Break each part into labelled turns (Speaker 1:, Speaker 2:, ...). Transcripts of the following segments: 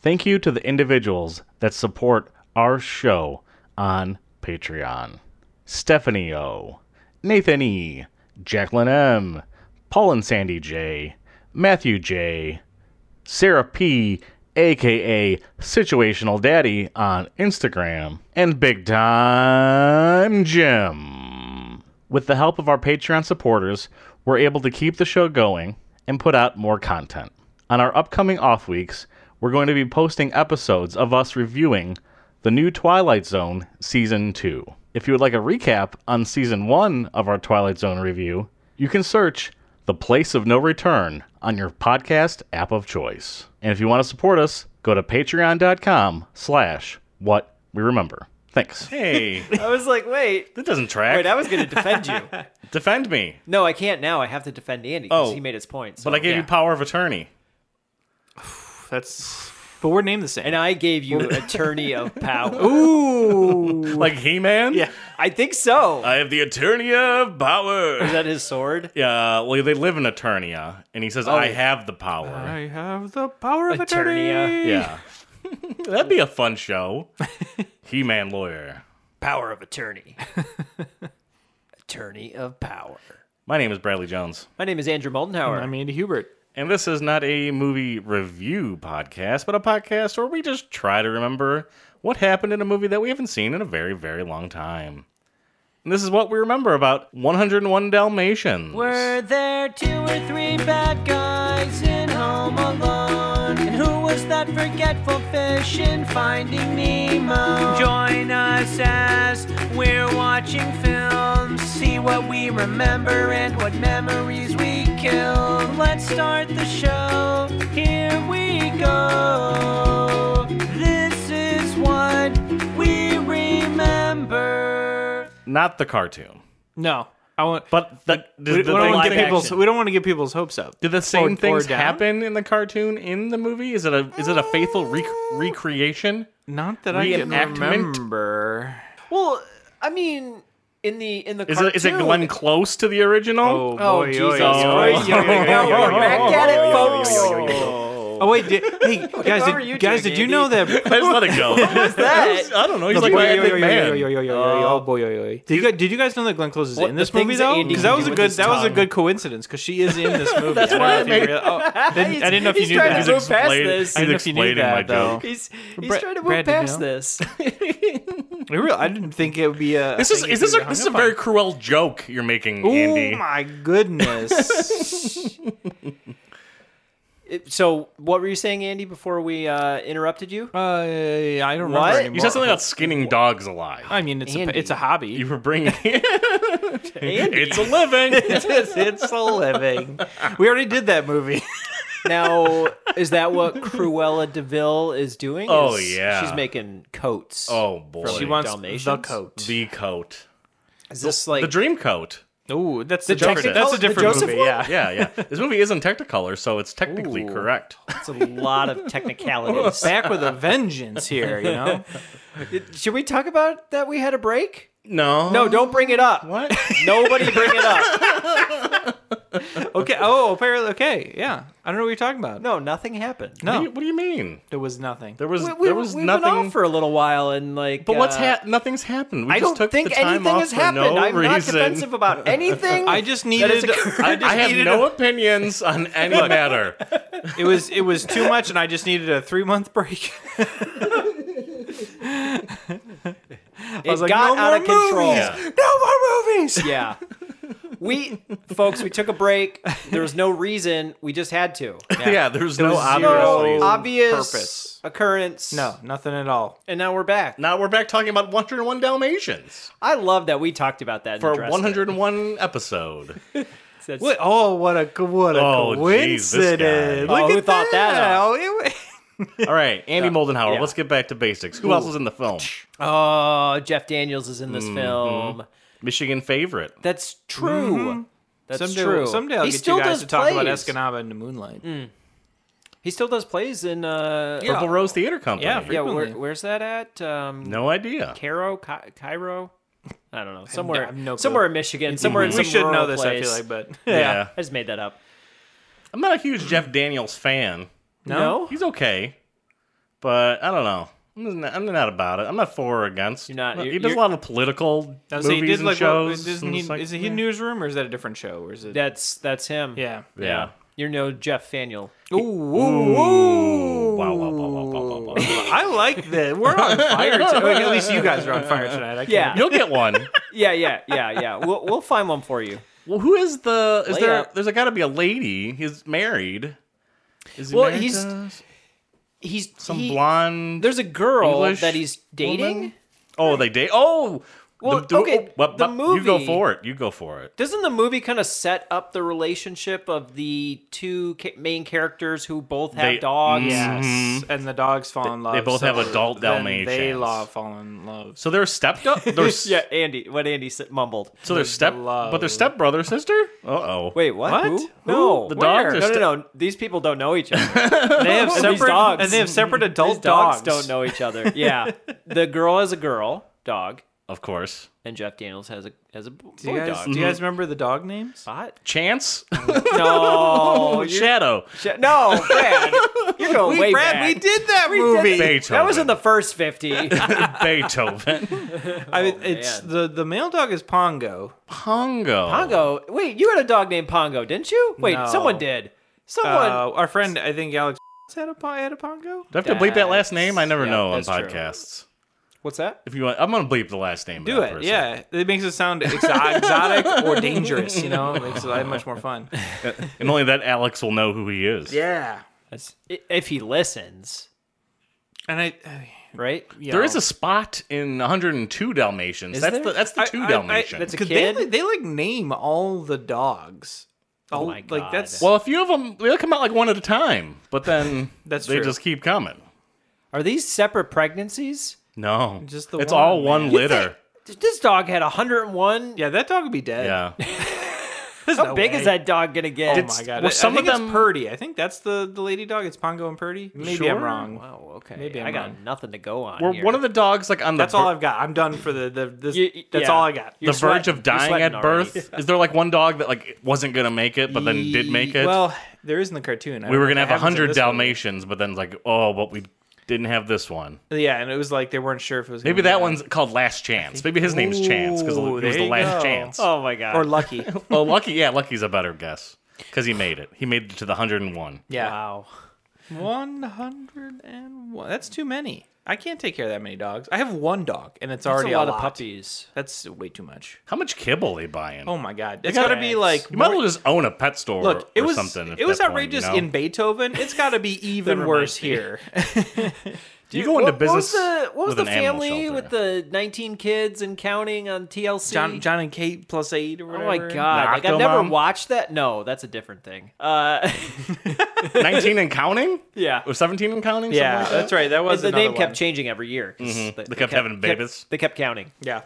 Speaker 1: Thank you to the individuals that support our show on Patreon Stephanie O, Nathan E, Jacqueline M, Paul and Sandy J, Matthew J, Sarah P, aka Situational Daddy on Instagram, and Big Time Jim. With the help of our Patreon supporters, we're able to keep the show going and put out more content. On our upcoming off weeks, we're going to be posting episodes of us reviewing the new Twilight Zone Season 2. If you would like a recap on Season 1 of our Twilight Zone review, you can search The Place of No Return on your podcast app of choice. And if you want to support us, go to patreon.com slash what we remember. Thanks. Hey,
Speaker 2: I was like, wait.
Speaker 1: that doesn't track.
Speaker 2: Wait, I was going to defend you.
Speaker 1: Defend me.
Speaker 2: No, I can't now. I have to defend Andy because
Speaker 1: Oh.
Speaker 2: he made his point. so-
Speaker 1: But I gave you
Speaker 2: Yeah.
Speaker 1: power of attorney.
Speaker 3: That's. But we're named the same.
Speaker 2: and I gave you attorney of power.
Speaker 3: Ooh.
Speaker 1: Like He-Man?
Speaker 3: yeah.
Speaker 2: I think so.
Speaker 1: I have the attorney of power.
Speaker 2: Uh, Is that his sword?
Speaker 1: Yeah, Uh, well, they live in Eternia, and he says, "I have the power."
Speaker 3: I have the power of attorney.
Speaker 2: Eternia.
Speaker 1: yeah, that'd be a fun show. He-Man lawyer.
Speaker 2: Power of attorney. attorney of power.
Speaker 1: My name is Bradley Jones,
Speaker 2: My name is Andrew Moldenhauer.
Speaker 3: I'm Andy Hubert.
Speaker 1: and this is not a movie review podcast, but a podcast where we just try to remember what happened in a movie that we haven't seen in a very, very long time. And this is what we remember about 101 Dalmatians.
Speaker 2: Were there two or three bad guys in Home Alone? And who was that forgetful fish in Finding Nemo? Join us as we're watching films. See what we remember and what memories we killed. Let's start the show. Here we go. This is what we remember.
Speaker 1: Not the cartoon,
Speaker 3: No, I want.
Speaker 1: but the,
Speaker 3: we, we
Speaker 1: the, the
Speaker 3: don't want to
Speaker 1: live
Speaker 3: get people's.
Speaker 1: action.
Speaker 3: We don't want to get people's hopes up.
Speaker 1: Do the same
Speaker 3: or
Speaker 1: things
Speaker 3: down?
Speaker 1: happen in the cartoon in the movie? Is it a is it a faithful rec
Speaker 3: Oh.
Speaker 1: recreation?
Speaker 3: Not that I can
Speaker 1: Reenactment?
Speaker 3: remember.
Speaker 2: Well, I mean, in the in the
Speaker 1: Is it is it
Speaker 2: cartoon-
Speaker 1: Glenn Close to the original?
Speaker 3: Oh,
Speaker 2: Oh
Speaker 3: boy,
Speaker 2: Jesus
Speaker 3: oh,
Speaker 1: yo.
Speaker 2: Christ!
Speaker 3: yo, yo, yo,
Speaker 2: Now
Speaker 3: yo,
Speaker 2: we're
Speaker 3: yo,
Speaker 2: back
Speaker 3: yo,
Speaker 2: at
Speaker 3: yo,
Speaker 2: it,
Speaker 3: yo,
Speaker 2: folks.
Speaker 3: Oh wait, did, hey guys,
Speaker 2: were
Speaker 3: did,
Speaker 2: you
Speaker 3: guys,
Speaker 2: doing,
Speaker 3: did you know that?
Speaker 1: I just let it go.
Speaker 2: What's that?
Speaker 1: I don't know. He's
Speaker 3: Yo,
Speaker 1: like
Speaker 3: yo,
Speaker 1: my
Speaker 3: yo, yo,
Speaker 1: big man.
Speaker 3: yo, yo, yo, yo, yo, yo, oh, boy, yo, yo, yo. Did you guys, did you guys know that Glenn Close is
Speaker 2: What
Speaker 3: in
Speaker 2: the
Speaker 3: this movie
Speaker 2: things that
Speaker 3: though?
Speaker 2: Andy
Speaker 3: Because
Speaker 2: can
Speaker 3: that
Speaker 2: do
Speaker 3: was a
Speaker 2: with
Speaker 3: good
Speaker 2: his
Speaker 3: that was a
Speaker 2: tongue.
Speaker 3: good coincidence because she is in this movie. That's
Speaker 1: why I made-
Speaker 3: oh, didn't I didn't know if you
Speaker 2: He's
Speaker 3: knew
Speaker 2: trying
Speaker 3: that.
Speaker 2: to move past this.
Speaker 3: I
Speaker 1: He's
Speaker 3: didn't know if you knew
Speaker 1: explaining my
Speaker 3: that, though.
Speaker 1: joke.
Speaker 2: He's he's
Speaker 3: Brad-
Speaker 2: trying to move
Speaker 3: Brad, did you
Speaker 2: past
Speaker 3: know?
Speaker 2: this.
Speaker 3: I really- I didn't think it would be a.
Speaker 1: This is is this a, this is a very cruel joke you're making, Andy.
Speaker 3: Oh my goodness!
Speaker 2: It- so, what were you saying, Andy, before we uh, interrupted you?
Speaker 3: uh, I
Speaker 2: What?
Speaker 3: don't remember
Speaker 2: You
Speaker 3: anymore.
Speaker 1: You said something about skinning dogs alive.
Speaker 3: I mean, it's
Speaker 2: Andy.
Speaker 3: a, it's a hobby.
Speaker 1: you were bringing. it's a living.
Speaker 3: it's, it's a living. We already did that movie.
Speaker 2: Now, is that what Cruella Deville is doing?
Speaker 1: Oh,
Speaker 2: Is-
Speaker 1: yeah.
Speaker 2: she's making coats.
Speaker 1: Oh boy,
Speaker 3: She wants
Speaker 2: Dalmatians?
Speaker 3: the coat.
Speaker 1: the coat,
Speaker 2: is this like
Speaker 1: the dream coat.
Speaker 3: Oh, that's the
Speaker 1: Joseph-
Speaker 3: different. That's a
Speaker 2: the
Speaker 3: different
Speaker 2: Joseph
Speaker 3: movie.
Speaker 2: one?
Speaker 3: Yeah.
Speaker 1: Yeah, yeah. This movie isn't Technicolor, so it's technically correct.
Speaker 2: it's a lot of technicalities?
Speaker 3: Back with a vengeance here, you know.
Speaker 2: Should we talk about that? We had a break.
Speaker 1: No,
Speaker 2: No, don't bring it up.
Speaker 1: What?
Speaker 2: Nobody bring it up.
Speaker 3: Okay. Oh, apparently. Okay. Yeah. I don't know what you're talking about.
Speaker 2: No, nothing happened.
Speaker 1: What do
Speaker 3: No,
Speaker 1: you, what do you mean?
Speaker 3: there was nothing.
Speaker 1: There was
Speaker 2: We, we,
Speaker 1: there was
Speaker 2: we've
Speaker 1: nothing.
Speaker 2: been off for a little while, and like,
Speaker 1: but what's
Speaker 2: uh,
Speaker 1: happened? Nothing's happened. We
Speaker 2: I
Speaker 1: just
Speaker 2: don't
Speaker 1: took
Speaker 2: think
Speaker 1: the time
Speaker 2: anything
Speaker 1: off
Speaker 2: has
Speaker 1: for
Speaker 2: happened.
Speaker 1: no
Speaker 2: I'm not
Speaker 1: reason.
Speaker 2: defensive about anything.
Speaker 3: I just
Speaker 2: has
Speaker 3: needed.
Speaker 2: occurred.
Speaker 3: I
Speaker 1: I,
Speaker 3: just
Speaker 1: I have
Speaker 3: needed
Speaker 1: no opinions on any matter.
Speaker 3: a- it was it was too much, and I just needed a three month break.
Speaker 2: it
Speaker 3: was like,
Speaker 2: got
Speaker 3: "No
Speaker 2: out of
Speaker 3: more
Speaker 2: control.
Speaker 3: movies."
Speaker 1: Yeah.
Speaker 3: no more movies.
Speaker 2: Yeah. We folks, we took a break. There was no reason. We just had to.
Speaker 1: Yeah, there's no
Speaker 3: was
Speaker 1: obvious
Speaker 3: zero-
Speaker 1: reason.
Speaker 2: Obvious
Speaker 3: Purpose.
Speaker 2: occurrence.
Speaker 3: No, nothing at all.
Speaker 2: And now we're back.
Speaker 1: now we're back talking about 101 Dalmatians
Speaker 2: I love that we talked about that
Speaker 1: for
Speaker 2: in
Speaker 1: 101 episode.
Speaker 3: What? Oh, what a co- what a
Speaker 1: Oh, geez, this guy.
Speaker 3: coincidence!
Speaker 2: Oh,
Speaker 3: Look
Speaker 2: who
Speaker 3: at Oh,
Speaker 2: thought that up?
Speaker 3: It wa-
Speaker 1: All right, Andy Moldenhauer.
Speaker 2: yeah.
Speaker 1: Let's get back to basics. Who else was in the film?
Speaker 2: Oh, Jeff Daniels is in this
Speaker 3: Mm-hmm.
Speaker 2: film.
Speaker 1: Michigan favorite.
Speaker 2: That's true. That's
Speaker 3: Mm-hmm. Someday,
Speaker 2: true.
Speaker 3: someday I'll
Speaker 2: he
Speaker 3: get
Speaker 2: still
Speaker 3: you guys
Speaker 2: does
Speaker 3: to talk about
Speaker 2: plays.
Speaker 3: Escanaba in the Moonlight.
Speaker 2: He still does plays in. Uh,
Speaker 1: Purple Rose Theater Company.
Speaker 3: Yeah,
Speaker 2: yeah, where,
Speaker 3: frequently.
Speaker 2: where's that at? Um,
Speaker 1: No idea.
Speaker 2: Cairo, Cai- Cairo. I don't know. Somewhere,
Speaker 3: have no clue.
Speaker 2: somewhere in Michigan. Somewhere in
Speaker 3: we
Speaker 2: some
Speaker 3: should know
Speaker 2: rural
Speaker 3: this. I
Speaker 2: Place.
Speaker 3: feel like, but
Speaker 1: Yeah.
Speaker 2: I just made that up.
Speaker 1: I'm not a huge Jeff Daniels fan.
Speaker 2: No,
Speaker 1: He's okay. but I don't know. I'm just not, I'm not about it. I'm not for or against.
Speaker 3: You're not-
Speaker 1: He
Speaker 3: you're-
Speaker 1: does a
Speaker 3: you're-
Speaker 1: lot of political
Speaker 3: I
Speaker 1: movies
Speaker 3: was saying, he did
Speaker 1: and
Speaker 3: like
Speaker 1: shows.
Speaker 3: shows. Isn't
Speaker 1: and
Speaker 3: he,
Speaker 1: it's like,
Speaker 3: is he
Speaker 1: yeah.
Speaker 3: newsroom or is that a different show? Or is it?
Speaker 2: That's that's him.
Speaker 3: yeah.
Speaker 1: Yeah.
Speaker 2: You're no Jeff Faniel.
Speaker 3: Ooh,
Speaker 1: Ooh. Wow, wow, wow, wow, wow, wow, wow.
Speaker 3: I like that. We're on fire. To- like, at least you guys are on fire tonight. I can't-
Speaker 2: Yeah.
Speaker 1: You'll get one.
Speaker 2: Yeah, yeah, yeah, yeah. We'll we'll find one for you.
Speaker 1: well, who is the? Is there?
Speaker 2: Leia.
Speaker 1: There's got to be a lady. He's married. Is he
Speaker 2: Well,
Speaker 1: married
Speaker 2: he's-
Speaker 1: to s-
Speaker 2: He's
Speaker 1: some
Speaker 2: he-
Speaker 1: blonde.
Speaker 2: There's a girl
Speaker 1: English
Speaker 2: that he's dating.
Speaker 1: woman? Oh, they date. Oh,
Speaker 2: Well,
Speaker 1: the, the,
Speaker 2: okay,
Speaker 1: oh, but-
Speaker 2: the
Speaker 1: but You go
Speaker 2: movie-
Speaker 1: for it. You go for it.
Speaker 2: Doesn't the movie kind of set up the relationship of the two ca- main characters who both have
Speaker 1: They-
Speaker 2: dogs?
Speaker 3: Yes. And the dogs fall in love.
Speaker 1: both have adult
Speaker 3: then
Speaker 1: Dalmatians.
Speaker 3: They love fall in love.
Speaker 1: So they're stepped up. They're s-
Speaker 2: yeah, Andy. What Andy s- mumbled.
Speaker 1: So they're step, but they're
Speaker 3: love.
Speaker 1: step brother sister. Uh oh.
Speaker 2: Wait, what?
Speaker 3: What?
Speaker 2: Who?
Speaker 3: Who?
Speaker 2: No,
Speaker 1: The dogs
Speaker 2: where?
Speaker 1: are
Speaker 2: No,
Speaker 1: sti-
Speaker 2: no, no. These people don't know each other.
Speaker 3: They have
Speaker 2: These
Speaker 3: separate
Speaker 2: dogs.
Speaker 3: and they have separate adult
Speaker 2: These dogs don't know each other. Yeah, the girl has a girl dog,
Speaker 1: Of course.
Speaker 2: and Jeff Daniels has a has a b- boy
Speaker 3: Do you, guys,
Speaker 2: dog.
Speaker 3: do you guys remember the dog names?
Speaker 2: Hot?
Speaker 1: Chance.
Speaker 2: No, you're-
Speaker 1: Shadow.
Speaker 2: Sh- no, Brad, you're going way
Speaker 3: Brad,
Speaker 2: back.
Speaker 3: we did that movie.
Speaker 1: Beethoven.
Speaker 2: That was in the first fifty.
Speaker 1: Beethoven.
Speaker 3: I mean, it's
Speaker 2: Oh, man.
Speaker 3: the the male dog is Pongo.
Speaker 1: Pongo.
Speaker 2: Pongo. Wait, you had a dog named Pongo, didn't you? Wait,
Speaker 3: No.
Speaker 2: someone did. Someone.
Speaker 3: Uh, our friend, I think Alex had a, po- had a Pongo.
Speaker 1: Do I have to bleep that last
Speaker 2: That's-
Speaker 1: name? I never
Speaker 2: yeah,
Speaker 1: know on
Speaker 2: that's true.
Speaker 1: podcasts.
Speaker 2: What's that?
Speaker 1: If you want, I'm gonna bleep the last name. of
Speaker 3: Do
Speaker 1: that
Speaker 3: it,
Speaker 1: person.
Speaker 3: yeah. It makes it sound exo- exotic or dangerous. You know, it makes it much more fun.
Speaker 1: And only that Alex will know who he is.
Speaker 3: Yeah,
Speaker 2: That's, i- if he listens,
Speaker 3: and I.
Speaker 2: right? You
Speaker 1: There
Speaker 2: know.
Speaker 1: is a spot in 102 Dalmatians.
Speaker 2: Is
Speaker 1: that's
Speaker 2: there?
Speaker 1: the that's the
Speaker 3: I-
Speaker 1: two
Speaker 3: I- I-
Speaker 1: Dalmatians.
Speaker 2: that's a
Speaker 3: Because
Speaker 2: kid.
Speaker 3: They, they like name all the dogs. All,
Speaker 2: Oh my
Speaker 3: Like that's
Speaker 2: God.
Speaker 1: well, a few of them they'll come out like one at a time, but then
Speaker 3: That's
Speaker 1: they
Speaker 3: true.
Speaker 1: just keep coming.
Speaker 2: Are these separate pregnancies?
Speaker 1: No,
Speaker 3: Just the
Speaker 1: it's
Speaker 3: one,
Speaker 1: all one litter.
Speaker 2: Th- This dog had 101.
Speaker 3: yeah. That dog would be dead.
Speaker 1: Yeah,
Speaker 2: How
Speaker 3: no
Speaker 2: big
Speaker 3: way.
Speaker 2: is that dog gonna get?
Speaker 3: Oh my god.
Speaker 1: well,
Speaker 3: I- I
Speaker 1: some
Speaker 3: think
Speaker 1: of
Speaker 3: it's
Speaker 1: them-
Speaker 3: Purdy. I think that's the the lady dog. It's Pongo and Purdy. Maybe
Speaker 1: Sure.
Speaker 3: I'm wrong.
Speaker 2: Wow. Okay.
Speaker 3: Maybe
Speaker 2: I
Speaker 3: I'm
Speaker 2: got
Speaker 3: wrong.
Speaker 2: nothing to go on.
Speaker 1: We're
Speaker 2: here.
Speaker 1: one of the dogs like on the
Speaker 3: That's all
Speaker 1: ver-
Speaker 3: I've got. I'm done for the the. This,
Speaker 2: You- you-
Speaker 3: that's
Speaker 2: yeah.
Speaker 3: all I got.
Speaker 1: the
Speaker 2: You're
Speaker 1: verge
Speaker 2: sweating-
Speaker 1: of
Speaker 2: you're
Speaker 1: dying
Speaker 2: sweating
Speaker 1: at birth.
Speaker 2: already.
Speaker 1: Is there like one dog that like wasn't gonna make it, but then did make it?
Speaker 3: Well, there is in the cartoon. I
Speaker 1: we
Speaker 3: don't
Speaker 1: were
Speaker 3: know
Speaker 1: gonna
Speaker 3: if
Speaker 1: have
Speaker 3: that happens in
Speaker 1: 100
Speaker 3: this one.
Speaker 1: Dalmatians, but then like oh, but we didn't have this one.
Speaker 3: Yeah, and it was like they weren't sure if it was gonna
Speaker 1: Maybe
Speaker 3: be
Speaker 1: that one's called Last Chance. Maybe his name's Chance because it
Speaker 3: Ooh,
Speaker 1: was
Speaker 3: there
Speaker 1: the
Speaker 3: you
Speaker 1: last
Speaker 3: go.
Speaker 1: chance.
Speaker 2: Oh my god.
Speaker 3: or Lucky.
Speaker 1: Oh, Lucky, yeah, Lucky's a better guess because he made it. He made it to the 101.
Speaker 3: Yeah,
Speaker 2: wow.
Speaker 3: one hundred and one. That's too many. I can't take care of that many dogs. I have one dog, and it's
Speaker 2: That's
Speaker 3: already
Speaker 2: a lot, of puppies.
Speaker 3: That's way too much.
Speaker 1: How much kibble they buying?
Speaker 3: Oh my god, it's got to be
Speaker 2: eggs.
Speaker 3: like
Speaker 1: you might as
Speaker 3: more-
Speaker 1: well just own a pet store
Speaker 3: look. It
Speaker 1: or
Speaker 3: was
Speaker 1: something. at
Speaker 3: it was
Speaker 1: that point,
Speaker 3: outrageous
Speaker 1: you know?
Speaker 3: in Beethoven. It's got to be even
Speaker 2: reminds
Speaker 3: worse
Speaker 2: me.
Speaker 3: here.
Speaker 1: you go into
Speaker 2: what, what was
Speaker 1: business
Speaker 2: the, what was
Speaker 1: with
Speaker 2: the
Speaker 1: an animal
Speaker 2: family
Speaker 1: shelter.
Speaker 2: with the 19 kids and counting on TLC?
Speaker 3: John John and Kate plus eight or
Speaker 2: oh
Speaker 3: whatever.
Speaker 2: my god. Like I've
Speaker 1: Octomom?
Speaker 2: never watched that. No, that's a different thing. Uh,
Speaker 1: 19 and counting?
Speaker 2: yeah.
Speaker 1: Or 17 and counting?
Speaker 3: Yeah,
Speaker 1: Something like
Speaker 3: that's right. That was
Speaker 2: the name
Speaker 3: another
Speaker 2: kept
Speaker 3: one.
Speaker 2: changing every year. 'cause They,
Speaker 1: Mm-hmm. kept having babies.
Speaker 2: they kept counting.
Speaker 3: Yeah,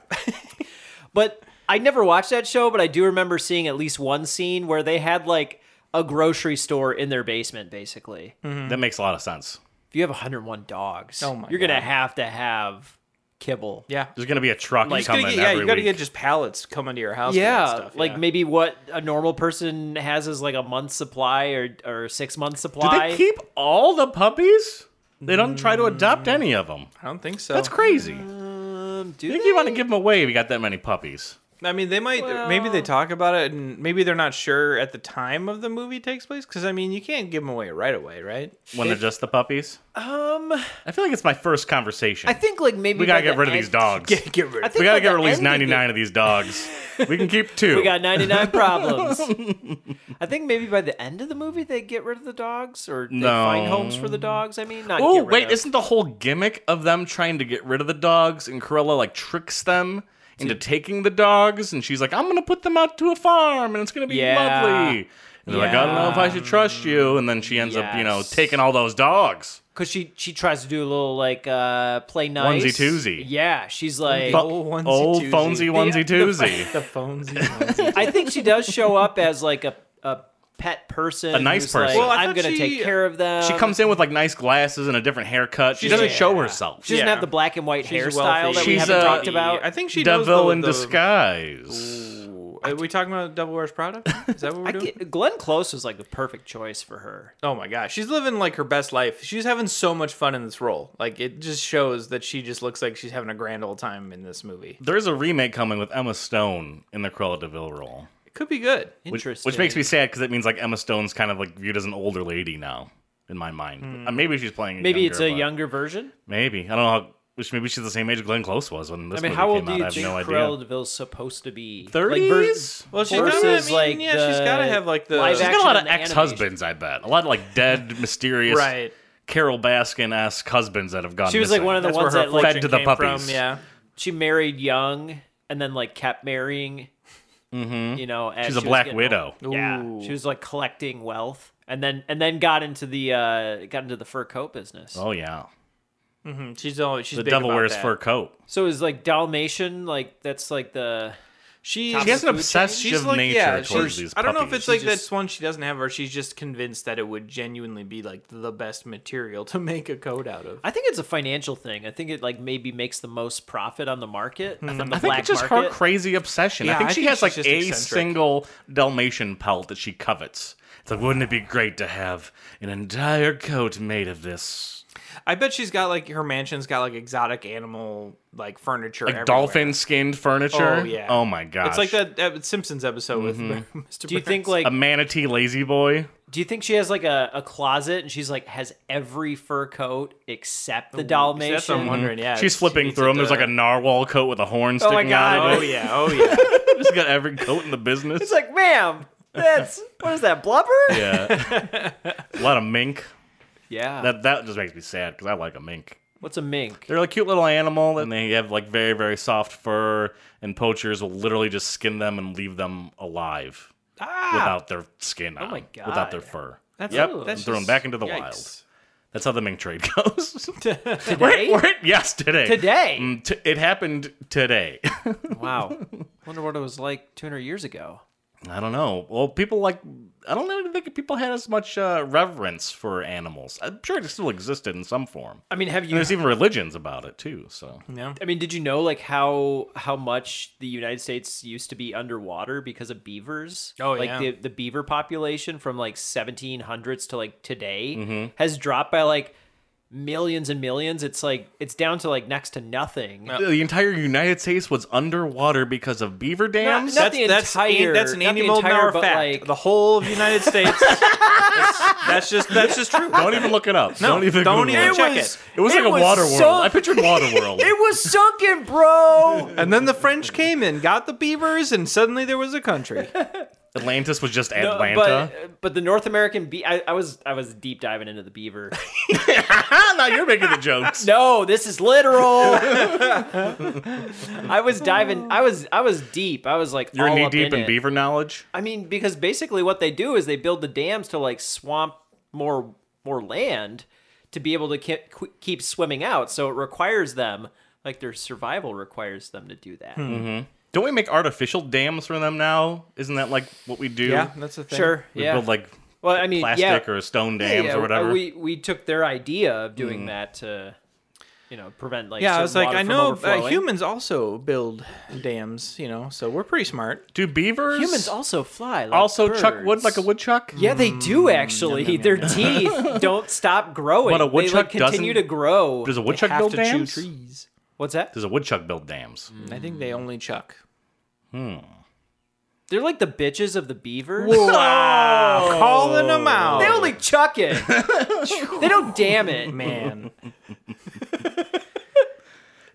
Speaker 2: But I never watched that show, but I do remember seeing at least one scene where they had like a grocery store in their basement, basically.
Speaker 1: that.
Speaker 3: Mm-hmm.
Speaker 1: That makes a lot of sense.
Speaker 2: If you have 101 dogs,
Speaker 3: Oh my
Speaker 2: you're going to
Speaker 3: God.
Speaker 2: have to have kibble.
Speaker 3: yeah.
Speaker 1: There's going to be a truck
Speaker 3: Like,
Speaker 1: coming
Speaker 3: get,
Speaker 1: every
Speaker 3: yeah, you gotta
Speaker 1: week.
Speaker 3: get just pallets coming to your house. for
Speaker 2: Yeah,
Speaker 3: that stuff,
Speaker 2: like
Speaker 3: yeah.
Speaker 2: maybe what a normal person has is like a month's supply or or six months
Speaker 1: Do
Speaker 2: supply.
Speaker 1: they keep all the puppies? They don't try to
Speaker 2: Mm.
Speaker 1: adopt any of them.
Speaker 3: I don't think so.
Speaker 1: That's crazy.
Speaker 2: um, do
Speaker 1: You
Speaker 2: they?
Speaker 1: think you want to give them away if you got that many puppies?
Speaker 3: I mean, they might. maybe they talk about it, and maybe they're not sure at the time of the movie takes place. Because I mean, you can't give them away right away, right?
Speaker 1: When they're just the puppies?
Speaker 2: Um,
Speaker 1: I feel like it's my first conversation.
Speaker 2: I think like maybe
Speaker 1: we got to
Speaker 2: by
Speaker 1: get
Speaker 2: the
Speaker 1: rid of these
Speaker 2: end-
Speaker 1: dogs.
Speaker 3: get rid.
Speaker 2: I think
Speaker 1: we gotta
Speaker 2: by
Speaker 1: get
Speaker 2: the
Speaker 1: rid of these
Speaker 2: end of the-
Speaker 1: 99 of these dogs. We can keep two.
Speaker 2: We got 99 problems. I think maybe by the end of the movie they get rid of the dogs or they
Speaker 1: No.
Speaker 2: find homes for the dogs. I mean, not
Speaker 1: oh
Speaker 2: get rid
Speaker 1: wait,
Speaker 2: of.
Speaker 1: isn't the whole gimmick of them trying to get rid of the dogs and Cruella like tricks them into taking the dogs and she's like, I'm gonna put them out to a farm and it's gonna be
Speaker 2: Yeah.
Speaker 1: lovely. And they're like, I don't know if I should trust you. And then she ends up, you know,
Speaker 2: Yes.
Speaker 1: taking all those dogs.
Speaker 2: cuz she she tries to do a little like uh play nice.
Speaker 1: Onesie-twosie.
Speaker 2: Yeah, she's like
Speaker 3: The old onesie
Speaker 1: old
Speaker 3: twosie.
Speaker 1: phonesy onesie twosie.
Speaker 3: the phones. and onesie.
Speaker 2: I think she does show up as like a a pet person.
Speaker 1: A nice
Speaker 2: who's
Speaker 1: person.
Speaker 2: Like,
Speaker 1: Well,
Speaker 3: I
Speaker 2: I'm
Speaker 3: thought
Speaker 2: going to
Speaker 3: she-
Speaker 2: take care of them.
Speaker 1: she comes in with like nice glasses and a different haircut. She doesn't
Speaker 3: Yeah.
Speaker 1: show herself.
Speaker 2: She doesn't
Speaker 3: Yeah.
Speaker 2: have the black and white
Speaker 3: She's
Speaker 2: hairstyle
Speaker 3: wealthy.
Speaker 2: that we
Speaker 1: She's uh,
Speaker 2: haven't
Speaker 1: a-
Speaker 2: talked about.
Speaker 3: I think she knows
Speaker 1: Devil
Speaker 3: the-
Speaker 1: in
Speaker 3: the-
Speaker 1: disguise.
Speaker 3: Ooh, are we talking about Devil Wears Prada? Is that what we're
Speaker 2: I
Speaker 3: doing?
Speaker 2: get, Glenn Close was like the perfect choice for her.
Speaker 3: Oh my gosh, she's living like her best life. She's having so much fun in this role. Like it just shows that she just looks like she's having a grand old time in this movie.
Speaker 1: There is a remake coming with Emma Stone in the Cruella de Vil role,
Speaker 3: It could be good.
Speaker 1: which,
Speaker 2: Interesting.
Speaker 1: which makes me sad because it means like Emma Stone's kind of like viewed as an older lady now in my mind. Uh, Maybe she's playing.
Speaker 2: Hmm. Maybe it's a
Speaker 1: but-
Speaker 2: younger version.
Speaker 1: Maybe I don't know. How, which maybe she's the same age Glenn Close was when this
Speaker 2: I mean,
Speaker 1: movie
Speaker 2: how
Speaker 1: came
Speaker 2: old do
Speaker 1: out.
Speaker 2: you
Speaker 1: I have
Speaker 2: think
Speaker 1: no
Speaker 2: Cruella
Speaker 1: idea.
Speaker 2: de Vil's supposed to be? Like, ver-
Speaker 1: 30s?
Speaker 3: Well, she's
Speaker 2: versus
Speaker 3: gotta, I mean,
Speaker 2: like
Speaker 3: yeah, she's
Speaker 2: the
Speaker 3: gotta have, like, the-
Speaker 2: live
Speaker 3: She's got
Speaker 1: She's got a lot of
Speaker 2: action and the
Speaker 1: ex-husbands, I bet. A lot of like dead, mysterious,
Speaker 3: Right.
Speaker 1: Carol Baskin-esque husbands that have gone.
Speaker 2: She was like
Speaker 1: missing.
Speaker 2: one of the
Speaker 3: That's where
Speaker 2: ones
Speaker 3: her
Speaker 2: that like
Speaker 1: Fed to the
Speaker 3: came from,
Speaker 1: puppies.
Speaker 3: Yeah.
Speaker 2: she married young and then like kept marrying. Mm-hmm. You know, as
Speaker 1: She's
Speaker 2: she
Speaker 1: a
Speaker 2: was
Speaker 1: black
Speaker 2: getting
Speaker 1: widow.
Speaker 2: old. Yeah,
Speaker 3: Ooh.
Speaker 2: she was like collecting wealth, and then and then got into the uh got into the fur coat business.
Speaker 1: Oh yeah,
Speaker 3: Mm, She's always she's
Speaker 1: the
Speaker 3: big
Speaker 1: devil
Speaker 3: about
Speaker 1: wears
Speaker 3: that.
Speaker 1: fur coat.
Speaker 2: So is like Dalmatian, like that's like the
Speaker 3: She
Speaker 2: She
Speaker 1: She has an
Speaker 2: Food chain?
Speaker 1: obsession
Speaker 3: she's
Speaker 1: of
Speaker 3: like,
Speaker 1: nature
Speaker 3: yeah,
Speaker 1: towards
Speaker 3: she's-
Speaker 1: these.
Speaker 3: I don't know if
Speaker 1: puppies.
Speaker 3: it's like
Speaker 2: just-
Speaker 3: that's one she doesn't have, or she's just convinced that it would genuinely be like the best material to make a coat out of.
Speaker 2: I think it's a financial thing. I think it like maybe makes the most profit on the market from the
Speaker 1: Hmm. I think
Speaker 2: black
Speaker 1: it's just her
Speaker 2: market.
Speaker 1: crazy obsession. I
Speaker 3: Yeah,
Speaker 1: think
Speaker 3: I
Speaker 1: she
Speaker 3: think
Speaker 1: has
Speaker 3: she's
Speaker 1: like a
Speaker 3: just eccentric.
Speaker 1: single Dalmatian pelt that she covets. It's like, wouldn't it be great to have an entire coat made of this?
Speaker 3: I bet she's got like her mansion's got like exotic animal like furniture,
Speaker 1: Like
Speaker 3: everywhere.
Speaker 1: dolphin skinned furniture?
Speaker 3: Oh yeah.
Speaker 1: Oh my gosh.
Speaker 3: It's like that, that Simpsons episode
Speaker 1: Mm-hmm.
Speaker 3: with Mr.
Speaker 2: do you think
Speaker 3: Burns.
Speaker 2: like
Speaker 1: A manatee lazy boy?
Speaker 2: do you think she has like a, a closet and she's like has every fur coat except the Dalmatian?
Speaker 3: That's what I'm wondering. Yeah,
Speaker 1: She's flipping through them. There's like a narwhal coat with a horn sticking
Speaker 2: my
Speaker 1: out
Speaker 2: God.
Speaker 1: of
Speaker 3: Oh
Speaker 1: it.
Speaker 3: yeah, oh yeah.
Speaker 1: She's got every coat in the business.
Speaker 2: It's like, ma'am, that's what is that blubber? Yeah,
Speaker 1: yeah. a lot of mink. That that just makes me sad because I like a mink.
Speaker 2: What's a mink?
Speaker 1: They're a cute little animal, and they have like very, very soft fur. And poachers will literally just skin them and leave them alive without their skin on,
Speaker 2: my
Speaker 1: without their
Speaker 2: God.
Speaker 1: fur.
Speaker 3: That's-
Speaker 1: yep,
Speaker 2: ooh,
Speaker 1: and
Speaker 3: that's
Speaker 1: throw them
Speaker 3: just-
Speaker 1: back into the
Speaker 3: yikes.
Speaker 1: wild. That's how the mink trade goes.
Speaker 2: Today?
Speaker 1: We're at- yes, today.
Speaker 2: Today?
Speaker 1: Mm, t- it happened today.
Speaker 2: Wow. Wonder what it was like 200 years ago.
Speaker 1: I don't know. Well, people like. I don't really think people had as much uh, reverence for animals. I'm sure it still existed in some form.
Speaker 2: I mean, have you?
Speaker 1: And there's even religions about it too. So
Speaker 3: Yeah.
Speaker 2: I mean, did you know like how how much the United States used to be underwater because of beavers?
Speaker 3: Oh,
Speaker 2: like
Speaker 3: yeah.
Speaker 2: the the beaver population from like 1700s to like today
Speaker 3: Mm-hmm.
Speaker 2: has dropped by like millions and millions. It's like it's down to like next to nothing.
Speaker 1: the entire United States was underwater because of beaver dams.
Speaker 2: Not the
Speaker 3: that's
Speaker 2: entire-
Speaker 3: that's an
Speaker 2: not
Speaker 3: Andy
Speaker 2: the entire,
Speaker 3: Moldenhauer
Speaker 2: but,
Speaker 3: fact.
Speaker 2: like-
Speaker 3: the whole of the United States. that's, that's just that's just true.
Speaker 1: Don't even look it up.
Speaker 3: No,
Speaker 1: don't even
Speaker 3: don't
Speaker 1: Google
Speaker 3: even
Speaker 1: it.
Speaker 3: check
Speaker 2: was-
Speaker 3: it.
Speaker 1: It was
Speaker 2: It
Speaker 1: like a
Speaker 2: was
Speaker 1: water
Speaker 2: so-
Speaker 1: world. I pictured water world.
Speaker 2: It was sunken, bro.
Speaker 3: And then the French came in, got the beavers, and suddenly there was a country.
Speaker 1: Atlantis was just
Speaker 2: No,
Speaker 1: Atlanta.
Speaker 2: Uh, But but the North American be I, I was I was deep diving into the beaver.
Speaker 1: now you're making the jokes.
Speaker 2: no, this is literal. I was diving. I was I was deep. I was like
Speaker 1: You're
Speaker 2: all
Speaker 1: knee
Speaker 2: up
Speaker 1: deep in
Speaker 2: it.
Speaker 1: beaver knowledge.
Speaker 2: I mean, because basically what they do is they build the dams to like swamp more more land to be able to ke- qu- keep swimming out. So it requires them, like their survival requires them to do that.
Speaker 1: Hmm. Don't we make artificial dams for them now? Isn't that like what we do?
Speaker 3: Yeah, that's the thing.
Speaker 2: Sure.
Speaker 1: We
Speaker 2: yeah.
Speaker 1: build like
Speaker 2: well, I mean,
Speaker 1: plastic
Speaker 2: yeah.
Speaker 1: or stone
Speaker 2: Yeah,
Speaker 1: dams
Speaker 2: yeah, uh,
Speaker 1: or whatever. Mm.
Speaker 2: We we took their idea of doing that to, you know, prevent like
Speaker 3: Yeah, I
Speaker 2: certain
Speaker 3: was like,
Speaker 2: water
Speaker 3: I
Speaker 2: from
Speaker 3: know uh,
Speaker 2: overflowing.
Speaker 3: humans also build dams, you know, so we're pretty smart.
Speaker 1: do beavers
Speaker 2: humans also fly. Like
Speaker 1: also
Speaker 2: birds.
Speaker 1: chuck wood like a Mm, woodchuck?
Speaker 2: Yeah, they do actually. Their teeth don't stop growing.
Speaker 1: But a
Speaker 2: they,
Speaker 1: woodchuck
Speaker 2: like, continue to
Speaker 1: doesn't-
Speaker 2: grow.
Speaker 1: Does a
Speaker 3: They
Speaker 1: woodchuck
Speaker 3: have
Speaker 1: build
Speaker 3: to
Speaker 1: dams?
Speaker 3: chew trees.
Speaker 2: What's that?
Speaker 1: Does a woodchuck build dams?
Speaker 3: I think they only chuck.
Speaker 2: They're like the bitches of the beavers.
Speaker 3: Wow, calling them out.
Speaker 2: They only chuck it. they don't damn it.
Speaker 3: man.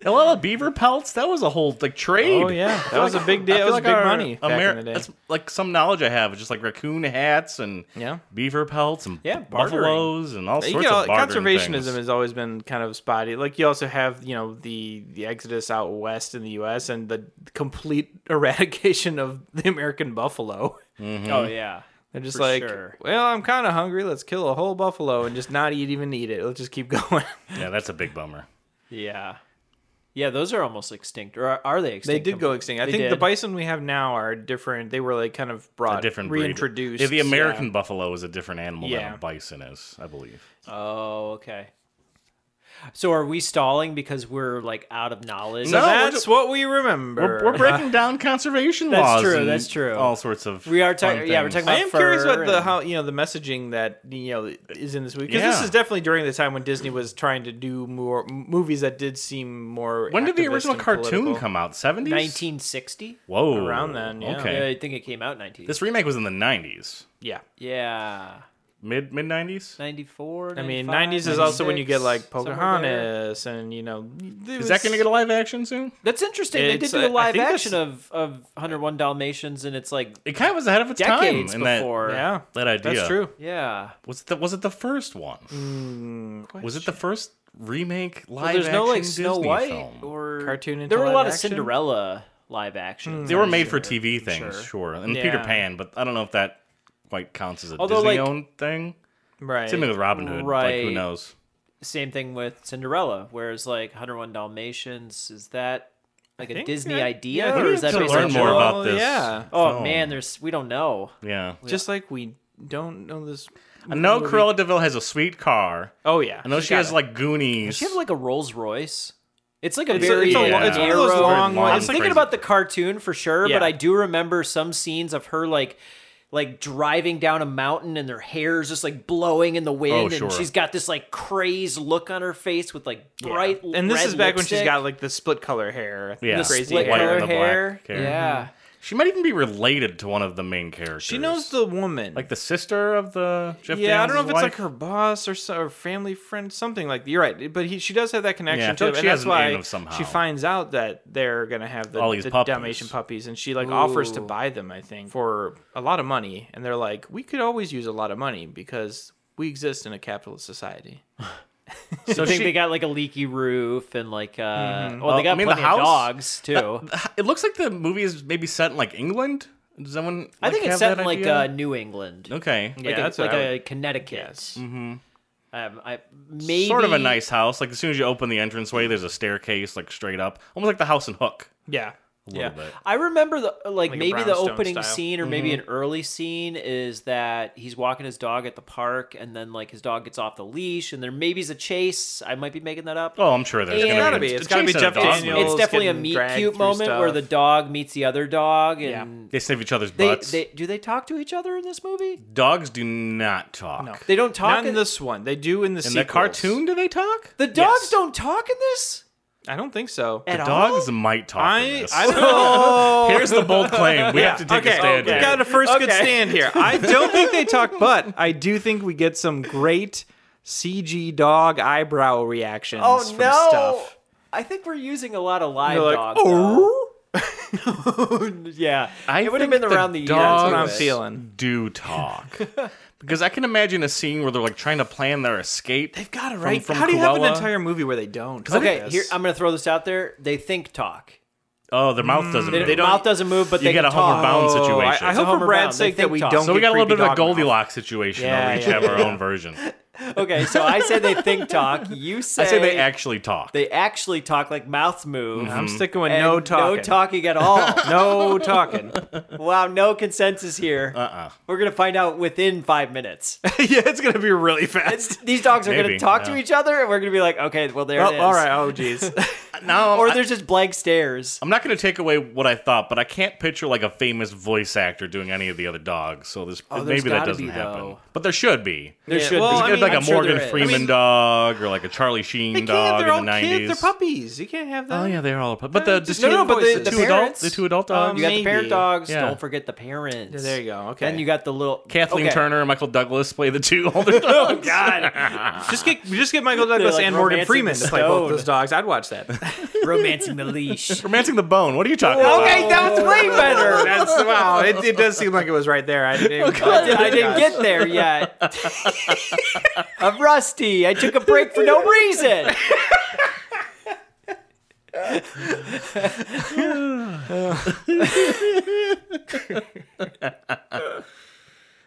Speaker 1: A lot of beaver pelts. That was a whole like trade.
Speaker 3: Oh
Speaker 1: I
Speaker 3: yeah, that
Speaker 1: feel
Speaker 3: was a
Speaker 1: like-
Speaker 3: big
Speaker 1: I
Speaker 3: deal. That
Speaker 1: feel
Speaker 3: was
Speaker 1: like
Speaker 3: big
Speaker 1: our
Speaker 3: money back
Speaker 1: Ameri-
Speaker 3: in the day.
Speaker 1: That's like some knowledge I have. It's just like raccoon hats and
Speaker 3: Yeah.
Speaker 1: beaver pelts and
Speaker 3: Yeah, bartering.
Speaker 1: buffaloes and all
Speaker 3: You
Speaker 1: sorts
Speaker 3: get all-
Speaker 1: of bartering
Speaker 3: conservationism
Speaker 1: things.
Speaker 3: has always been kind of spotty. Like you also have, you know, the the exodus out west in the U.S. and the complete eradication of the American buffalo.
Speaker 1: Mm-hmm.
Speaker 2: Oh yeah.
Speaker 3: They're just
Speaker 2: For
Speaker 3: like,
Speaker 2: sure.
Speaker 3: well, I'm kind of hungry. Let's kill a whole buffalo and just not eat even eat it. Let's just keep going.
Speaker 1: Yeah, that's a big bummer.
Speaker 2: Yeah. Yeah, those are almost extinct. Or are, are they extinct?
Speaker 3: they did go extinct. I
Speaker 2: They
Speaker 3: think the
Speaker 2: did.
Speaker 3: bison we have now are different. They were like kind of
Speaker 1: A
Speaker 3: brought
Speaker 1: different breed.
Speaker 3: reintroduced.
Speaker 1: Yeah, the
Speaker 3: yeah.
Speaker 1: American buffalo is a different animal
Speaker 3: Yeah.
Speaker 1: than a bison is, I believe.
Speaker 2: Oh, okay. So are we stalling because we're like out of knowledge?
Speaker 3: So
Speaker 1: No, we're
Speaker 3: that's
Speaker 1: just-
Speaker 3: what we remember.
Speaker 1: We're, we're breaking down conservation
Speaker 2: That's
Speaker 1: laws.
Speaker 2: true,
Speaker 1: and
Speaker 2: that's true.
Speaker 1: All sorts of.
Speaker 2: We are
Speaker 1: fun
Speaker 2: talking- yeah, we're
Speaker 1: things.
Speaker 2: talking
Speaker 3: I
Speaker 2: about
Speaker 3: am curious
Speaker 2: fur
Speaker 3: about the
Speaker 2: and-
Speaker 3: how you know the messaging that you know is in this movie because
Speaker 1: Yeah.
Speaker 3: this is definitely during the time when Disney was trying to do more m- movies that did seem more.
Speaker 1: When did the
Speaker 3: activist
Speaker 1: original
Speaker 3: and
Speaker 1: cartoon
Speaker 3: political.
Speaker 1: come out? Seventies.
Speaker 2: 1960?
Speaker 1: Whoa.
Speaker 3: Around then, yeah.
Speaker 2: Yeah,
Speaker 1: Okay.
Speaker 2: I think it came out in 19.
Speaker 1: This remake was in the nineties,
Speaker 3: Yeah,
Speaker 2: yeah,
Speaker 1: mid mid nineties.
Speaker 2: 94.
Speaker 3: I
Speaker 2: 95,
Speaker 3: mean, nineties is also when you get like
Speaker 2: 96, somewhere there.
Speaker 3: Pocahontas and you know.
Speaker 1: Is that going to get a live action soon?
Speaker 2: That's interesting. they did
Speaker 3: It's,
Speaker 2: do a
Speaker 3: uh, I
Speaker 2: live
Speaker 3: think that's-
Speaker 2: action of of 101 Dalmatians, and it's like,
Speaker 1: It kind of was ahead of its
Speaker 2: Decades
Speaker 1: time in that-
Speaker 2: before.
Speaker 3: Yeah,
Speaker 1: that idea.
Speaker 3: That's true.
Speaker 2: yeah.
Speaker 1: Was it the, was it the first one? was it the first remake live
Speaker 2: Well, there's
Speaker 1: action
Speaker 2: no like
Speaker 1: Disney
Speaker 2: Snow White
Speaker 1: film?
Speaker 2: or
Speaker 3: Cartoon into
Speaker 2: There were a lot
Speaker 3: live
Speaker 2: of
Speaker 3: action?
Speaker 2: Cinderella live actions.
Speaker 1: They were
Speaker 2: I'm
Speaker 1: made for
Speaker 2: sure.
Speaker 1: TV
Speaker 2: I'm
Speaker 1: things, sure.
Speaker 2: sure.
Speaker 1: And Peter
Speaker 3: Yeah.
Speaker 1: Pan, but I don't know if that quite counts as a
Speaker 2: Although,
Speaker 1: Disney
Speaker 2: like-
Speaker 1: owned thing.
Speaker 3: Right.
Speaker 1: Same thing with Robin Hood. Like
Speaker 2: Right.
Speaker 1: who knows?
Speaker 2: Same thing with Cinderella, whereas like 101 Dalmatians is that like a
Speaker 3: think
Speaker 2: Disney
Speaker 3: that-
Speaker 2: idea,
Speaker 3: yeah,
Speaker 2: or
Speaker 3: we
Speaker 2: is
Speaker 3: need
Speaker 2: that
Speaker 1: to
Speaker 2: based
Speaker 1: learn
Speaker 2: on
Speaker 1: more
Speaker 2: Joel?
Speaker 1: about
Speaker 3: Well,
Speaker 1: this.
Speaker 3: yeah.
Speaker 2: Oh
Speaker 1: film.
Speaker 2: man, there's we don't know.
Speaker 1: Yeah.
Speaker 3: Just like we don't know this.
Speaker 1: I know
Speaker 3: movie.
Speaker 1: Cruella Deville has a sweet car.
Speaker 3: Oh yeah.
Speaker 1: I know she has
Speaker 3: got it.
Speaker 1: like Goonies.
Speaker 2: Does she have like a Rolls Royce? It's like a
Speaker 3: a-
Speaker 2: very
Speaker 3: it's a
Speaker 1: lo- it's one of those
Speaker 2: narrow-
Speaker 1: long
Speaker 2: I'm
Speaker 1: ones.
Speaker 2: thinking
Speaker 1: Crazy.
Speaker 2: about the cartoon for sure, but
Speaker 3: Yeah.
Speaker 2: I do remember some scenes of her like like driving down a mountain and their hair's just like blowing
Speaker 3: Oh,
Speaker 2: in the wind
Speaker 1: sure.
Speaker 2: and she's got this like crazed look on her face with like
Speaker 3: Yeah.
Speaker 2: bright
Speaker 3: And this
Speaker 2: red
Speaker 3: is back when she's
Speaker 2: lipstick,
Speaker 3: got like the split color hair.
Speaker 1: Yeah.
Speaker 3: The
Speaker 1: The
Speaker 3: crazy
Speaker 2: split
Speaker 1: white
Speaker 3: hair.
Speaker 2: color
Speaker 1: and the black
Speaker 2: hair.
Speaker 1: hair.
Speaker 2: Yeah.
Speaker 1: She might even be related to one of the main characters.
Speaker 3: She knows the woman.
Speaker 1: like the sister of the Jeff
Speaker 3: yeah, I
Speaker 1: Daniels'
Speaker 3: don't know if it's
Speaker 1: wife.
Speaker 3: like her boss or, so, or family friend, something like you're right. But he, she does have that connection
Speaker 1: Yeah, I
Speaker 3: to
Speaker 1: feel
Speaker 3: him,
Speaker 1: like
Speaker 3: and
Speaker 1: she has
Speaker 3: that's
Speaker 1: an
Speaker 3: why
Speaker 1: aim of somehow.
Speaker 3: she finds out that they're gonna have the,
Speaker 1: All these
Speaker 3: the
Speaker 1: puppies.
Speaker 3: Dalmatian puppies, and she like offers to
Speaker 2: Ooh.
Speaker 3: buy them, I think, for a lot of money. And they're like, we could always use a lot of money because we exist in a capitalist society.
Speaker 2: So I think
Speaker 1: she- Mm-hmm.
Speaker 2: they got like a leaky roof and like uh well,
Speaker 1: Well,
Speaker 2: they got
Speaker 1: I mean, the
Speaker 2: plenty
Speaker 1: house-
Speaker 2: of dogs too.
Speaker 1: It looks like the movie is maybe set in like England. Does someone?
Speaker 2: I think
Speaker 1: like,
Speaker 2: it's
Speaker 1: have
Speaker 2: set
Speaker 1: that
Speaker 2: in like
Speaker 1: idea?
Speaker 2: uh, New England.
Speaker 1: Okay.
Speaker 2: Like,
Speaker 3: Yeah,
Speaker 2: a,
Speaker 3: that's what
Speaker 2: like
Speaker 3: I
Speaker 2: a Connecticut.
Speaker 3: Yes.
Speaker 2: Um, I, maybe
Speaker 1: Mm-hmm. Sort of a nice house. Like as soon as you open the entranceway, there's a staircase like straight up, almost like the house in Hook.
Speaker 3: Yeah.
Speaker 1: A little
Speaker 3: yeah.
Speaker 1: bit. Mm-hmm.
Speaker 2: I remember the like,
Speaker 3: Like a
Speaker 2: maybe the
Speaker 3: brownstone
Speaker 2: opening
Speaker 3: style.
Speaker 2: scene or maybe an early scene is that he's walking his dog at the park and then like his dog gets off the leash and there maybe is a chase. I might be making that up.
Speaker 1: Oh, I'm sure there's
Speaker 2: It's
Speaker 1: gonna
Speaker 2: gotta
Speaker 1: be.
Speaker 3: be. It's gotta be
Speaker 1: chasing a
Speaker 3: Jeff
Speaker 1: dog
Speaker 2: it's,
Speaker 3: Daniels.
Speaker 1: movie.
Speaker 2: it's definitely a
Speaker 3: getting
Speaker 2: meet
Speaker 3: dragged
Speaker 2: cute
Speaker 3: through
Speaker 2: moment where
Speaker 3: stuff.
Speaker 2: the dog meets the other dog
Speaker 3: Yeah.
Speaker 2: and
Speaker 1: They sniff each other's
Speaker 2: they,
Speaker 1: butts.
Speaker 2: they do they talk to each other in this movie?
Speaker 1: Dogs do not talk.
Speaker 3: No.
Speaker 2: They don't talk
Speaker 3: Not in this one. They do in the
Speaker 1: In the cartoon, do they talk?
Speaker 2: The dogs
Speaker 3: Yes.
Speaker 2: don't talk in this
Speaker 3: I don't think so.
Speaker 2: at all.
Speaker 1: Dogs might talk. in
Speaker 3: I
Speaker 1: this.
Speaker 3: I don't know.
Speaker 1: Here's the bold claim. We
Speaker 3: Yeah,
Speaker 1: have to take
Speaker 3: okay.
Speaker 1: a stand.
Speaker 3: We
Speaker 1: here.
Speaker 3: got a first good
Speaker 2: Okay.
Speaker 3: stand here. I don't think they talk, but I do think we get some great CG dog eyebrow reactions
Speaker 2: Oh
Speaker 3: from
Speaker 2: no!
Speaker 3: stuff.
Speaker 2: I think we're using a lot of live
Speaker 3: They're like,
Speaker 2: dogs.
Speaker 3: oh,
Speaker 2: though. yeah,
Speaker 1: I
Speaker 2: it would have
Speaker 1: think
Speaker 2: been
Speaker 1: the
Speaker 2: around the,
Speaker 1: dogs-
Speaker 2: end.
Speaker 3: that's what
Speaker 2: to
Speaker 3: I'm
Speaker 2: it.
Speaker 3: feeling.
Speaker 1: do talk. because I can imagine a scene where they're like trying to plan their escape.
Speaker 3: They've got it
Speaker 1: from-
Speaker 3: right.
Speaker 1: From,
Speaker 3: How do you have an
Speaker 1: Cruella.
Speaker 3: entire movie where they don't?
Speaker 2: Okay, here I'm gonna throw this out there. They think talk.
Speaker 1: Oh, their mouth doesn't.
Speaker 3: Mm,
Speaker 2: They,
Speaker 1: move.
Speaker 2: mouth doesn't move, but
Speaker 1: You
Speaker 2: they
Speaker 1: get
Speaker 2: can
Speaker 1: a homeward
Speaker 2: talk.
Speaker 1: bound
Speaker 3: Oh, I-
Speaker 1: situation.
Speaker 3: I, hope
Speaker 2: Homer
Speaker 3: for Brad's
Speaker 2: Brown,
Speaker 3: sake
Speaker 2: they
Speaker 3: that we
Speaker 2: think
Speaker 3: don't.
Speaker 2: talk.
Speaker 1: so we
Speaker 3: get
Speaker 1: got a little bit
Speaker 3: creepy
Speaker 1: of a
Speaker 3: dog mouth.
Speaker 1: Goldilocks situation.
Speaker 3: Yeah,
Speaker 1: where we each
Speaker 3: yeah,
Speaker 1: have our own version.
Speaker 2: Okay, so I say they think talk. You say
Speaker 1: I say they actually talk.
Speaker 2: they actually talk, like mouths move.
Speaker 1: Mm-hmm.
Speaker 3: I'm sticking with
Speaker 2: and
Speaker 3: Mm-hmm. no talking.
Speaker 2: No talking at all.
Speaker 3: No talking.
Speaker 2: wow, no consensus here.
Speaker 1: uh-uh.
Speaker 2: We're gonna find out within five minutes.
Speaker 3: yeah, it's gonna be really fast.
Speaker 2: These dogs are
Speaker 1: Maybe,
Speaker 2: gonna talk to
Speaker 1: yeah.
Speaker 2: each other, and we're gonna be like, okay, well there it
Speaker 3: Oh,
Speaker 2: is.
Speaker 3: all right. Oh, jeez.
Speaker 1: No,
Speaker 2: or
Speaker 1: I,
Speaker 2: there's just blank stares.
Speaker 1: I'm not going to take away what I thought, but I can't picture like a famous voice actor doing any of the other dogs. So this
Speaker 2: Oh, there's
Speaker 1: maybe that
Speaker 2: gotta
Speaker 1: doesn't
Speaker 2: be,
Speaker 1: happen.
Speaker 2: though.
Speaker 1: But there should be.
Speaker 2: There
Speaker 3: Yeah,
Speaker 2: should
Speaker 3: well,
Speaker 2: be.
Speaker 1: You
Speaker 3: I
Speaker 1: could have,
Speaker 3: mean,
Speaker 1: like
Speaker 2: I'm
Speaker 1: a
Speaker 2: sure
Speaker 1: Morgan
Speaker 2: there is.
Speaker 1: Freeman
Speaker 3: I mean-
Speaker 1: dog or like a Charlie Sheen
Speaker 3: They can't.
Speaker 1: dog
Speaker 3: they're all
Speaker 1: in the 90s.
Speaker 3: kids. They're puppies. You can't have them.
Speaker 1: Oh yeah, they are all. pup- But
Speaker 3: Yeah,
Speaker 1: the,
Speaker 3: just
Speaker 1: the two,
Speaker 3: no, no, but the-
Speaker 1: the
Speaker 3: the
Speaker 1: two adult,
Speaker 2: parents-
Speaker 1: the two adult dogs.
Speaker 3: Um,
Speaker 2: You got the
Speaker 3: Maybe.
Speaker 2: parent dogs.
Speaker 1: Yeah.
Speaker 2: Don't forget the parents.
Speaker 3: There you go. Okay.
Speaker 2: Then you got the little
Speaker 1: Kathleen
Speaker 2: okay.
Speaker 1: Turner and Michael Douglas play the two older
Speaker 3: Oh,
Speaker 1: dogs.
Speaker 3: Just get just get Michael Douglas
Speaker 2: like
Speaker 3: and Morgan
Speaker 2: romancing
Speaker 3: Freeman
Speaker 2: the
Speaker 3: to play both
Speaker 2: stone.
Speaker 3: those dogs. I'd watch that.
Speaker 2: romancing the leash.
Speaker 1: Romancing the Bone. What are you talking about?
Speaker 2: Okay, that was way better.
Speaker 3: That's wow. It, it does seem like it was right there. I didn't.
Speaker 2: I didn't- I didn't get there yet. I'm rusty. I took a break for no reason.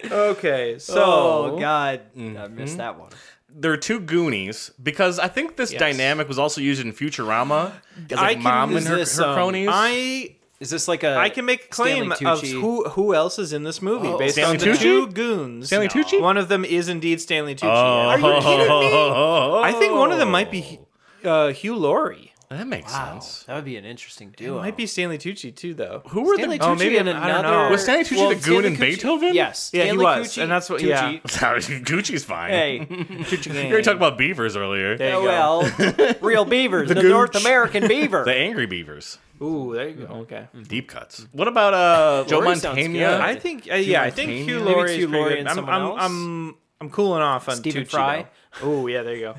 Speaker 3: Okay, so mm-hmm.
Speaker 2: oh God, I missed that one.
Speaker 1: There are two Goonies because I think this dynamic was also used in Futurama. As
Speaker 3: I
Speaker 1: like
Speaker 3: can-
Speaker 1: mom
Speaker 2: is
Speaker 1: and her,
Speaker 2: this,
Speaker 1: her
Speaker 2: um,
Speaker 1: cronies.
Speaker 3: I
Speaker 2: Is this like a?
Speaker 3: I can make a claim
Speaker 2: Stanley
Speaker 3: of
Speaker 2: Tucci?
Speaker 3: who who else is in this movie
Speaker 2: Oh.
Speaker 3: based
Speaker 1: Stanley
Speaker 3: on the
Speaker 1: Tucci?
Speaker 3: two goons.
Speaker 1: Stanley Tucci?
Speaker 3: One of them is indeed Stanley Tucci.
Speaker 1: oh,
Speaker 3: yeah.
Speaker 2: you kidding me?
Speaker 1: oh, oh, oh, oh.
Speaker 3: I think one of them might be uh, Hugh Laurie.
Speaker 1: That makes
Speaker 2: Wow,
Speaker 1: sense.
Speaker 2: that would be an interesting duo.
Speaker 3: It might be Stanley Tucci too, though.
Speaker 1: Who were
Speaker 2: Stanley
Speaker 1: the?
Speaker 3: Oh,
Speaker 2: Tucci
Speaker 3: maybe
Speaker 2: and
Speaker 3: I'm- I don't
Speaker 2: another.
Speaker 3: know.
Speaker 1: Was Stanley Tucci
Speaker 2: Well,
Speaker 1: the goon
Speaker 2: Stanley
Speaker 1: in
Speaker 2: Tucci-
Speaker 1: Beethoven?
Speaker 2: Yes.
Speaker 3: Yeah, he
Speaker 2: Stanley
Speaker 3: was,
Speaker 2: Tucci-
Speaker 3: and that's what-
Speaker 2: Tucci.
Speaker 3: yeah.
Speaker 1: Sorry, Gucci's fine.
Speaker 2: Hey, Oh,
Speaker 3: Tucci
Speaker 1: you were talking about beavers earlier.
Speaker 3: There you go.
Speaker 2: well, real beavers, the,
Speaker 1: gooch.
Speaker 2: North American beaver.
Speaker 1: The angry beavers.
Speaker 3: Ooh, there you go. Okay.
Speaker 1: Deep cuts. What about uh Joe
Speaker 2: Laurie sounds
Speaker 1: Montana?
Speaker 2: good.
Speaker 3: I think, uh, yeah, I think
Speaker 1: Montaigne?
Speaker 3: Hugh
Speaker 1: Maybe
Speaker 3: Laurie
Speaker 2: it's
Speaker 3: is
Speaker 2: Hugh
Speaker 3: pretty
Speaker 2: Laurie
Speaker 3: good.
Speaker 2: and
Speaker 3: I'm,
Speaker 2: someone
Speaker 3: I'm,
Speaker 2: else?
Speaker 3: I'm, I'm cooling off on
Speaker 2: Stephen
Speaker 3: Tucci,
Speaker 2: Fry?
Speaker 3: Oh yeah, there you go.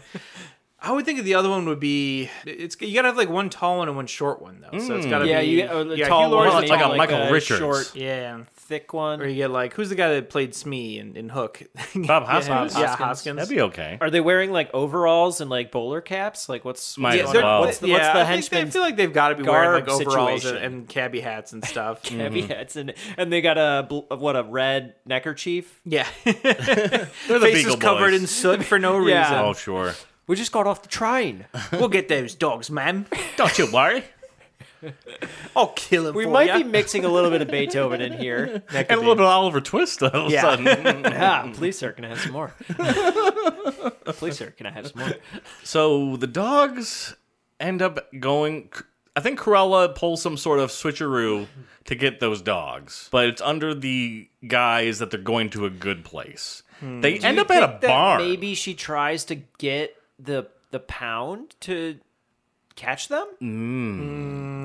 Speaker 3: I would think the other one would be it's you gotta have like one tall one and one short one though. So it's gotta
Speaker 2: yeah,
Speaker 3: be
Speaker 2: you get- or the
Speaker 3: you got
Speaker 2: tall
Speaker 3: Hugh Laurie's
Speaker 2: one,
Speaker 1: Like a
Speaker 2: like
Speaker 1: Michael
Speaker 2: a
Speaker 1: Richards.
Speaker 2: short-
Speaker 3: yeah,
Speaker 2: thick one.
Speaker 3: or you get like who's the guy that played Smee in, in Hook?
Speaker 1: Bob
Speaker 3: Yeah,
Speaker 1: Hoskins?
Speaker 3: Yeah,
Speaker 2: Hoskins.
Speaker 3: Hoskins.
Speaker 1: That'd be okay.
Speaker 2: Are they wearing like overalls and like bowler caps? Like what's
Speaker 1: Might as
Speaker 2: what's,
Speaker 3: yeah,
Speaker 2: going
Speaker 3: they're-
Speaker 2: on?
Speaker 1: well.
Speaker 2: what's the, what's
Speaker 3: yeah,
Speaker 2: the
Speaker 3: I, think they, I
Speaker 2: henchman's
Speaker 3: feel like they've got to be wearing like
Speaker 2: garb
Speaker 3: overalls and,
Speaker 2: situation? Mm.
Speaker 3: and cabbie hats and stuff.
Speaker 2: heavy hats and and they got a bl- what a red neckerchief?
Speaker 3: yeah,
Speaker 1: They're the
Speaker 3: faces
Speaker 1: Beagle
Speaker 3: covered
Speaker 1: Boys.
Speaker 3: in soot for no reason.
Speaker 2: Yeah.
Speaker 1: Oh sure.
Speaker 2: We just got off the train.
Speaker 3: We'll get those dogs, man.
Speaker 1: Don't you worry.
Speaker 3: I'll kill them.
Speaker 2: We
Speaker 3: for
Speaker 2: might
Speaker 3: ya.
Speaker 2: be mixing a little bit of Beethoven in here.
Speaker 1: and a little bit of Oliver Twist all of
Speaker 3: Yeah.
Speaker 1: a sudden.
Speaker 2: Ah, please sir, can I have some more? please sir, can I have some more?
Speaker 1: so the dogs end up going. I think Corella pulls some sort of switcheroo to get those dogs, but it's under the guise that they're going to a good place. They end up at a
Speaker 2: Hmm. Think that
Speaker 1: barn.
Speaker 2: Maybe she tries to get the the pound to catch them.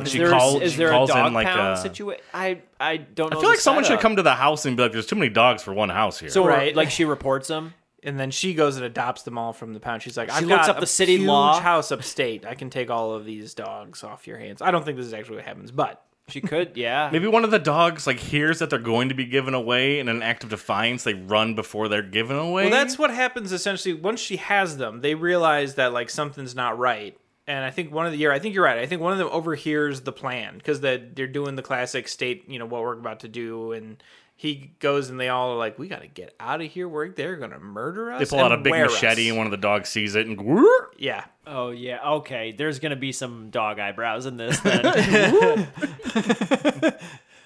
Speaker 1: she
Speaker 2: There's-
Speaker 1: calls.
Speaker 2: is
Speaker 1: she
Speaker 2: there
Speaker 1: calls
Speaker 2: a dog
Speaker 1: in like uh,
Speaker 2: pound
Speaker 1: a.
Speaker 2: situation? I I don't. know
Speaker 1: I feel
Speaker 2: the
Speaker 1: like someone should
Speaker 2: setup.
Speaker 1: come to the house and be like, "There's too many dogs for one house here."
Speaker 2: So
Speaker 3: Right.
Speaker 2: like she reports them.
Speaker 3: and then she goes and adopts them all from the pound. She's like, I've
Speaker 2: looks
Speaker 3: got
Speaker 2: up
Speaker 3: a
Speaker 2: the city
Speaker 3: huge
Speaker 2: law.
Speaker 3: house upstate. I can take all of these dogs off your hands. I don't think this is actually what happens, but
Speaker 2: She could, yeah.
Speaker 1: Maybe one of the dogs like hears that they're going to be given away, and in an act of defiance, they run before they're given away.
Speaker 3: well, that's what happens essentially. Once she has them, they realize that like something's not right. And I think one of the year, I think you're right. I think one of them overhears the plan because that they're doing the classic state, you know, what we're about to do, and he goes and they all are like, "We got to get out of here. We're they're gonna murder us."
Speaker 1: they pull out a
Speaker 3: and
Speaker 1: big
Speaker 3: wear
Speaker 1: machete,
Speaker 3: us."
Speaker 1: and one of the dogs sees it, and "Whoop."
Speaker 3: yeah,
Speaker 2: Oh yeah, okay. There's gonna be some dog eyebrows in this. Then.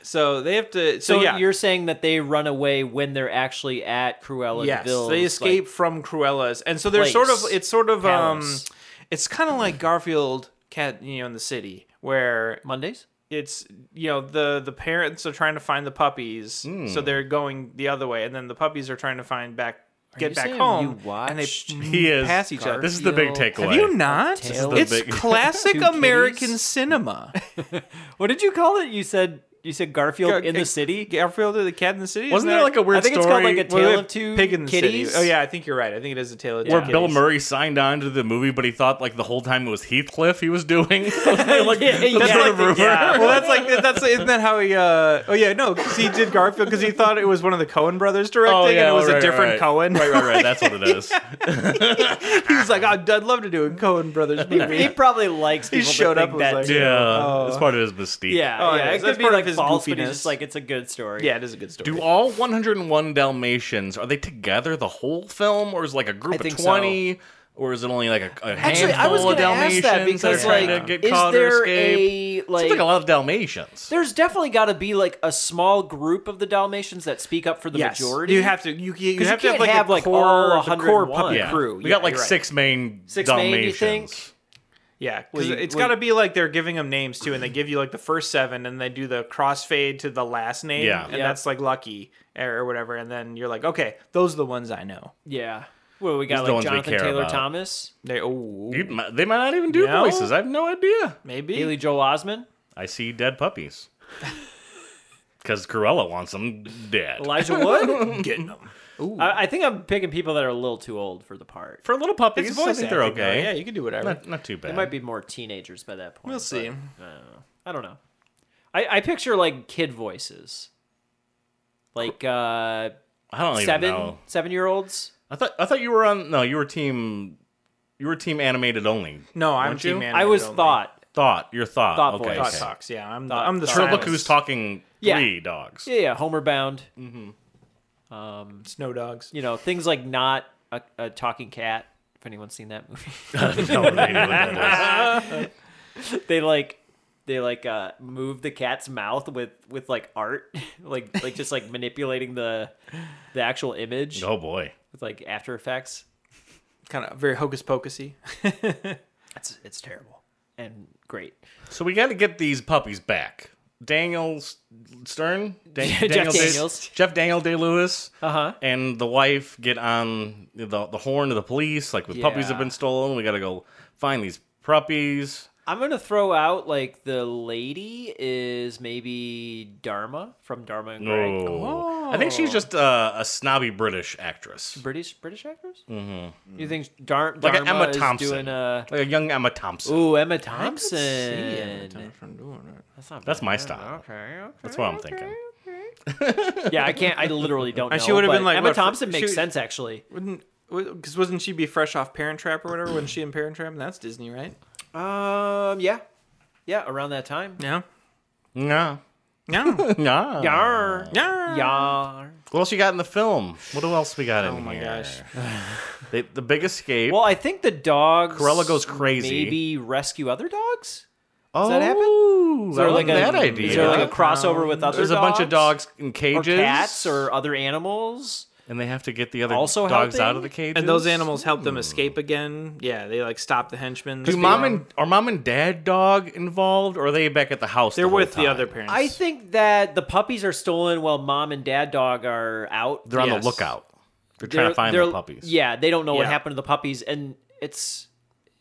Speaker 3: so they have to. So,
Speaker 2: so
Speaker 3: yeah,
Speaker 2: you're saying that they run away when they're actually at Cruella
Speaker 3: yes,
Speaker 2: Deville's?
Speaker 3: they escape
Speaker 2: like-
Speaker 3: from Cruella's, and so there's sort of
Speaker 2: place,
Speaker 3: it's sort of
Speaker 2: palace.
Speaker 3: um, it's kind of like Garfield cat you know in the city where
Speaker 2: Mondays.
Speaker 3: it's you know the the parents are trying to find the puppies, so
Speaker 2: Hmm.
Speaker 3: they're going the other way, and then the puppies are trying to find back get
Speaker 2: you
Speaker 3: back
Speaker 2: saying
Speaker 3: home,
Speaker 2: you
Speaker 3: and they
Speaker 2: watched
Speaker 1: He is.
Speaker 3: pass each other.
Speaker 1: This is the big
Speaker 2: Garfield-
Speaker 1: takeaway.
Speaker 3: Have you not?
Speaker 2: This is the
Speaker 3: It's
Speaker 1: big-
Speaker 3: classic
Speaker 2: Two
Speaker 3: American
Speaker 2: kitties?
Speaker 3: cinema.
Speaker 2: What did you call it? You said you said Garfield in the city.
Speaker 3: Garfield the Cat in the City.
Speaker 1: Wasn't there like a weird
Speaker 2: I think it's
Speaker 1: story
Speaker 2: called like a
Speaker 3: What do they
Speaker 2: Tale of
Speaker 3: have?
Speaker 2: Two
Speaker 3: Pig in the
Speaker 2: Kitties.
Speaker 3: City? Oh yeah, I think you're right. I think it is a tale of
Speaker 1: where
Speaker 3: two
Speaker 1: Bill
Speaker 3: kitties.
Speaker 1: Murray signed on to the movie, but he thought like the whole time it was Heathcliff he was doing? like,
Speaker 2: Yeah,
Speaker 1: some
Speaker 2: yeah.
Speaker 1: sort of rumor.
Speaker 3: Yeah, well, that's like that's isn't that how he? uh Oh yeah, no, 'cause he did Garfield because he thought it was one of the Cohen brothers directing,
Speaker 1: Oh, yeah,
Speaker 3: and it was
Speaker 1: right,
Speaker 3: a
Speaker 1: right,
Speaker 3: different
Speaker 1: right.
Speaker 3: Cohen.
Speaker 1: Right, right, right. That's what it is.
Speaker 3: he was like, "Oh, I'd, I'd love to do a Cohen brothers movie.
Speaker 2: He probably likes
Speaker 3: He
Speaker 2: people
Speaker 3: showed
Speaker 2: that
Speaker 3: up
Speaker 2: think
Speaker 3: and was
Speaker 2: that
Speaker 3: like-
Speaker 2: too.
Speaker 1: Yeah,
Speaker 3: Oh.
Speaker 1: it's part of his mystique. Uh,
Speaker 2: Yeah,
Speaker 3: Oh,
Speaker 2: yeah.
Speaker 3: yeah,
Speaker 2: It
Speaker 3: that's
Speaker 2: could be
Speaker 3: part of
Speaker 2: like
Speaker 3: his
Speaker 2: false, but he's
Speaker 3: goofiness.
Speaker 2: just like it's a good story.
Speaker 3: yeah, it is a good story.
Speaker 1: Do all 101 Dalmatians are they together the whole film, or is it like a group of
Speaker 2: think
Speaker 1: 20, or is it only like a, a handful
Speaker 2: Actually, I was
Speaker 1: of
Speaker 2: gonna ask
Speaker 1: Dalmatians
Speaker 2: that
Speaker 1: that are
Speaker 2: because
Speaker 1: trying
Speaker 2: like,
Speaker 1: to get
Speaker 2: is
Speaker 1: caught or
Speaker 2: there
Speaker 1: escape?
Speaker 2: a
Speaker 1: Seems
Speaker 2: like?
Speaker 1: like a lot of Dalmatians.
Speaker 2: There's definitely got to be like a small group of the Dalmatians that speak up for the
Speaker 3: yes.
Speaker 2: majority.
Speaker 3: You have to. You, you, you
Speaker 2: 'Cause
Speaker 3: have
Speaker 2: you
Speaker 3: to have
Speaker 2: can't
Speaker 3: like
Speaker 2: have,
Speaker 3: a
Speaker 2: like,
Speaker 3: core,
Speaker 2: all
Speaker 3: the core
Speaker 2: 101.
Speaker 3: puppy
Speaker 1: yeah.
Speaker 3: crew.
Speaker 1: We
Speaker 3: Yeah,
Speaker 1: got like
Speaker 3: you're right.
Speaker 1: six main
Speaker 2: Six main, you
Speaker 1: Dalmatians.
Speaker 2: think?
Speaker 3: Yeah, 'cause
Speaker 2: Well, you-
Speaker 3: it's
Speaker 2: well-
Speaker 3: got to be like they're giving them names too, and they give you like the first seven, and they do the crossfade to the last name,
Speaker 1: Yeah.
Speaker 3: and
Speaker 2: Yeah.
Speaker 3: that's like lucky er, or whatever, and then you're like, okay, those are the ones I know.
Speaker 2: yeah. Well, we
Speaker 1: These are
Speaker 2: got like
Speaker 1: the ones we
Speaker 2: Jonathan
Speaker 1: care
Speaker 2: Taylor
Speaker 1: about.
Speaker 2: Thomas,
Speaker 3: They oh
Speaker 1: You might- they might not even do
Speaker 3: No?
Speaker 1: voices. I have no idea.
Speaker 3: maybe
Speaker 2: Haley Joel Osment,
Speaker 1: I see dead puppies. Because Corella wants them dead.
Speaker 2: Elijah Wood.
Speaker 3: getting them.
Speaker 2: I, I think I'm picking people that are a little too old for the part.
Speaker 1: For little puppies,
Speaker 3: It's
Speaker 1: I
Speaker 3: voice
Speaker 1: think they're
Speaker 3: acting, though.
Speaker 1: okay.
Speaker 3: Yeah, you can do whatever.
Speaker 1: Not, not too bad.
Speaker 2: They might be more teenagers by that point.
Speaker 3: we'll
Speaker 2: but
Speaker 3: see.
Speaker 2: I don't know. I, I picture like kid voices, like uh,
Speaker 1: I don't even
Speaker 2: seven
Speaker 1: know.
Speaker 2: seven year olds.
Speaker 1: I thought I thought you were on. No, you were team. You were team animated only.
Speaker 3: No, I'm
Speaker 1: Weren't
Speaker 3: team
Speaker 1: you?
Speaker 3: animated
Speaker 2: I was
Speaker 3: only.
Speaker 2: thought.
Speaker 1: Thought your thought.
Speaker 2: Thought
Speaker 1: okay.
Speaker 2: voice.
Speaker 3: Thought
Speaker 1: okay.
Speaker 3: talks. Yeah, I'm the
Speaker 2: Thought-
Speaker 3: I'm the
Speaker 2: thought
Speaker 1: Sure, look
Speaker 3: silence.
Speaker 1: who's talking.
Speaker 2: Yeah.
Speaker 1: Three dogs.
Speaker 2: Yeah, yeah, Homer Bound.
Speaker 3: Snow dogs.
Speaker 2: You know things like not a, a talking cat. If anyone's seen that movie.
Speaker 1: No, they knew what that was.
Speaker 2: they like they like uh move the cat's mouth with with like art like like just like manipulating the the actual image
Speaker 1: Oh boy.
Speaker 2: with like after effects
Speaker 3: Kind of very hocus pocusy.
Speaker 2: It's it's terrible and great.
Speaker 1: So we got to get these puppies back. Daniel S- Stern, Dan-
Speaker 2: Jeff
Speaker 1: Daniel Day-
Speaker 2: Daniels.
Speaker 1: Jeff Daniel Day Lewis,
Speaker 2: Uh-huh.
Speaker 1: and the wife get on the the horn of the police. Like with puppies have
Speaker 2: Yeah.
Speaker 1: been stolen, we got to go find these puppies.
Speaker 2: I'm gonna throw out like the lady is maybe Dharma from Dharma and Greg.
Speaker 1: Oh. I think she's just uh, a snobby British actress,
Speaker 2: British British actors. Mm-hmm. You think Dar- Dharma
Speaker 1: Like a Emma
Speaker 2: is
Speaker 1: Thompson.
Speaker 2: doing a
Speaker 1: like a young Emma Thompson.
Speaker 2: ooh Emma
Speaker 3: I could see
Speaker 2: Thompson?
Speaker 3: Emma Thompson from doing it.
Speaker 2: That's not
Speaker 1: That's
Speaker 2: bad.
Speaker 1: my style.
Speaker 2: Okay, okay.
Speaker 1: That's what I'm thinking.
Speaker 2: Yeah, I can't. I literally don't. know.
Speaker 3: And she would've been
Speaker 2: but
Speaker 3: like,
Speaker 2: Emma
Speaker 3: what, fr-
Speaker 2: Thompson makes
Speaker 3: she-
Speaker 2: sense actually.
Speaker 3: Wouldn't because wouldn't she be fresh off Parent Trap or whatever? Wasn't she in Parent Trap? That's Disney, right?
Speaker 2: Um, yeah, yeah, around that time.
Speaker 3: No.
Speaker 1: No,
Speaker 3: No.
Speaker 1: no.
Speaker 2: Yar,
Speaker 3: Yeah.
Speaker 2: yar.
Speaker 1: What else you got in the film? What else we got in
Speaker 3: Oh my
Speaker 1: here?
Speaker 3: gosh.
Speaker 1: They, the big escape.
Speaker 2: Well, I think the dogs.
Speaker 1: Cruella goes crazy.
Speaker 2: Maybe rescue other dogs.
Speaker 1: oh,
Speaker 2: that happen?
Speaker 1: Is there like
Speaker 2: a,
Speaker 1: that idea?
Speaker 2: Is there like a crossover with other?
Speaker 1: There's a bunch of dogs in
Speaker 2: or
Speaker 1: cages,
Speaker 2: cats or other animals.
Speaker 1: and they have to get the other
Speaker 2: Also
Speaker 1: dogs
Speaker 2: helping?
Speaker 1: out of the cages.
Speaker 3: And those animals help them escape again. Yeah, they like stop the henchmen.
Speaker 1: Do mom and are mom and dad dog involved, or are they back at the house?
Speaker 3: they're
Speaker 1: the whole
Speaker 3: with the
Speaker 1: time?
Speaker 3: other parents.
Speaker 2: I think that the puppies are stolen while mom and dad dog are out.
Speaker 1: They're on
Speaker 3: Yes.
Speaker 1: the lookout. They're trying to find
Speaker 2: they're-
Speaker 1: the puppies.
Speaker 2: Yeah, they don't know what
Speaker 3: Yeah.
Speaker 2: happened to the puppies, and it's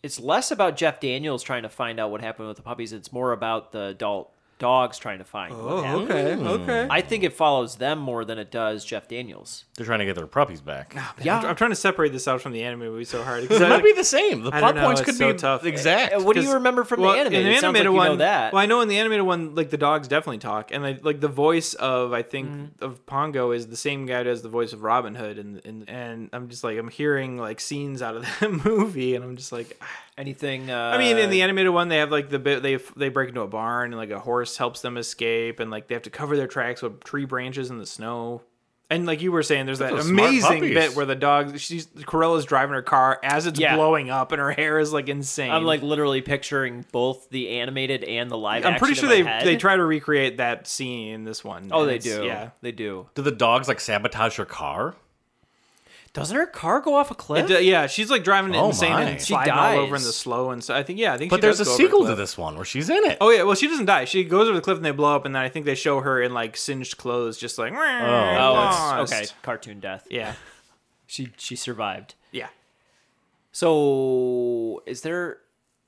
Speaker 2: it's less about Jeff Daniels trying to find out what happened with the puppies. It's more about the adult dogs trying to find.
Speaker 1: Oh.
Speaker 2: what happened.
Speaker 3: oh, okay, okay.
Speaker 2: I think it follows them more than it does Jeff Daniels.
Speaker 1: They're trying to get their puppies back.
Speaker 2: Yeah.
Speaker 3: I'm, I'm trying to separate this out from the anime movie so hard. 'cause
Speaker 1: It
Speaker 3: I-
Speaker 1: might be the same. The
Speaker 3: I
Speaker 1: plot
Speaker 3: don't know,
Speaker 1: points
Speaker 3: it's
Speaker 1: could
Speaker 3: so
Speaker 1: be
Speaker 3: tough.
Speaker 1: exact.
Speaker 2: Uh, What do you
Speaker 3: 'Cause-
Speaker 2: remember from
Speaker 3: well,
Speaker 2: the animated?
Speaker 3: in the
Speaker 2: It sounds like
Speaker 3: animated
Speaker 2: you
Speaker 3: one,
Speaker 2: know that.
Speaker 3: well, I know in the animated one, like the dogs definitely talk, and like, like the voice of I think
Speaker 2: Mm-hmm.
Speaker 3: of Pongo is the same guy who does the voice of Robin Hood, and and and I'm just like I'm hearing like scenes out of that movie, and I'm just like,
Speaker 2: Anything? Uh,
Speaker 3: I mean, in the animated one, they have like the bit they they break into a barn, and like a horse helps them escape, and like they have to cover their tracks with tree branches in the snow. And like you were saying, there's that
Speaker 1: are smart
Speaker 3: amazing
Speaker 1: puppies.
Speaker 3: bit where the dog, she's Corella's driving her car as it's
Speaker 2: Yeah.
Speaker 3: blowing up, and her hair is like insane.
Speaker 2: I'm like literally picturing both the animated and the live.
Speaker 3: I'm pretty
Speaker 2: action
Speaker 3: sure
Speaker 2: in
Speaker 3: they
Speaker 2: my head.
Speaker 3: they try to recreate that scene in this one.
Speaker 2: Oh,
Speaker 3: and
Speaker 2: they
Speaker 3: it's-
Speaker 2: do.
Speaker 3: Yeah,
Speaker 2: they do.
Speaker 1: Do the dogs like sabotage your car?
Speaker 2: Doesn't her car go off a cliff?
Speaker 3: It do- yeah. She's like driving it
Speaker 1: Oh,
Speaker 3: insane
Speaker 1: my.
Speaker 3: and
Speaker 1: She
Speaker 3: sliding all over in
Speaker 2: dies.
Speaker 3: the slow and so I think yeah. I think.
Speaker 1: But
Speaker 3: she
Speaker 1: there's a
Speaker 3: does go over
Speaker 1: sequel to
Speaker 3: cliff.
Speaker 1: this one where she's in it.
Speaker 3: Oh yeah, well she doesn't die. She goes over the cliff and they blow up, and then I think they show her in like singed clothes, just like oh,
Speaker 2: oh, it's okay. Cartoon death.
Speaker 3: Yeah,
Speaker 2: She she survived.
Speaker 3: yeah.
Speaker 2: So is there?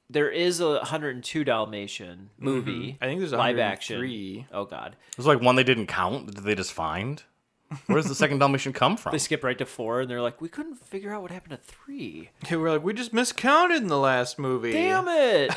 Speaker 2: There is a 102 Dalmatian movie.
Speaker 3: Mm-hmm. I think there's
Speaker 2: live
Speaker 3: 103.
Speaker 2: action. Oh God,
Speaker 1: There's like one they didn't count. Did they just find? Where does the second Dalmatian come from?
Speaker 2: they skip right to four, and they're like, we couldn't figure out what happened to three.
Speaker 3: They were like, we just miscounted in the last movie.
Speaker 2: Damn it!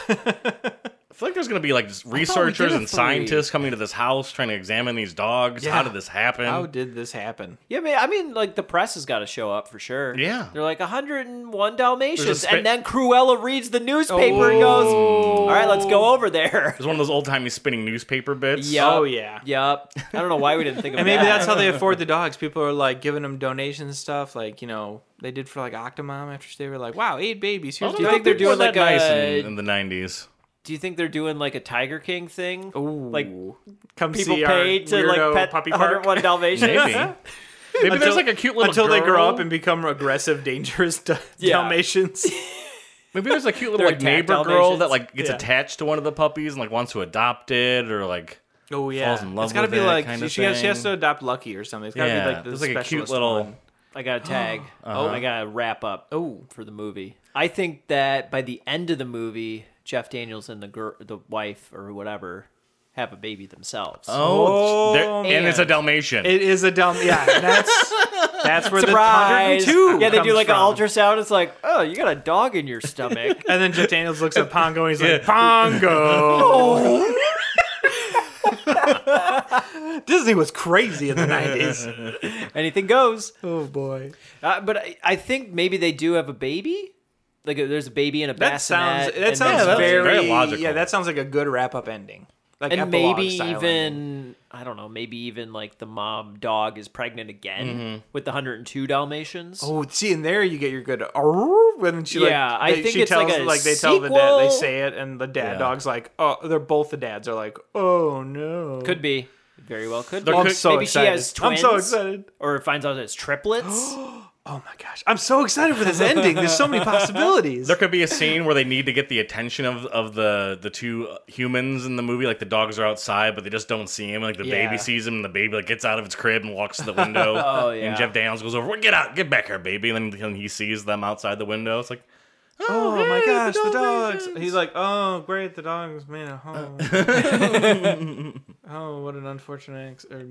Speaker 1: I feel like there's gonna be like just researchers
Speaker 2: a
Speaker 1: and
Speaker 2: three.
Speaker 1: scientists coming to this house trying to examine these dogs.
Speaker 3: Yeah.
Speaker 1: How did this happen?
Speaker 3: How did this happen?
Speaker 2: Yeah, man. I mean, like the press has got to show up for sure.
Speaker 1: Yeah.
Speaker 2: they're like 101 Dalmatians,
Speaker 1: There's a Oh. spa-
Speaker 2: and then Cruella reads the newspaper and goes, "All right, let's go over there."
Speaker 1: There's one of those old timey spinning newspaper bits.
Speaker 2: Yep.
Speaker 3: Oh, yeah.
Speaker 2: Yep. I don't know why we didn't think of
Speaker 3: And maybe
Speaker 2: that.
Speaker 3: that's how they afford the dogs. People are like giving them donations and stuff, like you know they did for like Octomom after they were like, wow, eight babies. Here's
Speaker 2: Do you
Speaker 3: two
Speaker 2: think Oh, they're
Speaker 3: babies."
Speaker 2: doing like a?
Speaker 1: nice in, in the 90s.
Speaker 2: do you think they're doing like a Tiger King thing? Like
Speaker 3: come
Speaker 2: people
Speaker 3: see
Speaker 2: paid
Speaker 3: our
Speaker 2: to like
Speaker 3: weirdo
Speaker 2: pet
Speaker 3: puppy park
Speaker 2: 101 Dalmatians.
Speaker 1: Maybe. Maybe there's like a cute little
Speaker 3: until they grow
Speaker 1: girl-
Speaker 3: up and become aggressive, dangerous d-
Speaker 2: Yeah.
Speaker 3: Dalmatians.
Speaker 1: maybe there's a cute little like
Speaker 2: attacked
Speaker 1: neighbor girl
Speaker 2: Dalmatians.
Speaker 1: that like gets
Speaker 3: Yeah.
Speaker 1: attached to one of the puppies and like wants to adopt it or like
Speaker 3: Oh yeah,
Speaker 1: Falls in love
Speaker 3: it's gotta
Speaker 1: with
Speaker 3: be
Speaker 1: it
Speaker 3: like
Speaker 1: kind
Speaker 3: she,
Speaker 1: of
Speaker 3: she, has, she has
Speaker 1: thing.
Speaker 3: to adopt Lucky or something. It's gotta
Speaker 1: yeah,
Speaker 3: be like this
Speaker 1: there's like a cute
Speaker 3: specialist
Speaker 1: little
Speaker 3: one.
Speaker 2: I got a tag.
Speaker 1: Uh-huh.
Speaker 2: Oh, I got a wrap up.
Speaker 3: Oh.
Speaker 2: for the movie. I think that by the end of the movie, Jeff Daniels and the girl, the wife or whatever, have a baby themselves.
Speaker 1: oh, there- and,
Speaker 2: man.
Speaker 1: it's a Dalmatian.
Speaker 3: It is a dumb. Yeah, that's that's where
Speaker 2: Surprise!
Speaker 3: the 102.
Speaker 2: yeah, they do
Speaker 3: comes
Speaker 2: like
Speaker 3: from.
Speaker 2: an ultrasound. It's like, oh, you got a dog in your stomach.
Speaker 3: And then Jeff Daniels looks at Pongo and he's like, Pongo. Disney was crazy in the nineties.
Speaker 2: Anything goes.
Speaker 3: Oh boy,
Speaker 2: Uh, but I, I think maybe they do have a baby. Like uh, there's a baby in a
Speaker 3: that sounds
Speaker 2: bassinet,
Speaker 3: that
Speaker 2: and
Speaker 3: sounds
Speaker 2: then-
Speaker 1: that's
Speaker 3: very,
Speaker 1: very logical.
Speaker 3: Yeah, that sounds like a good wrap up ending. Like
Speaker 2: and
Speaker 3: epilogue
Speaker 2: maybe
Speaker 3: style
Speaker 2: even
Speaker 3: ending.
Speaker 2: I don't know. Maybe even like the mom dog is pregnant again with the 102 Dalmatians.
Speaker 3: Mm-hmm. Oh, see, and there you get your good. "Arrrr," And then she
Speaker 2: Yeah,
Speaker 3: like,
Speaker 2: I
Speaker 3: they-
Speaker 2: think
Speaker 3: she
Speaker 2: it's like
Speaker 3: tells
Speaker 2: a
Speaker 3: like they tell the dad, they
Speaker 2: sequel.
Speaker 3: say it, and the dad
Speaker 1: Yeah.
Speaker 3: dog's like, oh, they're both the dads are like, oh no,
Speaker 2: Could be. Very well could
Speaker 1: There
Speaker 2: be.
Speaker 1: could-
Speaker 3: I'm so
Speaker 2: Maybe
Speaker 3: excited.
Speaker 2: she has twins.
Speaker 3: I'm so excited.
Speaker 2: Or finds out it's triplets.
Speaker 3: Oh my gosh. I'm so excited for this ending. There's so many possibilities.
Speaker 1: There could be a scene where they need to get the attention of, of the the two humans in the movie. Like the dogs are outside, but they just don't see him. Like the
Speaker 3: Yeah.
Speaker 1: baby sees him, and the baby like gets out of its crib and walks to the window.
Speaker 2: Oh, yeah.
Speaker 1: And Jeff Daniels goes over, "Well, "Get out, get back here, baby!" And then he sees them outside the window. It's like,
Speaker 3: oh my
Speaker 1: hey,
Speaker 3: gosh, the
Speaker 1: the
Speaker 3: dogs.
Speaker 1: dogs.
Speaker 3: He's like, oh, great, the dogs made a home. oh, what an unfortunate. Ex- or-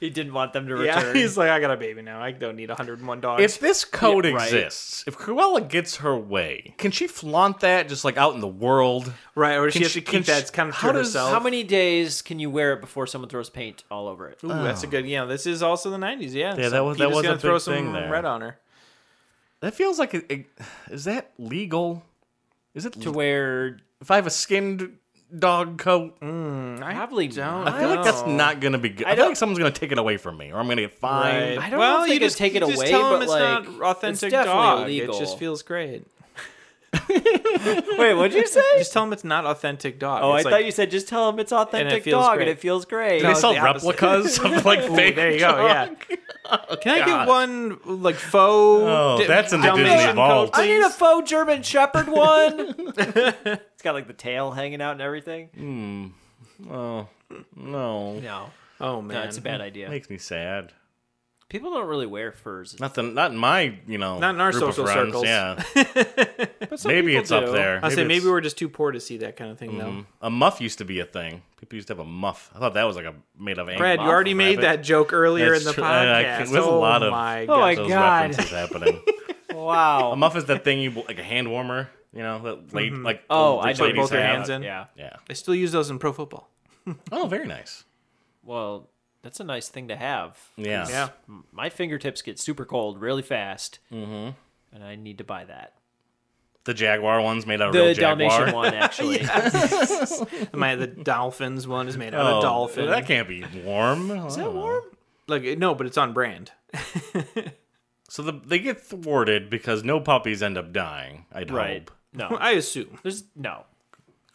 Speaker 2: He didn't want them to
Speaker 3: yeah,
Speaker 2: return.
Speaker 3: he's like, I got a baby now. I don't need 101 dogs.
Speaker 1: if this code
Speaker 2: Yeah, right.
Speaker 1: exists, if Cruella gets her way, can she flaunt that just like out in the world?
Speaker 3: right, or she
Speaker 1: Can
Speaker 3: has
Speaker 1: she-
Speaker 3: to keep
Speaker 1: can she-
Speaker 3: that kind of
Speaker 1: how
Speaker 3: to
Speaker 1: does-
Speaker 3: herself.
Speaker 2: How many days can you wear it before someone throws paint all over it?
Speaker 3: Ooh, that's a good. Yeah, this is also the 90s. Yeah,
Speaker 1: Oh. Yeah,
Speaker 3: So
Speaker 1: that was- that
Speaker 3: Peter's
Speaker 1: was a
Speaker 3: gonna throw
Speaker 1: big
Speaker 3: some
Speaker 1: thing there.
Speaker 3: red on her.
Speaker 1: That feels like a, a- is that legal? Is it
Speaker 2: To wear
Speaker 1: if I have a skinned dog coat?
Speaker 2: probably
Speaker 3: don't.
Speaker 2: don't.
Speaker 1: I feel like that's
Speaker 3: No.
Speaker 1: not gonna be good. I,
Speaker 2: I
Speaker 1: feel
Speaker 2: don't-
Speaker 1: like someone's gonna take it away from me, or I'm gonna get fined.
Speaker 2: I don't know if they could take it
Speaker 3: you just
Speaker 2: away,
Speaker 3: tell 'em
Speaker 2: but,
Speaker 3: it's
Speaker 2: like,
Speaker 3: not authentic
Speaker 2: it's definitely
Speaker 3: dog. It
Speaker 2: illegal.
Speaker 3: just feels great.
Speaker 2: Wait, what'd you say?
Speaker 3: Just tell them it's not authentic dog.
Speaker 2: oh, I
Speaker 3: It's like-
Speaker 2: thought you said just tell him it's authentic
Speaker 3: feels
Speaker 2: dog
Speaker 3: great.
Speaker 2: and it feels great.
Speaker 3: No,
Speaker 1: They
Speaker 3: it's
Speaker 1: sell
Speaker 3: the opposite.
Speaker 1: replicas of like fake.
Speaker 3: there you go, yeah.
Speaker 1: dog.
Speaker 3: Can I get
Speaker 1: God.
Speaker 3: one like faux?
Speaker 1: Oh,
Speaker 3: Di-
Speaker 1: that's in the
Speaker 3: Dalmatian
Speaker 1: Disney vault.
Speaker 3: coat,
Speaker 2: I need a
Speaker 3: please?
Speaker 2: faux German Shepherd one. it's got like the tail hanging out and everything.
Speaker 1: Oh no,
Speaker 2: No,
Speaker 3: Oh man,
Speaker 2: no, it's a bad idea.
Speaker 1: makes me sad.
Speaker 2: People don't really wear furs.
Speaker 1: Nothing, not in my you know,
Speaker 3: Not in our
Speaker 1: group of
Speaker 3: social
Speaker 1: friends,
Speaker 3: circles.
Speaker 1: Yeah,
Speaker 3: But some
Speaker 1: maybe
Speaker 3: people
Speaker 1: it's up
Speaker 3: do.
Speaker 1: there.
Speaker 3: I
Speaker 1: it's-
Speaker 3: say
Speaker 1: Mm-hmm. um,
Speaker 3: maybe we're just too poor to see that kind of thing though.
Speaker 1: a muff used to be a thing. People used to have a muff. I thought that was like a made of.
Speaker 3: Brad, you already made that joke earlier
Speaker 1: That's
Speaker 3: in the
Speaker 1: true. I- I
Speaker 3: podcast.
Speaker 1: can- there's a
Speaker 3: oh
Speaker 1: lot of-
Speaker 3: my
Speaker 2: Oh, I-
Speaker 3: god.
Speaker 1: Those
Speaker 2: God.
Speaker 1: references happening. A
Speaker 2: Wow.
Speaker 1: muff is that thing you like a hand warmer. You know that late
Speaker 3: Mm-hmm.
Speaker 1: like
Speaker 2: Oh,
Speaker 1: old
Speaker 2: I
Speaker 1: rich
Speaker 2: know
Speaker 1: ladies
Speaker 3: both your
Speaker 1: have.
Speaker 3: hands in.
Speaker 2: Yeah.
Speaker 1: Yeah.
Speaker 3: I still use those in pro football.
Speaker 1: Oh, very nice.
Speaker 2: Well, that's a nice thing to have.
Speaker 1: Yeah.
Speaker 3: Yeah,
Speaker 2: M- My fingertips get super cold really fast. Mm-hmm. And I need to buy that.
Speaker 1: The jaguar one's made out of
Speaker 2: The
Speaker 1: real jaguar.
Speaker 2: Dalmatian one, actually.
Speaker 3: my the dolphins one is made out
Speaker 1: Oh,
Speaker 3: of dolphin.
Speaker 1: That can't be warm. Is that warm?
Speaker 3: Like no, but it's on brand.
Speaker 1: So the, they get thwarted because no puppies end up dying. I'd
Speaker 2: Right.
Speaker 1: hope.
Speaker 2: No.
Speaker 3: I assume.
Speaker 2: There's no.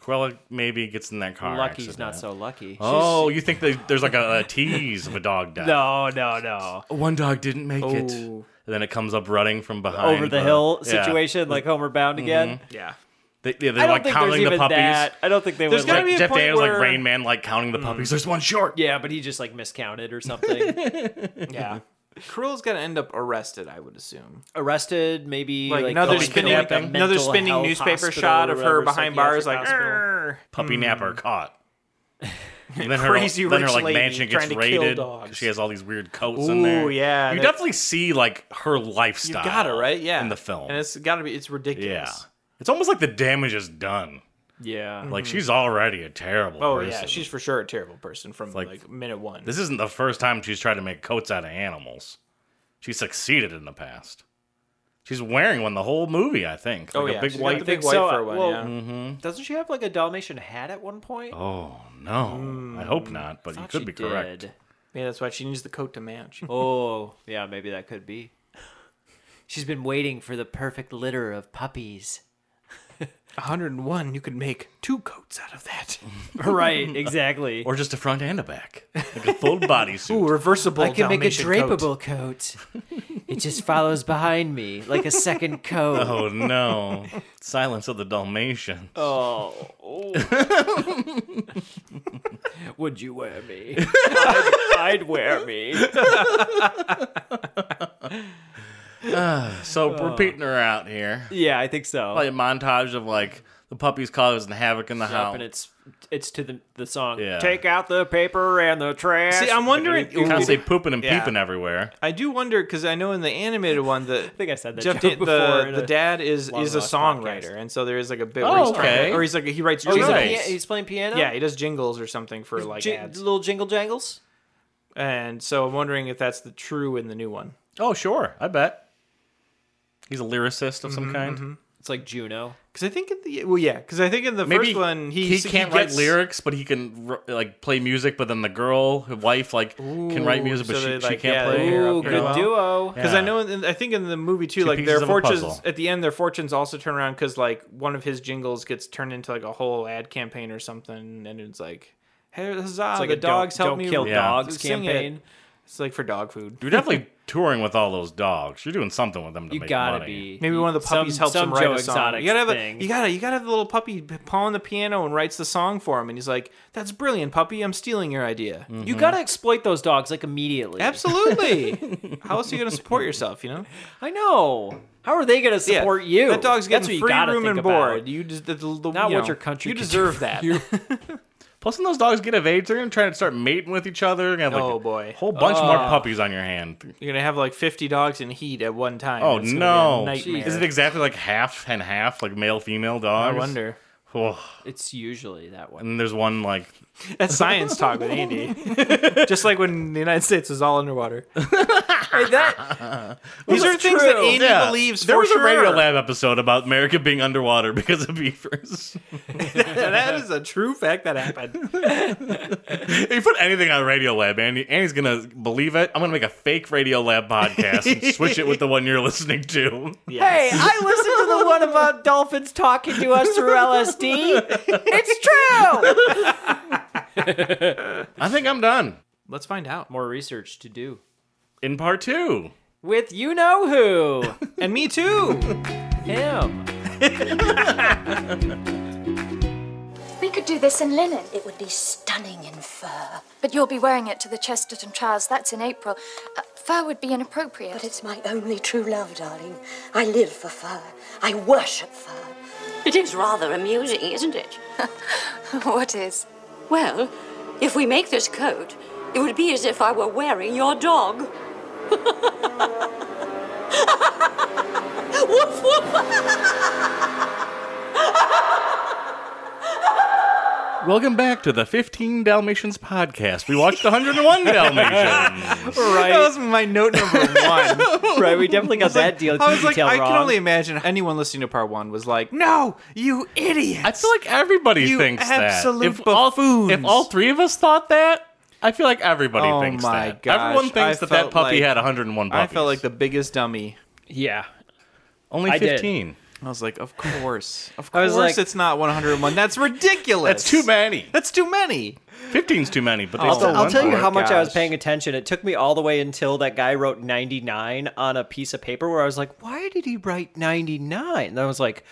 Speaker 1: Cruella maybe gets in that car.
Speaker 2: Lucky's
Speaker 1: accident.
Speaker 2: not so lucky.
Speaker 1: Oh, you think they, there's like a, a tease of a dog dying?
Speaker 2: No, no, no.
Speaker 1: One dog didn't make it.
Speaker 3: Ooh.
Speaker 1: And then it comes up running from behind.
Speaker 2: Over the hill
Speaker 1: yeah.
Speaker 2: situation, like Homer Bound again.
Speaker 3: Yeah.
Speaker 1: They, yeah, they're
Speaker 2: I don't
Speaker 1: like
Speaker 2: think there's
Speaker 1: counting the
Speaker 2: even
Speaker 1: puppies.
Speaker 2: that. I don't think they
Speaker 3: There's
Speaker 2: would.
Speaker 3: gotta
Speaker 2: Like,
Speaker 3: be a
Speaker 1: Jeff
Speaker 3: point
Speaker 1: Daniels
Speaker 3: where-
Speaker 1: like Rain Man, like counting the
Speaker 2: Hmm.
Speaker 1: puppies. There's one short.
Speaker 2: yeah, but he just like miscounted or something.
Speaker 1: Mm-hmm.
Speaker 3: Yeah. Cruel's got to end up arrested, I would assume.
Speaker 2: Arrested, maybe like,
Speaker 3: Like, another
Speaker 2: going to,
Speaker 3: spinning,
Speaker 2: like, a
Speaker 3: another
Speaker 2: mental
Speaker 3: spinning
Speaker 2: health
Speaker 3: newspaper
Speaker 2: hospital
Speaker 3: shot
Speaker 2: or
Speaker 3: of
Speaker 2: whatever,
Speaker 3: her behind bars, like
Speaker 2: psychiatric hospital.
Speaker 3: "Arr."
Speaker 1: Puppy napper caught. And then
Speaker 3: Hmm. Crazy
Speaker 1: her, then her
Speaker 3: rich
Speaker 1: like
Speaker 3: lady
Speaker 1: mansion gets
Speaker 3: trying to kill
Speaker 1: raided.
Speaker 3: dogs.
Speaker 1: 'cause She has all these weird coats
Speaker 3: Ooh,
Speaker 1: in there.
Speaker 3: yeah,
Speaker 1: you
Speaker 3: that-
Speaker 1: definitely see like her lifestyle.
Speaker 3: You got it right, yeah.
Speaker 1: in the film.
Speaker 3: and it's got to be it's
Speaker 1: yeah,
Speaker 3: ridiculous.
Speaker 1: it's almost like the damage is done.
Speaker 2: Yeah,
Speaker 1: Like she's already a terrible.
Speaker 3: Mm-hmm. Oh
Speaker 1: person.
Speaker 3: yeah, she's for sure a terrible person from like,
Speaker 1: like-
Speaker 3: minute one.
Speaker 1: This isn't the first time she's tried to make coats out of animals. She succeeded in the past. She's wearing one the whole movie, I think. Like
Speaker 3: oh
Speaker 1: a
Speaker 3: yeah,
Speaker 1: big
Speaker 3: she's got
Speaker 1: white.
Speaker 3: the big
Speaker 2: thing.
Speaker 3: white
Speaker 2: So,
Speaker 3: fur one.
Speaker 2: well,
Speaker 3: yeah.
Speaker 2: doesn't she have like a Dalmatian hat at one point?
Speaker 1: Mm-hmm. Oh no, I hope
Speaker 3: Hmm.
Speaker 1: not. But you
Speaker 2: Thought
Speaker 1: could
Speaker 2: she
Speaker 1: be correct.
Speaker 2: did.
Speaker 3: yeah, that's why she needs the coat to match.
Speaker 2: Oh, yeah, maybe that could be. She's been waiting for the perfect litter of puppies.
Speaker 3: 101, you could make two coats out of that.
Speaker 2: Right, exactly.
Speaker 1: Or just a front and a back, like a full bodysuit.
Speaker 3: Ooh, reversible.
Speaker 2: I can make a
Speaker 3: Dalmatian coat.
Speaker 2: drapeable coat. It just follows behind me like a second coat.
Speaker 1: Oh no! Silence of the Dalmatian.
Speaker 2: Oh. Would you wear me? I'd, I'd wear me.
Speaker 1: So we're beating her out here.
Speaker 2: Yeah, I think so.
Speaker 1: Probably a montage of like the puppies causing havoc in the
Speaker 2: Up
Speaker 1: house.
Speaker 2: and it's it's to the the song.
Speaker 1: Yeah.
Speaker 2: Take out the paper and the trash.
Speaker 3: See, I'm wondering.
Speaker 1: You
Speaker 3: Ooh.
Speaker 1: constantly pooping and
Speaker 3: Yeah.
Speaker 1: peeping everywhere.
Speaker 3: I do wonder because I know in the animated one the
Speaker 2: think I said that
Speaker 3: Jeff
Speaker 2: joke
Speaker 3: Dan- the,
Speaker 2: before in
Speaker 3: the
Speaker 2: a
Speaker 3: dad is
Speaker 2: long
Speaker 3: is a
Speaker 2: lost
Speaker 3: songwriter,
Speaker 2: podcast.
Speaker 3: and so there is like a bit.
Speaker 1: Oh,
Speaker 3: where he's trying to-
Speaker 1: okay.
Speaker 3: or Oh, he's like he writes
Speaker 2: he's,
Speaker 3: jingles.
Speaker 2: a
Speaker 1: nice.
Speaker 2: pia- he's playing piano.
Speaker 3: Yeah, he does jingles or something for like
Speaker 2: Ji-
Speaker 3: ads.
Speaker 2: little jingle jangles.
Speaker 3: And so I'm wondering if that's the true in the new one.
Speaker 1: Oh sure, I bet. He's a lyricist of some kind.
Speaker 2: It's like Juno.
Speaker 3: Because I think in the well, yeah. Because I think in the
Speaker 1: Maybe
Speaker 3: first one he
Speaker 1: he
Speaker 3: s-
Speaker 1: can't
Speaker 3: he
Speaker 1: write
Speaker 3: gets-
Speaker 1: lyrics, but he can r- like play music. But then the girl, her wife, like can write
Speaker 3: Ooh,
Speaker 1: music, but
Speaker 3: so
Speaker 1: she,
Speaker 3: they,
Speaker 1: she
Speaker 3: like, yeah,
Speaker 1: can't
Speaker 3: they
Speaker 1: play.
Speaker 3: pair
Speaker 2: Ooh,
Speaker 3: up
Speaker 2: good
Speaker 3: pretty well.
Speaker 2: duo.
Speaker 1: Yeah.
Speaker 3: Because I know, in, I think in the movie too, like
Speaker 1: pieces
Speaker 3: their
Speaker 1: of a
Speaker 3: fortunes
Speaker 1: puzzle.
Speaker 3: at the end, their fortunes also turn around because like one of his jingles gets turned into like a whole ad campaign or something, and it's like, "Hey, huzzah!
Speaker 2: It's like
Speaker 3: the
Speaker 2: a
Speaker 3: dogs
Speaker 2: don't,
Speaker 3: help
Speaker 2: don't
Speaker 3: me
Speaker 2: kill
Speaker 1: Yeah.
Speaker 2: dogs
Speaker 3: sing it."
Speaker 2: campaign.
Speaker 3: It's like for dog food.
Speaker 1: You're definitely touring with all those dogs. You're doing something with them to
Speaker 2: You
Speaker 1: make
Speaker 2: gotta
Speaker 1: money.
Speaker 2: be.
Speaker 3: Maybe one of the puppies
Speaker 2: some,
Speaker 3: helps
Speaker 2: some
Speaker 3: him write
Speaker 2: Joe
Speaker 3: a song.
Speaker 2: Exotic
Speaker 3: you gotta have
Speaker 2: thing.
Speaker 3: A, you gotta you gotta have the little puppy pawing the piano and writes the song for him, and he's like, "That's brilliant, puppy. I'm stealing your idea."
Speaker 1: Mm. Mm-hmm.
Speaker 2: You gotta exploit those dogs like immediately.
Speaker 3: Absolutely. How else are you gonna support yourself? You know,
Speaker 2: I know. How are they gonna
Speaker 3: Yeah,
Speaker 2: support you?
Speaker 3: That dog's
Speaker 2: That's
Speaker 3: getting
Speaker 2: what you
Speaker 3: free
Speaker 2: gotta
Speaker 3: room
Speaker 2: think
Speaker 3: and
Speaker 2: about.
Speaker 3: board. You just the, the, the-
Speaker 2: Not
Speaker 3: you
Speaker 2: what
Speaker 3: know,
Speaker 2: your country
Speaker 3: You
Speaker 2: can do
Speaker 3: deserve
Speaker 2: for
Speaker 3: that.
Speaker 2: you.
Speaker 1: Plus, when those dogs get engaged, they're gonna try to start mating with each other. You're gonna have, like,
Speaker 3: Oh, boy.
Speaker 1: a whole bunch more puppies on your hand.
Speaker 3: You're gonna have like 50 dogs in heat at one time.
Speaker 1: Oh
Speaker 3: It's gonna be a
Speaker 1: no!
Speaker 3: nightmare.
Speaker 1: Is it exactly like half and half, like male female
Speaker 3: I
Speaker 1: dogs?
Speaker 3: wonder.
Speaker 1: Oh,
Speaker 2: It's usually that one.
Speaker 1: and there's one like
Speaker 3: That's science talk with Andy. Just like when the United States was all underwater. These are things that Andy
Speaker 1: Yeah.
Speaker 3: believes
Speaker 1: There
Speaker 3: for
Speaker 1: was
Speaker 3: sure.
Speaker 1: a Radio Lab episode about America being underwater because of beavers.
Speaker 3: that is a true fact that happened.
Speaker 1: if you put anything on Radio Lab, Andy, Andy's gonna believe it. I'm gonna make a fake Radio Lab podcast and switch it with the one you're listening to.
Speaker 2: Hey, I listened to the one about dolphins talking to us through LSD. It's true.
Speaker 1: I think I'm done
Speaker 3: Let's find out.
Speaker 2: More research to do
Speaker 1: in part two.
Speaker 2: with you know who.
Speaker 3: And me too.
Speaker 2: Him.
Speaker 4: We could do this in linen. It would be stunning in fur. But you'll be wearing it to the Chesterton trials. That's in April. Uh, fur would be inappropriate.
Speaker 5: But it's my only true love, darling. I live for fur. I worship fur. It is rather amusing, isn't it?
Speaker 4: what is?
Speaker 5: Well, if we make this coat, it would be as if I were wearing your dog. woof, woof.
Speaker 1: Welcome back to the 15 Dalmatians podcast. We watched 101 Dalmatians.
Speaker 3: That was my note number one.
Speaker 2: Right, we definitely got that deal.
Speaker 3: I was like,
Speaker 2: detail
Speaker 3: I
Speaker 2: wrong.
Speaker 3: can only imagine anyone listening to part one was like, "No, you idiot!"
Speaker 1: I feel like everybody
Speaker 3: You
Speaker 1: thinks
Speaker 3: absolute
Speaker 1: that. If all,
Speaker 3: buffoons.
Speaker 1: if all three of us thought that, I feel like everybody
Speaker 3: Oh
Speaker 1: thinks
Speaker 3: my
Speaker 1: that.
Speaker 3: gosh,
Speaker 1: Everyone thinks
Speaker 3: I
Speaker 1: that that
Speaker 3: felt
Speaker 1: puppy
Speaker 3: like-
Speaker 1: had 101
Speaker 3: I
Speaker 1: puppies.
Speaker 3: felt like the biggest dummy.
Speaker 2: Yeah.
Speaker 1: only
Speaker 2: I did.
Speaker 1: 15.
Speaker 3: I was like, "Of course, of
Speaker 2: I was
Speaker 3: course,
Speaker 2: like-
Speaker 3: it's not 101. That's ridiculous.
Speaker 1: That's too many.
Speaker 3: That's too many."
Speaker 1: 15's too many, but they
Speaker 2: I'll,
Speaker 1: still
Speaker 2: I'll
Speaker 1: went
Speaker 2: tell you
Speaker 1: for it.
Speaker 2: how much I was
Speaker 3: Oh, gosh.
Speaker 2: paying attention. It took me all the way until that guy wrote 99 on a piece of paper where I was like, why did he write 99? And I was like,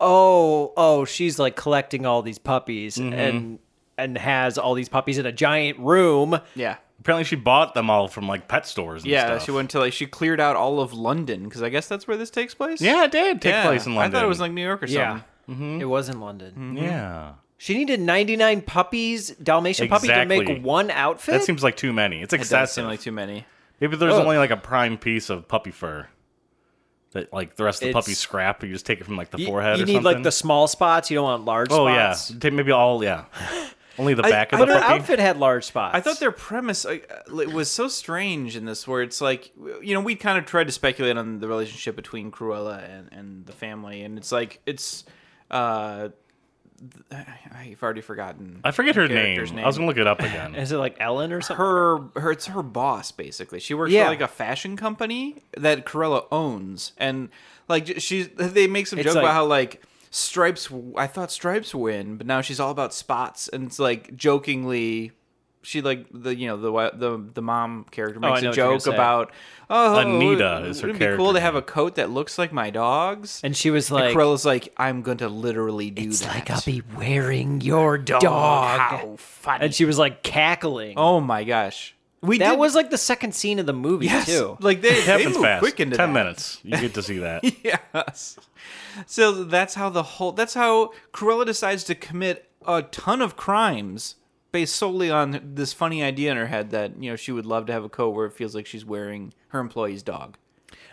Speaker 2: oh, oh, she's like collecting all these puppies
Speaker 1: Mm-hmm.
Speaker 2: and and has all these puppies in a giant room.
Speaker 3: Yeah,
Speaker 1: Apparently, she bought them all from like pet stores. And
Speaker 3: yeah.
Speaker 1: stuff.
Speaker 3: She went to like she cleared out all of London because I guess that's where this takes place.
Speaker 1: Yeah, it did take
Speaker 3: Yeah.
Speaker 1: place in London.
Speaker 3: I thought it was like mm-hmm. New York or something.
Speaker 2: Yeah.
Speaker 1: Mm-hmm.
Speaker 2: It was in London.
Speaker 1: yeah.
Speaker 2: She needed 99 puppies, Dalmatian puppies to
Speaker 1: Exactly.
Speaker 2: make one outfit.
Speaker 1: That seems like too many. It's
Speaker 3: It does
Speaker 1: excessive.
Speaker 3: seem like too many.
Speaker 1: Maybe there's
Speaker 2: Ugh.
Speaker 1: only like a prime piece of puppy fur that like the rest of the
Speaker 2: It's-
Speaker 1: puppy scrap. You just take it from like the
Speaker 2: you,
Speaker 1: forehead.
Speaker 2: you
Speaker 1: or
Speaker 2: need
Speaker 1: something.
Speaker 2: like the small spots. You don't want large
Speaker 1: oh
Speaker 2: spots.
Speaker 1: yeah, take maybe all yeah. Only the back of
Speaker 2: But
Speaker 1: the
Speaker 2: her
Speaker 1: puppy.
Speaker 2: outfit had large spots.
Speaker 3: I thought their premise like, uh, it was so strange in this, where it's like, you know, we kind of tried to speculate on the relationship between Cruella and, and the family, and it's like it's, uh, th- I- I've already forgotten
Speaker 1: I forget her name.
Speaker 3: character's
Speaker 1: I was
Speaker 3: name.
Speaker 1: gonna look it up again.
Speaker 2: Is it like Ellen or something?
Speaker 3: her. Her it's her boss basically. She works
Speaker 2: Yeah.
Speaker 3: for like a fashion company that Cruella owns, and like j- she's they make some
Speaker 2: It's
Speaker 3: joke
Speaker 2: like-
Speaker 3: about how like. Stripes, I thought stripes win, but now she's all about spots, and it's like jokingly, she like the you know the wi- the the mom character
Speaker 2: Oh, I
Speaker 3: makes
Speaker 2: know
Speaker 3: a
Speaker 2: what you're gonna
Speaker 3: joke
Speaker 2: say.
Speaker 3: about oh
Speaker 1: Anita is her
Speaker 3: wouldn't it be cool
Speaker 1: character
Speaker 3: to have a coat that looks like my dog's
Speaker 2: And she was
Speaker 3: and
Speaker 2: like,
Speaker 3: Cruella's like I'm going to literally do
Speaker 2: It's
Speaker 3: that
Speaker 2: like I'll be wearing your dog.
Speaker 3: how funny
Speaker 2: And she was like cackling.
Speaker 3: oh my gosh we
Speaker 2: that
Speaker 3: did,
Speaker 2: was like the second scene of the movie
Speaker 3: yes
Speaker 2: too.
Speaker 3: like they,
Speaker 1: It
Speaker 3: they
Speaker 1: happens
Speaker 3: move
Speaker 1: fast.
Speaker 3: quick into
Speaker 1: Ten
Speaker 3: that.
Speaker 1: minutes. You get to see that.
Speaker 3: yes so that's how the whole that's how Cruella decides to commit a ton of crimes based solely on this funny idea in her head that you know she would love to have a coat where it feels like she's wearing her employee's dog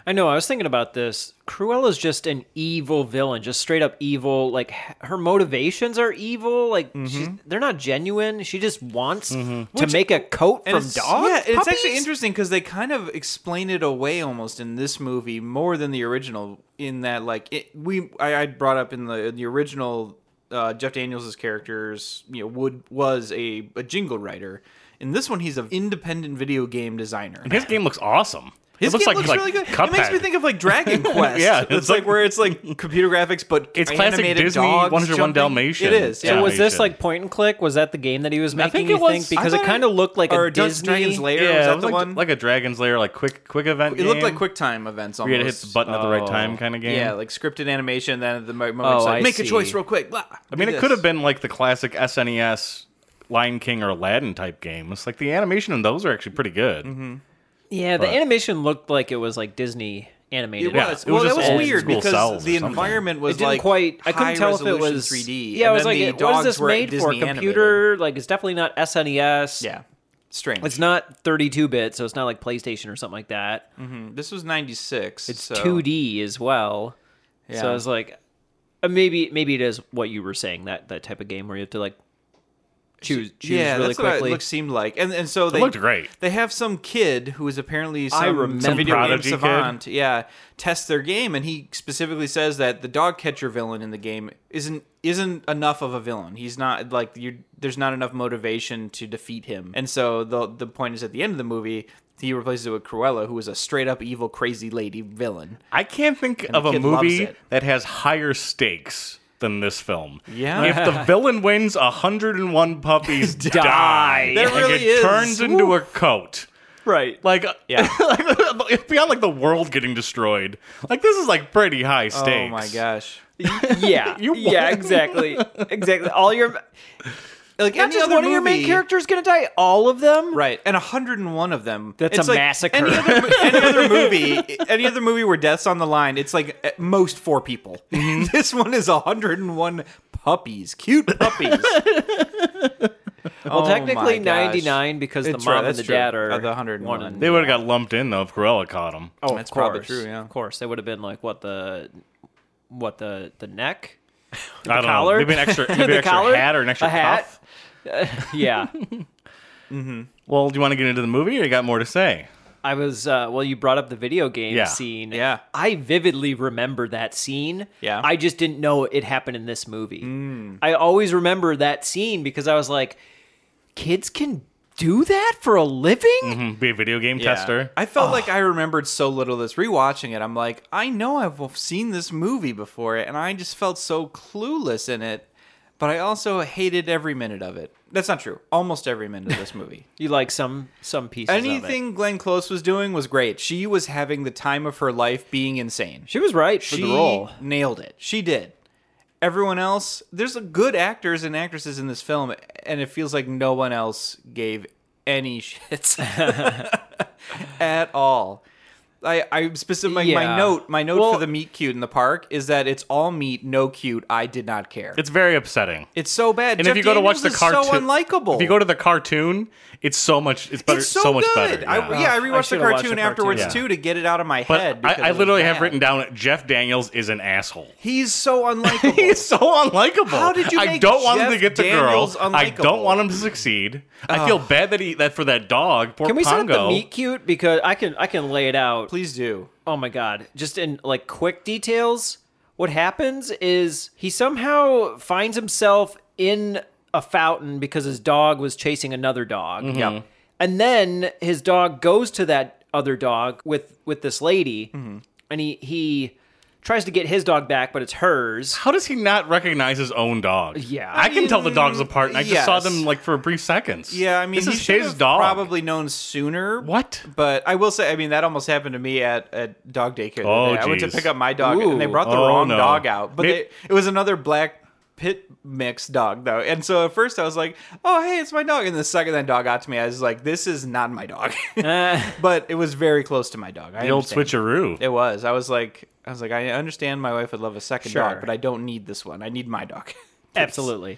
Speaker 2: I know. I was thinking about this. Cruella's just an evil villain, just straight up evil. Like h- her motivations are evil. Like
Speaker 3: Mm-hmm.
Speaker 2: she's, they're not genuine. She just wants to make a coat
Speaker 3: And
Speaker 2: from dogs.
Speaker 3: it's- Yeah, and it's actually
Speaker 2: Puppies?
Speaker 3: interesting because they kind of explain it away almost in this movie more than the original. In that, like, it, we I, I brought up in the in the original uh, Jeff Daniels' character's you know would was a, a jingle writer. In this one, he's an independent video game designer.
Speaker 1: His game looks awesome. it
Speaker 3: His
Speaker 1: looks
Speaker 3: game
Speaker 1: like,
Speaker 3: looks
Speaker 1: like
Speaker 3: really good.
Speaker 1: Cuphead.
Speaker 3: It makes me think of like Dragon Quest.
Speaker 1: Yeah,
Speaker 3: it's,
Speaker 1: it's
Speaker 3: like,
Speaker 1: like-
Speaker 3: where it's like computer graphics, but
Speaker 1: It's classic
Speaker 3: animated
Speaker 1: Disney
Speaker 3: dogs
Speaker 1: 101
Speaker 3: jumping.
Speaker 1: Dalmatian.
Speaker 3: It is.
Speaker 1: So
Speaker 3: Yeah.
Speaker 2: So was this
Speaker 1: Animation.
Speaker 2: like point and click? Was that the game that he was making?
Speaker 1: think
Speaker 2: you
Speaker 1: it was-
Speaker 2: think
Speaker 1: I
Speaker 2: because it
Speaker 3: thought
Speaker 2: kind of looked like
Speaker 3: or
Speaker 2: a
Speaker 3: Dungeons
Speaker 2: Disney.
Speaker 3: and Dragons Lair.
Speaker 1: yeah,
Speaker 3: was
Speaker 1: it
Speaker 3: that
Speaker 1: was
Speaker 3: the
Speaker 1: like,
Speaker 3: one?
Speaker 1: like a Dragon's Lair, like quick quick event.
Speaker 3: it looked like
Speaker 1: game.
Speaker 3: QuickTime events. Almost.
Speaker 1: you had to hit the button at the right time kinda game.
Speaker 3: Yeah, like scripted animation. Then at the mo- moment,
Speaker 2: Oh,
Speaker 3: it's like
Speaker 2: I
Speaker 3: make a
Speaker 2: see.
Speaker 3: choice real quick. Blah.
Speaker 1: I mean, it could have been like the classic SNES Lion King or Aladdin type game. It's like the animation in those are actually pretty good.
Speaker 2: Yeah, the
Speaker 1: But-
Speaker 2: animation looked like it was like Disney animated.
Speaker 3: It
Speaker 1: Yeah,
Speaker 3: was.
Speaker 1: it was
Speaker 3: well,
Speaker 1: just
Speaker 3: that
Speaker 1: old
Speaker 3: was weird
Speaker 1: school
Speaker 3: because
Speaker 1: cells or
Speaker 3: the
Speaker 1: something.
Speaker 3: environment was
Speaker 2: It didn't
Speaker 3: like
Speaker 2: quite. I
Speaker 3: high
Speaker 2: couldn't tell if it
Speaker 3: resolution
Speaker 2: was
Speaker 3: 3D.
Speaker 2: Yeah,
Speaker 3: and
Speaker 2: I was
Speaker 3: then
Speaker 2: like,
Speaker 3: the
Speaker 2: it- what is
Speaker 3: dogs
Speaker 2: this
Speaker 3: were
Speaker 2: made for?
Speaker 3: Disney animated.
Speaker 2: Computer? Like, it's definitely not SNES.
Speaker 3: Yeah, strange.
Speaker 2: it's not 32 bit, so it's not like PlayStation or something like that.
Speaker 3: This was '96.
Speaker 2: It's 2D as well. So I was like, uh, maybe maybe it is what you were saying that that type of game where you have to like choose choose
Speaker 3: yeah,
Speaker 2: really
Speaker 3: that's what
Speaker 2: quickly.
Speaker 3: it looked, seemed like, and and so they
Speaker 1: looked great.
Speaker 3: They have some kid who is apparently some,
Speaker 2: I remember-
Speaker 3: some video game
Speaker 1: prodigy kid?
Speaker 3: savant, yeah, test their game, and he specifically says that the dog catcher villain in the game isn't isn't enough of a villain. He's not like you. There's not enough motivation to defeat him, and so the the point is at the end of the movie. He replaces it with Cruella, who is a straight up evil, crazy lady villain.
Speaker 1: I can't think
Speaker 3: the
Speaker 1: of a
Speaker 3: kid loves
Speaker 1: movie
Speaker 3: it.
Speaker 1: that has higher stakes than this film.
Speaker 3: Yeah.
Speaker 1: If the villain wins, 101 puppies die.
Speaker 3: There
Speaker 1: Like,
Speaker 3: really
Speaker 1: it
Speaker 3: is.
Speaker 1: turns into a coat.
Speaker 2: right.
Speaker 1: Like, uh, like, beyond like the world getting destroyed. Like, this is like pretty high stakes.
Speaker 3: Oh my gosh!
Speaker 2: yeah.
Speaker 1: You
Speaker 2: yeah,
Speaker 1: won.
Speaker 2: exactly. Exactly. All your
Speaker 3: Like
Speaker 2: not
Speaker 3: any
Speaker 2: just
Speaker 3: other
Speaker 2: one of your main
Speaker 3: movie-
Speaker 2: characters gonna die, all of them?
Speaker 3: Right, and 101 of them.
Speaker 2: That's
Speaker 3: It's
Speaker 2: a
Speaker 3: like
Speaker 2: massacre.
Speaker 3: Any other, mo- any other movie, any other movie where death's on the line, it's like at most four people.
Speaker 2: Mm-hmm.
Speaker 3: this one is 101 puppies, cute puppies.
Speaker 2: Well,
Speaker 3: Oh
Speaker 2: technically
Speaker 3: my gosh.
Speaker 2: 99 because
Speaker 3: It's
Speaker 2: the
Speaker 3: right,
Speaker 2: mom and
Speaker 3: that's
Speaker 2: the
Speaker 3: true.
Speaker 2: dad are
Speaker 3: Of the 101.
Speaker 2: one and-
Speaker 1: They would have got lumped in, though, if Cruella caught him.
Speaker 2: Oh,
Speaker 3: That's
Speaker 2: of course.
Speaker 3: probably true, yeah.
Speaker 2: Of course, they would have been like what the, what the the neck,
Speaker 1: I don't
Speaker 2: collar?
Speaker 1: know. Maybe an extra, maybe an
Speaker 2: The
Speaker 1: extra
Speaker 2: collar?
Speaker 1: hat or an extra
Speaker 2: a hat.
Speaker 1: cuff.
Speaker 2: yeah,
Speaker 1: Well, do you want to get into the movie or you got more to say?
Speaker 2: I was. Uh, well, you brought up the video game
Speaker 1: Yeah.
Speaker 2: scene.
Speaker 3: Yeah.
Speaker 2: I vividly remember that scene.
Speaker 3: Yeah. Mm.
Speaker 2: I just didn't know it happened in this movie. I always remember that scene because I was like, kids can do that for a living.
Speaker 3: Mm-hmm.
Speaker 1: Hmm, Be a video game
Speaker 3: Yeah.
Speaker 1: tester.
Speaker 3: I felt like I remembered so little of this. Rewatching it, I'm like, I know I've seen this movie before, and I just felt so clueless in it. But I also hated every minute of it. That's not true. Almost every minute of this movie.
Speaker 2: You like some some pieces. of it.
Speaker 3: Anything Glenn Close was doing was great. She was having the time of her life being insane.
Speaker 2: She was right for
Speaker 3: She
Speaker 2: the role.
Speaker 3: nailed it. She did. Everyone else, there's good actors and actresses in this film, and it feels like no one else gave any shits at all. I, I specific my, my
Speaker 2: Yeah.
Speaker 3: note my note
Speaker 2: Well-
Speaker 3: for the meet cute in the park is that it's all meat, no cute. I did not care. It's,
Speaker 1: It's very upsetting.
Speaker 3: so bad.
Speaker 1: And
Speaker 3: Jeff
Speaker 1: if you go to watch the
Speaker 3: Daniels is
Speaker 1: cartoon,
Speaker 3: so unlikable.
Speaker 1: If you go to the cartoon, it's so much. It's better.
Speaker 3: it's so,
Speaker 1: much
Speaker 3: good.
Speaker 1: better.
Speaker 3: I, yeah, I
Speaker 2: Ugh, I
Speaker 3: rewatched the
Speaker 2: should've watched
Speaker 3: cartoon
Speaker 2: the
Speaker 3: afterwards
Speaker 1: cartoon.
Speaker 3: too to get it out of my head.
Speaker 1: but I,
Speaker 3: because
Speaker 1: I
Speaker 3: it was
Speaker 1: literally have
Speaker 3: bad.
Speaker 1: written down Jeff Daniels is an asshole.
Speaker 3: He's so unlikable.
Speaker 1: He's so unlikable.
Speaker 3: How did you
Speaker 1: I
Speaker 3: make
Speaker 1: don't want him
Speaker 3: Jeff
Speaker 1: to get the
Speaker 3: Daniels
Speaker 1: girls. I
Speaker 3: unlikable?
Speaker 1: don't want him to succeed. I feel bad that he that for that dog. Poor
Speaker 2: Can we set up
Speaker 1: Pongo.
Speaker 2: the meet cute because I can I can lay it out.
Speaker 3: Please do.
Speaker 2: Oh my god! Just in like quick details, what happens is he somehow finds himself in a fountain because his dog was chasing another dog. Yeah, and then his dog goes to that other dog with with this lady, and he he tries to get his dog back, but it's hers.
Speaker 1: How does he not recognize his own dog?
Speaker 2: Yeah.
Speaker 1: I, can tell the dogs apart, and I just saw
Speaker 3: yes.
Speaker 1: them like for brief seconds.
Speaker 3: Yeah, I mean,
Speaker 1: this
Speaker 3: he
Speaker 1: is
Speaker 3: should
Speaker 1: his
Speaker 3: have
Speaker 1: dog.
Speaker 3: Probably known sooner.
Speaker 1: What?
Speaker 3: But I will say, I mean, that almost happened to me at, at dog daycare. the
Speaker 1: Oh,
Speaker 3: other day. I went to
Speaker 1: geez.
Speaker 3: pick up my dog, and they
Speaker 2: Ooh.
Speaker 3: brought the
Speaker 1: Oh,
Speaker 3: wrong
Speaker 1: no.
Speaker 3: dog out. But
Speaker 1: May-
Speaker 3: they, it was another black pit mix dog, though. And so at first I was like, "Oh, hey, it's my dog." And the second that dog got to me, I was like, "This is not my dog." but it was very close to my dog. I
Speaker 1: Eh. The old
Speaker 3: understand.
Speaker 1: switcheroo.
Speaker 3: It was. I was like, I was like, I understand my wife would love a second
Speaker 2: Sure.
Speaker 3: dog, but I don't need this one. I need my dog.
Speaker 2: Absolutely.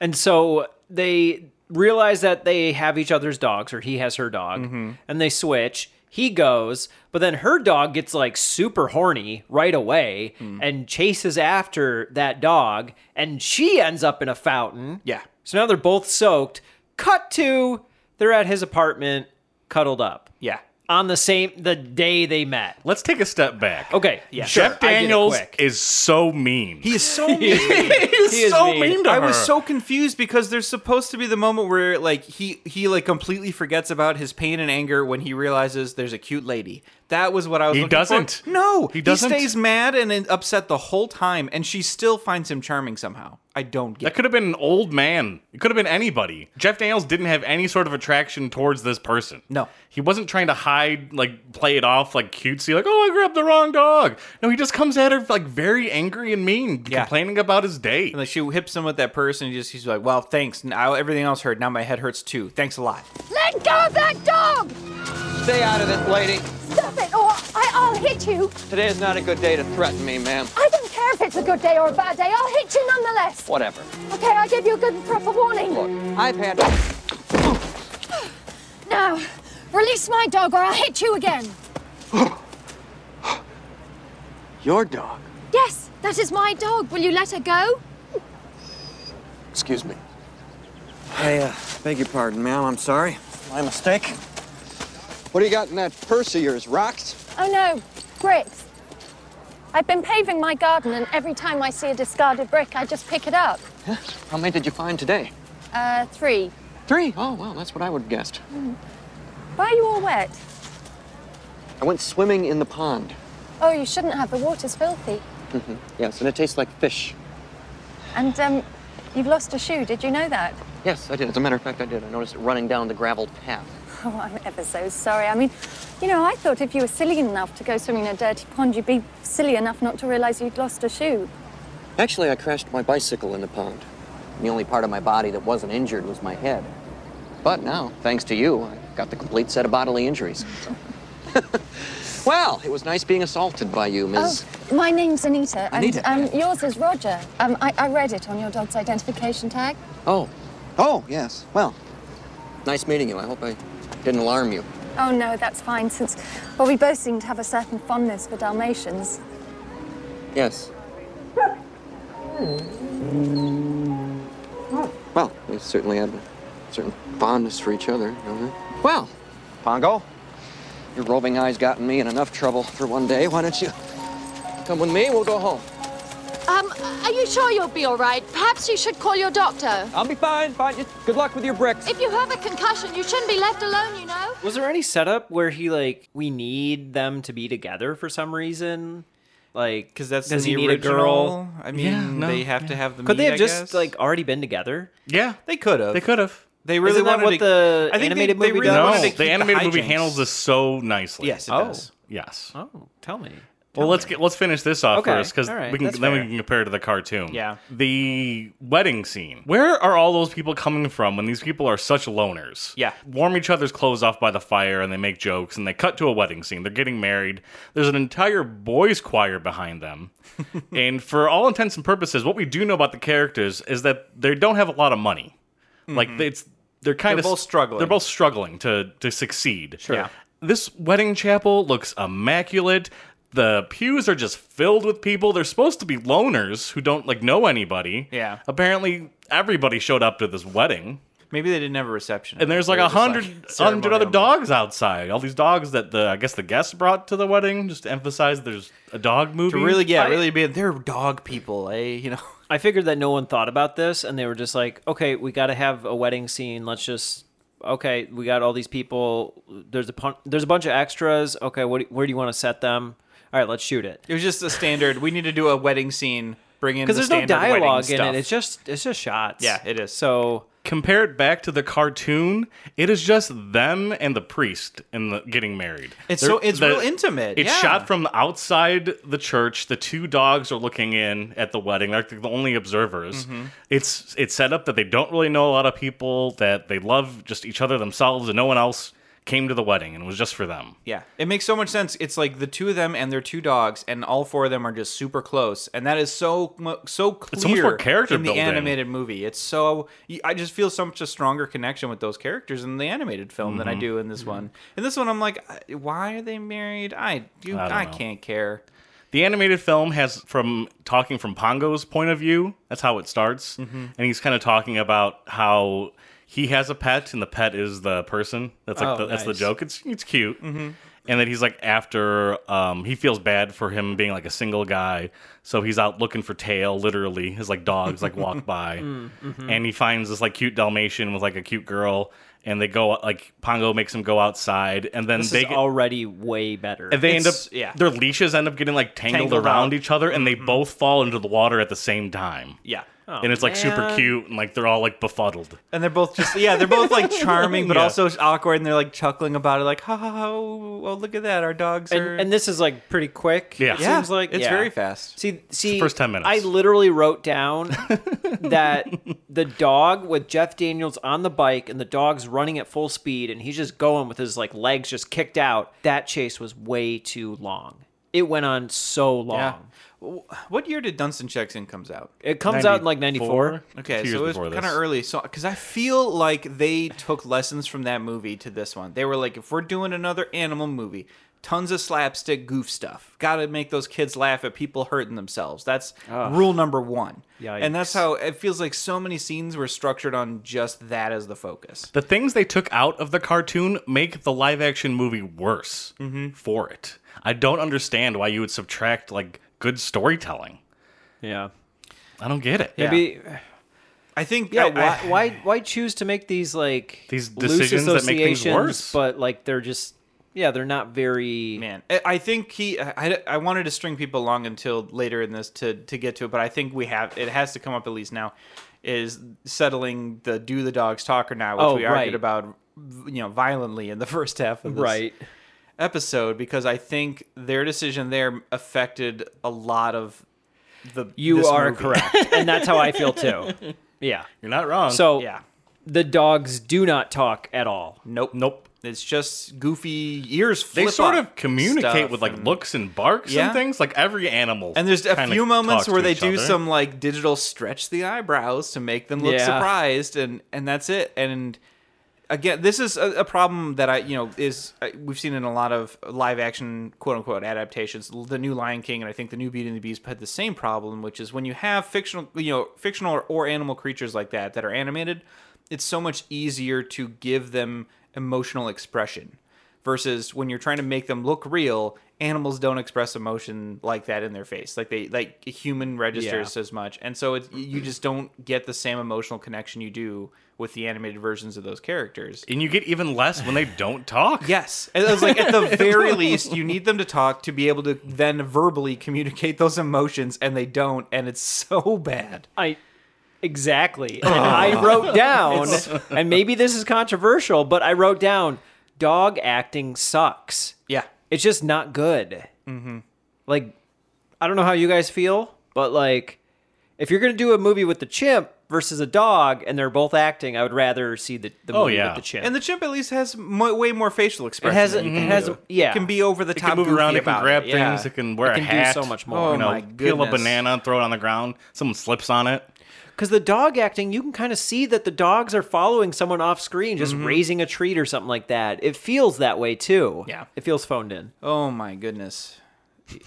Speaker 2: And so they realize that they have each other's dogs, or he has her dog,
Speaker 6: Mm-hmm.
Speaker 2: and they switch. He goes, but then her dog gets like super horny right away
Speaker 6: Mm.
Speaker 2: and chases after that dog, and she ends up in a fountain.
Speaker 3: Yeah.
Speaker 2: So now they're both soaked. Cut to, they're at his apartment, cuddled up.
Speaker 3: Yeah.
Speaker 2: on the same the day they met.
Speaker 1: Let's take a step back.
Speaker 2: Okay, yeah. sure, I
Speaker 1: Jeff
Speaker 2: did it
Speaker 1: Daniels
Speaker 2: quick.
Speaker 1: is so mean.
Speaker 3: He is so mean.
Speaker 1: is
Speaker 2: He is
Speaker 1: so
Speaker 2: mean.
Speaker 1: mean. to
Speaker 3: I
Speaker 1: her.
Speaker 3: was so confused because there's supposed to be the moment where like he he like completely forgets about his pain and anger when he realizes there's a cute lady. That was what I was.
Speaker 1: He
Speaker 3: looking for.
Speaker 1: doesn't.
Speaker 3: No,
Speaker 1: He doesn't.
Speaker 3: He stays mad and in- upset the whole time, and she still finds him charming somehow. I don't
Speaker 1: That
Speaker 3: get.
Speaker 1: could have been an old man. It could have been anybody. Jeff Daniels didn't have any sort of attraction towards this person.
Speaker 3: No.
Speaker 1: He wasn't trying to hide, like, play it off like cutesy, like, oh, I grabbed the wrong dog. No, he just comes at her, like, very angry and mean,
Speaker 3: Yeah.
Speaker 1: complaining about his day.
Speaker 3: it. Like she hips him with that person, and he just he's like, "Well, thanks. Now everything else hurt. Now my head hurts too. Thanks a lot."
Speaker 7: Let go of that dog!
Speaker 6: Stay out of it, lady.
Speaker 7: Stop it, or I, I'll hit you.
Speaker 6: Today's not a good day to threaten me, ma'am.
Speaker 7: I don't care if it's a good day or a bad day. I'll hit you nonetheless.
Speaker 6: Whatever.
Speaker 7: Okay, I gave you a good and proper warning.
Speaker 6: I've had.
Speaker 7: Now, release my dog, or I'll hit you again.
Speaker 6: Your dog.
Speaker 7: Yes, that is my dog. Will you let her go?
Speaker 6: Excuse me. I uh, beg your pardon, ma'am. I'm sorry. My mistake. What do you got in that purse of yours? Rocks?
Speaker 7: Oh no, bricks. I've been paving my garden, and every time I see a discarded brick, I just pick it up.
Speaker 6: How many did you find today?
Speaker 7: Uh, three.
Speaker 6: Three. Oh, well, that's what I would have guessed.
Speaker 7: Why are you all wet?
Speaker 6: I went swimming in the pond.
Speaker 7: Oh, you shouldn't have. The water's filthy.
Speaker 6: Yes, and it tastes like fish.
Speaker 7: And, um, you've lost a shoe. Did you know that?
Speaker 6: Yes, I did. As a matter of fact, I did. I noticed it running down the graveled path.
Speaker 7: Oh, I'm ever so sorry. I mean, you know, I thought if you were silly enough to go swimming in a dirty pond, you'd be silly enough not to realize you'd lost a shoe.
Speaker 6: Actually, I crashed my bicycle in the pond. The only part of my body that wasn't injured was my head. But now, thanks to you, I got the complete set of bodily injuries. well, it was nice being assaulted by you, Ms.
Speaker 7: Oh, my name's Anita, and
Speaker 6: Anita.
Speaker 7: um, yours is Roger. Um, I, I read it on your dog's identification tag.
Speaker 6: Oh. Oh, yes. Well, nice meeting you. I hope I didn't alarm you.
Speaker 7: Oh no, that's fine. Since well, we both seem to have a certain fondness for Dalmatians.
Speaker 6: Yes. Hmm. Well, we certainly had a certain fondness for each other, don't we? Well, Pongo, your roving eye's gotten me in enough trouble for one day. Why don't you come with me? We'll go home.
Speaker 7: Um, are you sure you'll be all right? Perhaps you should call your doctor.
Speaker 6: I'll be fine. Fine. Just good luck with your bricks.
Speaker 7: If you have a concussion, you shouldn't be left alone. You know.
Speaker 2: Was there any setup where he like we need them to be together for some reason? Like
Speaker 3: Because that's
Speaker 2: does
Speaker 3: the
Speaker 2: he need
Speaker 3: original.
Speaker 2: a girl?
Speaker 3: I mean,
Speaker 1: no,
Speaker 3: they have to have the.
Speaker 2: Could they
Speaker 3: meet,
Speaker 2: have
Speaker 3: I
Speaker 2: just
Speaker 3: guess.
Speaker 2: like already been together?
Speaker 1: yeah.
Speaker 3: They could have.
Speaker 1: They could have.
Speaker 3: They really
Speaker 2: Isn't that
Speaker 3: wanted
Speaker 2: what
Speaker 3: to-
Speaker 2: the
Speaker 3: I think they-
Speaker 2: animated
Speaker 3: they
Speaker 2: movie
Speaker 3: really
Speaker 2: does?
Speaker 3: wanted
Speaker 1: No,
Speaker 3: to keep
Speaker 1: the animated movie
Speaker 3: hijinks.
Speaker 1: handles this so nicely.
Speaker 3: Yes, it does.
Speaker 1: Yes.
Speaker 2: Oh, tell me.
Speaker 1: Well, let's get let's finish this off
Speaker 2: Okay,
Speaker 1: first because
Speaker 2: all right,
Speaker 1: we can
Speaker 2: that's
Speaker 1: then
Speaker 2: fair.
Speaker 1: we can compare it to the cartoon.
Speaker 3: Yeah.
Speaker 1: The wedding scene. Where are all those people coming from when these people are such loners?
Speaker 3: Yeah.
Speaker 1: Warm each other's clothes off by the fire and they make jokes and they cut to a wedding scene. They're getting married. There's an entire boys choir behind them. and for all intents and purposes, what we do know about the characters is that they don't have a lot of money. Like it's they're kind
Speaker 3: They're
Speaker 1: of
Speaker 3: both struggling.
Speaker 1: They're both struggling to to succeed. Sure.
Speaker 3: Yeah.
Speaker 1: This wedding chapel looks immaculate. The pews are just filled with people. They're supposed to be loners who don't like know anybody.
Speaker 3: Yeah.
Speaker 1: Apparently everybody showed up to this wedding.
Speaker 3: maybe they didn't have a reception.
Speaker 1: And there's like
Speaker 3: They
Speaker 1: a
Speaker 3: were just,
Speaker 1: hundred hundred other
Speaker 3: ceremonial.
Speaker 1: dogs outside. All these dogs that the I guess the guests brought to the wedding, just to emphasize there's a dog movie.
Speaker 3: To really, yeah, really be. They're dog people, eh? You know.
Speaker 2: I figured that no one thought about this, and they were just like, "Okay, we got to have a wedding scene. Let's just okay, we got all these people. There's a pun- there's a bunch of extras. Okay, what, do- where do you want to set them? All right, let's shoot it.
Speaker 3: It was just a standard. We need to do a wedding scene. Bring in
Speaker 2: Because
Speaker 3: the
Speaker 2: there's no
Speaker 3: standard wedding
Speaker 2: dialogue in
Speaker 3: stuff.
Speaker 2: it. It's just it's just shots.
Speaker 3: Yeah, it is.
Speaker 2: So
Speaker 1: compare it back to the cartoon, it is just them and the priest and the, getting married.
Speaker 3: It's
Speaker 1: They're-
Speaker 3: so- it's
Speaker 1: the-
Speaker 3: real intimate,
Speaker 1: It's
Speaker 3: yeah.
Speaker 1: shot from outside the church. The two dogs are looking in at the wedding. They're the only observers.
Speaker 3: Mm-hmm.
Speaker 1: It's it's set up that they don't really know a lot of people. That they love just each other themselves, and no one else came to the wedding, and it was just for them.
Speaker 3: Yeah, it makes so much sense. It's like the two of them and their two dogs, and all four of them are just super close, and that is so mu- so clear.
Speaker 1: It's so much more character
Speaker 3: in the
Speaker 1: building.
Speaker 3: animated movie. It's so you- I just feel so much a stronger connection with those characters in the animated film than I
Speaker 1: Mm-hmm.
Speaker 3: do in this one. In this one, I'm like, I- why are they married? I do
Speaker 1: I
Speaker 3: I,
Speaker 1: don't know.
Speaker 3: can't care.
Speaker 1: The animated film has from talking from Pongo's point of view. That's how it starts,
Speaker 2: Mm-hmm.
Speaker 1: and he's kind of talking about how he has a pet, and the pet is the person. That's like
Speaker 2: Oh,
Speaker 1: the, that's the
Speaker 2: nice. Mm-hmm.
Speaker 1: joke. It's it's cute, and that he's like after um, he feels bad for him being like a single guy, so he's out looking for tail. Literally, his like dogs like walk by,
Speaker 2: Mm, mm-hmm.
Speaker 1: and he finds this like cute Dalmatian with like a cute girl. And they go like Pongo makes him go outside, and then
Speaker 2: This
Speaker 1: they
Speaker 2: is
Speaker 1: get-
Speaker 2: already way better.
Speaker 1: and they end up,
Speaker 3: It's- yeah.
Speaker 1: their leashes end up getting like tangled,
Speaker 3: Tangled
Speaker 1: around
Speaker 3: up. Mm-hmm.
Speaker 1: each other, and they both fall into the water at the same time.
Speaker 3: Yeah. Oh,
Speaker 1: and it's like super
Speaker 3: man.
Speaker 1: cute, and like they're all like befuddled.
Speaker 3: And they're both just yeah, they're both like charming, but
Speaker 1: Yeah.
Speaker 3: also awkward, and they're like chuckling about it, like ha ha ha. Oh, oh, look at that, our dogs are.
Speaker 2: and, and this is like pretty quick.
Speaker 1: Yeah.
Speaker 2: it
Speaker 3: yeah,
Speaker 2: seems like
Speaker 3: it's
Speaker 2: Yeah.
Speaker 3: very fast.
Speaker 2: See, see,
Speaker 1: first 10 minutes.
Speaker 2: I literally wrote down that the dog with Jeff Daniels on the bike and the dog's running at full speed and he's just going with his like legs just kicked out. That chase was way too long. It went on so long.
Speaker 3: Yeah. W- What year did Dunstan Checks In comes out?
Speaker 2: It comes out in like 94.
Speaker 3: Okay,
Speaker 1: Two years
Speaker 3: so it was
Speaker 1: before this.
Speaker 3: kind of early. So because I feel like they took lessons from that movie to this one. They were like, if we're doing another animal movie, tons of slapstick goof stuff. Got to make those kids laugh at people hurting themselves. That's rule number one. And that's
Speaker 2: Yikes.
Speaker 3: how it feels like so many scenes were structured on just that as the focus.
Speaker 1: The things they took out of the cartoon make the live action movie worse
Speaker 3: Mm-hmm.
Speaker 1: for it. I don't understand why you would subtract like good storytelling.
Speaker 2: Yeah.
Speaker 1: I don't get it.
Speaker 2: Maybe
Speaker 3: I think
Speaker 2: yeah,
Speaker 3: I-
Speaker 2: why,
Speaker 3: I-
Speaker 2: why why choose to make these like
Speaker 1: These
Speaker 2: loose
Speaker 1: decisions that make things
Speaker 2: associations,
Speaker 1: worse.
Speaker 2: But like they're just yeah, they're not very
Speaker 3: man I- i think he I, I wanted to string people along until later in this to to get to it but i think we have it has to come up at least now is settling the do the dogs talk or not which
Speaker 2: Oh,
Speaker 3: we
Speaker 2: right.
Speaker 3: argued about you know violently in the first half of this
Speaker 2: right.
Speaker 3: episode because i think their decision there affected a lot of the
Speaker 2: You
Speaker 3: this
Speaker 2: are
Speaker 3: movie.
Speaker 2: correct. and that's how I feel too. Yeah.
Speaker 1: You're not wrong.
Speaker 2: So
Speaker 3: yeah
Speaker 2: the dogs do not talk at all.
Speaker 3: nope
Speaker 1: nope.
Speaker 3: it's just goofy ears
Speaker 1: They
Speaker 3: flip
Speaker 1: sort
Speaker 3: up
Speaker 1: of communicate
Speaker 3: stuff
Speaker 1: with like
Speaker 3: and-
Speaker 1: looks and barks
Speaker 3: Yeah.
Speaker 1: and things. Like every animal.
Speaker 3: And there's a
Speaker 1: kinda
Speaker 3: few moments
Speaker 1: talks
Speaker 3: where
Speaker 1: to
Speaker 3: they
Speaker 1: each
Speaker 3: do
Speaker 1: other.
Speaker 3: some like digital stretch the eyebrows to make them look
Speaker 2: Yeah.
Speaker 3: surprised, and and that's it. And again, this is a, a problem that I you know is uh, we've seen in a lot of live action quote unquote adaptations. The new Lion King and I think the new Beauty and the Beast had the same problem, which is when you have fictional you know fictional or, or animal creatures like that that are animated, it's so much easier to give them emotional expression versus when you're trying to make them look real animals don't express emotion like that in their face like they like a human registers as much and so it's you just don't get the same emotional connection you do with the animated versions of those characters
Speaker 1: and you get even less when they don't talk.
Speaker 3: yes it was like at the very least you need them to talk to be able to then verbally communicate those emotions and they don't and it's so bad
Speaker 2: I exactly. And
Speaker 3: Oh.
Speaker 2: I wrote down and maybe this is controversial, but I wrote down dog acting sucks.
Speaker 3: yeah
Speaker 2: It's just not good. Mm-hmm. Like I don't know how you guys feel, but like if you're gonna do a movie with the chimp versus a dog and they're both acting, I would rather see the, the
Speaker 1: Oh,
Speaker 2: movie
Speaker 1: yeah.
Speaker 2: with the chimp.
Speaker 3: and the chimp at least has mo- way more facial
Speaker 2: it
Speaker 3: expression
Speaker 2: has
Speaker 3: than
Speaker 2: it
Speaker 3: you do.
Speaker 2: has yeah
Speaker 3: It can be over the
Speaker 1: It
Speaker 3: top
Speaker 1: can move around.
Speaker 3: goofy
Speaker 1: It can
Speaker 3: about
Speaker 1: grab
Speaker 3: yeah.
Speaker 1: things. It can wear
Speaker 2: It
Speaker 1: a
Speaker 2: can do
Speaker 1: hat.
Speaker 2: so much more.
Speaker 1: you
Speaker 3: Oh
Speaker 1: know,
Speaker 3: my
Speaker 1: peel a
Speaker 3: goodness.
Speaker 1: banana, throw it on the ground. Someone slips on it.
Speaker 2: Because the dog acting, you can kind of see that the dogs are following someone off screen, just
Speaker 1: Mm-hmm.
Speaker 2: raising a treat or something like that. It feels that way too.
Speaker 3: Yeah.
Speaker 2: It feels phoned in.
Speaker 3: oh my goodness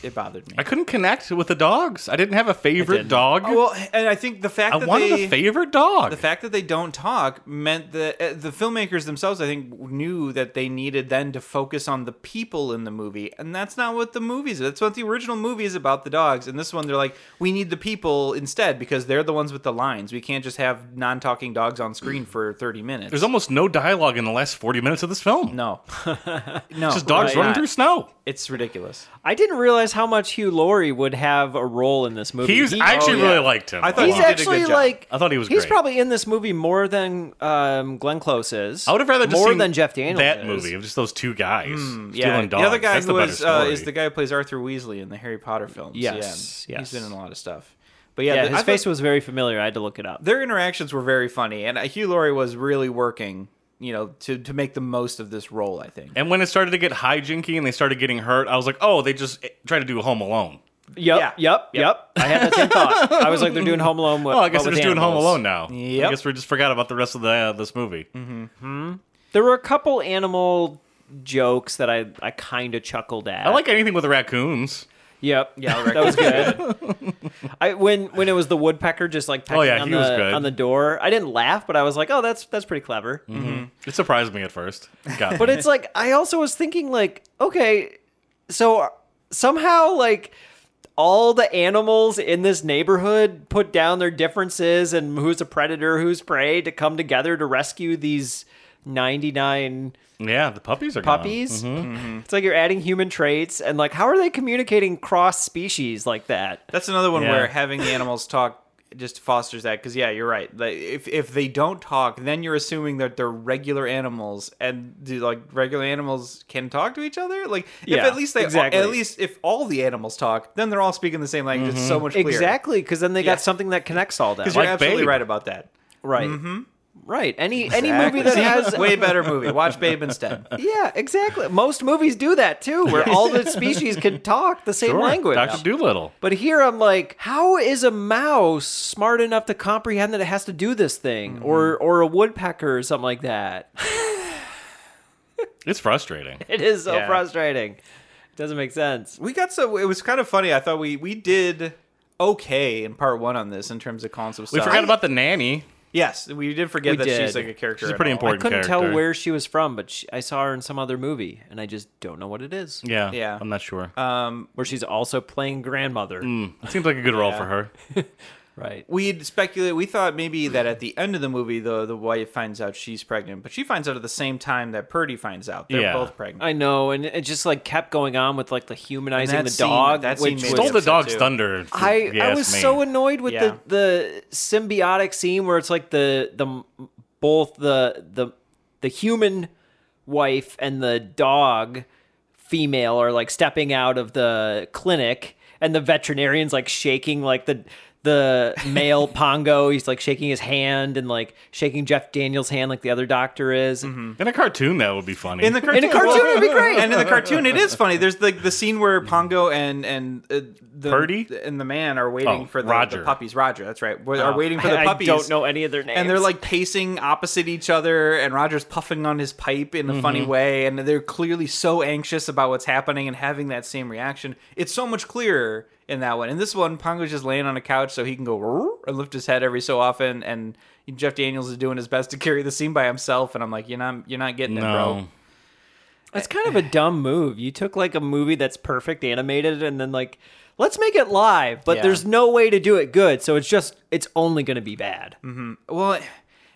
Speaker 3: it bothered me
Speaker 1: I couldn't connect with the dogs. I didn't have a favorite dog.
Speaker 3: Oh, well, and I think the fact
Speaker 1: I
Speaker 3: that
Speaker 1: wanted
Speaker 3: they,
Speaker 1: a favorite dog.
Speaker 3: the fact that they don't talk meant that uh, the filmmakers themselves, I think, knew that they needed then to focus on the people in the movie, and that's not what the movies. That's what the original movie is about the dogs. And this one, they're like, we need the people instead because they're the ones with the lines. We can't just have non-talking dogs on screen for thirty minutes.
Speaker 1: There's almost no dialogue in the last 40 minutes of this film.
Speaker 3: no, no,
Speaker 1: It's just dogs
Speaker 2: Right.
Speaker 1: running through snow.
Speaker 3: It's ridiculous.
Speaker 2: I didn't realize how much Hugh Laurie would have a role in this movie.
Speaker 1: He was,
Speaker 2: He-
Speaker 1: I actually
Speaker 3: oh, yeah.
Speaker 1: really liked him.
Speaker 3: I thought
Speaker 2: he's
Speaker 3: he did a good
Speaker 2: actually
Speaker 3: job.
Speaker 2: like
Speaker 1: I thought he was
Speaker 2: He's
Speaker 1: great.
Speaker 2: probably in this movie more than um, Glenn Close is.
Speaker 1: I would have rather just
Speaker 2: more
Speaker 1: seen
Speaker 2: than Jeff Daniels.
Speaker 1: that
Speaker 2: is.
Speaker 1: movie of just those two guys
Speaker 3: Hmm, Yeah,
Speaker 1: stealing dogs.
Speaker 3: the other guy
Speaker 1: That's
Speaker 3: who
Speaker 1: the better
Speaker 3: was uh,
Speaker 1: story.
Speaker 3: is the guy who plays Arthur Weasley in the Harry Potter films.
Speaker 2: Yes,
Speaker 3: yeah,
Speaker 2: yes.
Speaker 3: he's been in a lot of stuff. But yeah,
Speaker 2: Yeah,
Speaker 3: the-
Speaker 2: his
Speaker 3: I
Speaker 2: face
Speaker 3: thought-
Speaker 2: was very familiar. I had to look it up.
Speaker 3: their interactions were very funny, and uh, Hugh Laurie was really working, you know, to to make the most of this role. I think.
Speaker 1: and when it started to get hijinky and they started getting hurt, I was like, oh, they just eh, tried to do Home Alone.
Speaker 2: Yep,
Speaker 3: Yeah.
Speaker 2: yep, yep. I had that same thought. I was like, they're doing Home Alone. With,
Speaker 1: Oh, I guess
Speaker 2: but
Speaker 1: they're
Speaker 2: with
Speaker 1: just doing Home
Speaker 2: animals.
Speaker 1: Alone now.
Speaker 3: Yep.
Speaker 1: I guess we just forgot about the rest of the uh, this movie.
Speaker 2: There were a couple animal jokes that I, I kind of chuckled at.
Speaker 1: I like anything with raccoons.
Speaker 2: Yep.
Speaker 3: Yeah, I'll
Speaker 2: That was
Speaker 3: recommend
Speaker 2: good. I when when it was the woodpecker just like pecking
Speaker 1: Oh, yeah,
Speaker 2: on,
Speaker 1: he
Speaker 2: the,
Speaker 1: was good.
Speaker 2: on the door. I didn't laugh, but I was like, "Oh, that's that's pretty clever."
Speaker 1: Mm-hmm. It surprised me at first. Got
Speaker 2: But it's like I also was thinking like, okay, so somehow like all the animals in this neighborhood put down their differences and who's a predator, who's prey to come together to rescue these 99
Speaker 1: yeah, Mm-hmm. the puppies are gone.
Speaker 2: puppies.
Speaker 3: Mm-hmm.
Speaker 2: It's like you're adding human traits and like how are they communicating cross species like that?
Speaker 3: That's another one
Speaker 1: Yeah.
Speaker 3: where having the animals talk just fosters that because yeah, you're right. Like if if they don't talk, then you're assuming that they're regular animals and do like regular animals can talk to each other. Like
Speaker 2: Yeah,
Speaker 3: if at least they
Speaker 2: exactly.
Speaker 3: at least if all the animals talk, then they're all speaking the same language. It's so much clearer.
Speaker 2: Exactly, because then they
Speaker 3: Yeah.
Speaker 2: got something that connects all that.
Speaker 3: Because you're
Speaker 1: Like
Speaker 3: absolutely
Speaker 1: Babe.
Speaker 3: right about that.
Speaker 2: right. Right. Any any movie that
Speaker 3: Exactly.
Speaker 2: has
Speaker 3: way better movie. Watch Babe instead.
Speaker 2: Yeah, exactly. Most movies do that too, where all the species can talk the same
Speaker 1: Sure,
Speaker 2: language.
Speaker 1: Doctor Doolittle.
Speaker 2: But here I'm like, how is a mouse smart enough to comprehend that it has to do this thing, or
Speaker 3: Mm-hmm.
Speaker 2: or a woodpecker or something like that?
Speaker 1: It's frustrating.
Speaker 2: It is so
Speaker 3: Yeah.
Speaker 2: frustrating. It doesn't make sense.
Speaker 3: We got so it was kind of funny. I thought we we did okay in part one on this in terms of concept
Speaker 1: We
Speaker 3: stuff.
Speaker 1: forgot about the nanny.
Speaker 3: yes, we did forget
Speaker 2: We
Speaker 3: that she's
Speaker 2: did.
Speaker 3: like a character.
Speaker 1: She's a
Speaker 3: in
Speaker 1: pretty
Speaker 3: all.
Speaker 2: I
Speaker 1: important
Speaker 2: couldn't
Speaker 1: character.
Speaker 2: tell where she was from, but she, I saw her in some other movie, and I just don't know what it is.
Speaker 1: Yeah,
Speaker 3: Yeah.
Speaker 1: I'm not sure.
Speaker 2: Where she's also playing grandmother,
Speaker 1: it seems like a good role for her.
Speaker 2: right?
Speaker 3: we'd speculate we thought maybe that at the end of the movie the the wife finds out she's pregnant but she finds out at the same time that purdy finds out they're
Speaker 1: Yeah.
Speaker 3: both pregnant
Speaker 2: I know, and it just like kept going on with like the humanizing
Speaker 3: that
Speaker 2: the
Speaker 3: scene-
Speaker 2: dog.
Speaker 3: that scene
Speaker 2: which was-
Speaker 3: made me
Speaker 1: Stole the
Speaker 3: upset,
Speaker 1: dog's
Speaker 3: too.
Speaker 1: thunder. if
Speaker 2: I,
Speaker 1: you
Speaker 2: I
Speaker 1: ask
Speaker 2: was
Speaker 1: me.
Speaker 2: so annoyed with
Speaker 3: Yeah.
Speaker 2: the, the symbiotic scene where it's like the the both the the the human wife and the dog female are like stepping out of the clinic and the veterinarian's like shaking like the the male pongo he's like shaking his hand and like shaking Jeff Daniels' hand like the other doctor is
Speaker 1: In a cartoon, that would be funny.
Speaker 3: in the cartoon,
Speaker 2: cartoon, it'd be great.
Speaker 3: And in the cartoon, it is funny. There's like the scene where Pongo and and uh, the
Speaker 1: Purdy?
Speaker 3: and the man are waiting
Speaker 1: Oh,
Speaker 3: for the,
Speaker 1: Roger.
Speaker 3: the puppies. Roger, that's right. We're- Are waiting for the
Speaker 2: Oh, I-
Speaker 3: puppies.
Speaker 2: I don't know any of their names
Speaker 3: and they're like pacing opposite each other and roger's puffing on his pipe in a
Speaker 2: Mm-hmm.
Speaker 3: funny way and they're clearly so anxious about what's happening and having that same reaction it's so much clearer in that one in this one pongo's just laying on a couch so he can go "Roar" and lift his head every so often and jeff daniels is doing his best to carry the scene by himself and i'm like you're not you're not getting it bro
Speaker 1: no.
Speaker 2: That's kind of a dumb move. You took like a movie that's perfect animated and then like let's make it live, but
Speaker 3: Yeah.
Speaker 2: there's no way to do it good, so it's just it's only going to be bad.
Speaker 3: Mm-hmm. well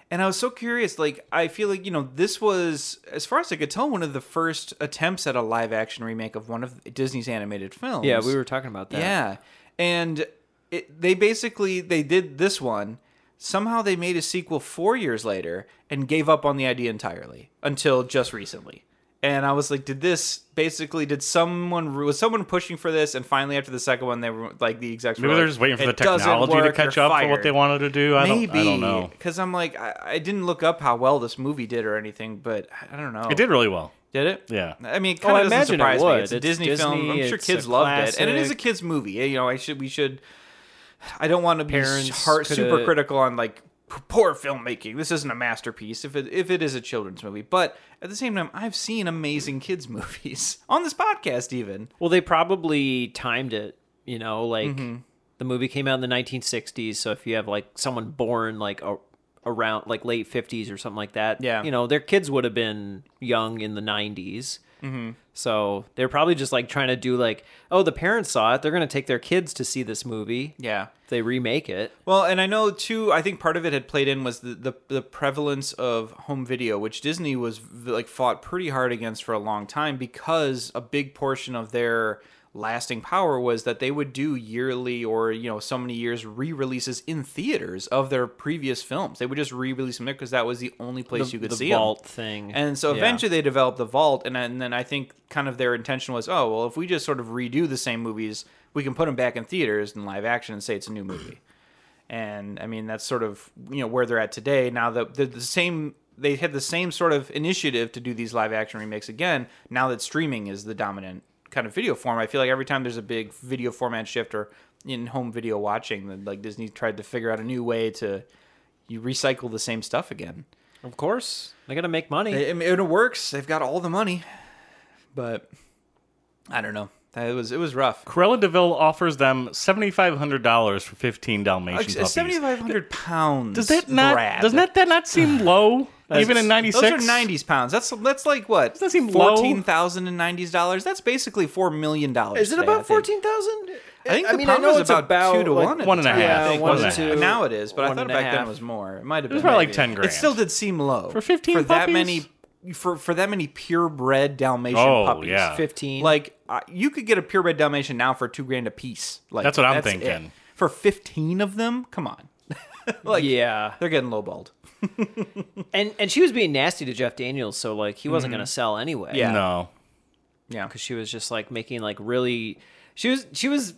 Speaker 3: and i was so curious like i feel like you know this was as far as i could tell one of the first attempts at a live action remake of one of disney's animated films
Speaker 2: Yeah, we were talking about that.
Speaker 3: Yeah, and it, they basically they did this one. Somehow they made a sequel four years later and gave up on the idea entirely until just recently. And I was like, did this basically did someone was someone pushing for this? And finally, after the second one, they were like the execs.
Speaker 1: Maybe
Speaker 3: were
Speaker 1: they're
Speaker 3: like,
Speaker 1: just waiting for the
Speaker 3: "It doesn't
Speaker 1: technology to
Speaker 3: work,
Speaker 1: catch
Speaker 3: you're
Speaker 1: up for what they
Speaker 3: fired."
Speaker 1: wanted to do. I
Speaker 3: Maybe
Speaker 1: don't. I don't know.
Speaker 3: because I'm like I, I didn't look up how well this movie did or anything, but I don't know.
Speaker 1: It did really well.
Speaker 3: Did it?
Speaker 1: Yeah.
Speaker 3: I mean, it
Speaker 2: Oh,
Speaker 3: kind
Speaker 2: I
Speaker 3: of doesn't
Speaker 2: imagine it
Speaker 3: surprise me.
Speaker 2: would.
Speaker 3: It's a
Speaker 2: It's
Speaker 3: Disney, film.
Speaker 2: Disney,
Speaker 3: I'm sure
Speaker 2: it's a
Speaker 3: kids loved it, and it is a
Speaker 2: classic.
Speaker 3: kids movie. You know, I should we should. I don't want to be
Speaker 2: Parents
Speaker 3: heart
Speaker 2: coulda-
Speaker 3: super critical on like p- poor filmmaking. This isn't a masterpiece. If it if it is a children's movie, but at the same time, I've seen amazing kids movies on this podcast. Even
Speaker 2: Well, they probably timed it, you know, like
Speaker 3: Mm-hmm.
Speaker 2: the movie came out in the 1960s, so if you have like someone born like a, around like late 50s or something like that,
Speaker 3: Yeah.
Speaker 2: you know, their kids would have been young in the 90s.
Speaker 3: Mm-hmm.
Speaker 2: So they're probably just like trying to do like, oh, the parents saw it, they're going to take their kids to see this movie.
Speaker 3: yeah.
Speaker 2: If they remake it.
Speaker 3: Well, and I know too. I think part of it had played in was the the, the prevalence of home video, which Disney was v- like fought pretty hard against for a long time because a big portion of their lasting power was that they would do yearly or you know so many years re-releases in theaters of their previous films. They would just re-release them there because that was the only place you could
Speaker 2: the
Speaker 3: see 'em.
Speaker 2: vault thing.
Speaker 3: And so
Speaker 2: Yeah.
Speaker 3: eventually they developed the vault, and then, and then I think kind of their intention was, oh well, if we just sort of redo the same movies, we can put them back in theaters in live action and say it's a new movie. And I mean that's sort of you know where they're at today. Now the the, the same they had the same sort of initiative to do these live action remakes again. Now that streaming is the dominant kind of video form, I feel like every time there's a big video format shift or in home video watching, then like Disney tried to figure out a new way to you recycle the same stuff again.
Speaker 2: Of course, they got to make money.
Speaker 3: It, it works. They've got all the money, but I don't know. It was it was rough.
Speaker 1: Corella Deville offers them seventy five hundred dollars for fifteen Dalmatian puppies.
Speaker 3: Seventy five hundred pounds.
Speaker 1: Does that not
Speaker 3: Brad.
Speaker 1: doesn't that, that not seem low? Even in ninety
Speaker 3: Those
Speaker 1: six,
Speaker 3: are nineties pounds. That's that's like what?
Speaker 1: that seem low?
Speaker 3: fourteen thousand and nineties dollars? That's basically four million dollars.
Speaker 2: Is it
Speaker 3: today, I
Speaker 2: about
Speaker 3: think.
Speaker 2: fourteen thousand?
Speaker 3: I think the pound was about, two to one. at
Speaker 1: one and
Speaker 3: the
Speaker 1: a
Speaker 3: time.
Speaker 1: half.
Speaker 2: Yeah,
Speaker 1: I think
Speaker 2: one
Speaker 1: was
Speaker 2: to
Speaker 1: it?
Speaker 2: two.
Speaker 3: Now it is, but I
Speaker 2: one
Speaker 3: thought
Speaker 2: and a
Speaker 3: back then
Speaker 2: half.
Speaker 3: it was more. It might have been. It
Speaker 1: was probably like 10
Speaker 3: It
Speaker 1: grand.
Speaker 3: still did seem low
Speaker 1: For 15
Speaker 3: for that
Speaker 1: puppies?
Speaker 3: many. For for that many purebred Dalmatian
Speaker 1: Oh,
Speaker 3: puppies,
Speaker 1: yeah.
Speaker 2: Fifteen.
Speaker 3: Like uh, you could get a purebred Dalmatian now for two grand a piece. Like
Speaker 1: That's what I'm
Speaker 3: it.
Speaker 1: thinking.
Speaker 3: For fifteen of them, come on, like
Speaker 2: yeah.
Speaker 3: they're getting lowballed.
Speaker 2: And and she was being nasty to Jeff Daniels, so like he wasn't gonna sell anyway.
Speaker 3: Mm-hmm. Yeah.
Speaker 1: No,
Speaker 3: Yeah,
Speaker 2: because she was just like making like really she was she was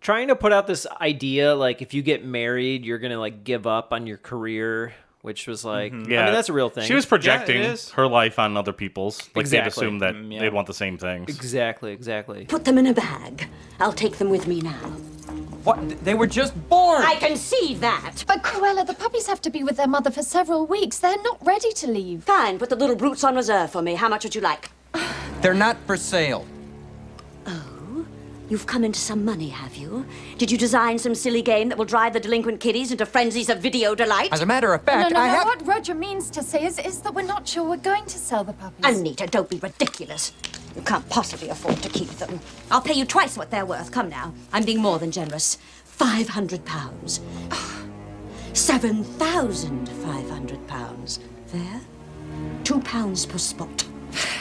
Speaker 2: trying to put out this idea like if you get married you're gonna like give up on your career which was like
Speaker 3: Mm-hmm.
Speaker 1: yeah,
Speaker 2: i mean that's a real thing
Speaker 1: She was projecting
Speaker 3: is.
Speaker 1: her life on other people's. Like they'd
Speaker 2: Exactly.
Speaker 1: assume that
Speaker 3: Mm, yeah.
Speaker 1: they'd want the same things.
Speaker 2: exactly exactly
Speaker 5: Put them in a bag. I'll take them with me now.
Speaker 8: What? They were just born.
Speaker 5: I can see that.
Speaker 9: But Cruella, the puppies have to be with their mother for several weeks. They're not ready to leave.
Speaker 5: Fine, put the little brutes on reserve for me. How much would you like?
Speaker 8: They're not for sale.
Speaker 5: You've come into some money, have you? Did you design some silly game that will drive the delinquent kiddies into frenzies of video delight?
Speaker 8: As a matter of fact,
Speaker 9: no, no,
Speaker 8: I
Speaker 9: no.
Speaker 8: have.
Speaker 9: What Roger means to say is, is that we're not sure we're going to sell the puppies.
Speaker 5: Anita, don't be ridiculous. You can't possibly afford to keep them. I'll pay you twice what they're worth. Come now. I'm being more than generous. Five hundred pounds. Seven thousand five hundred pounds. Fair? Two pounds per spot.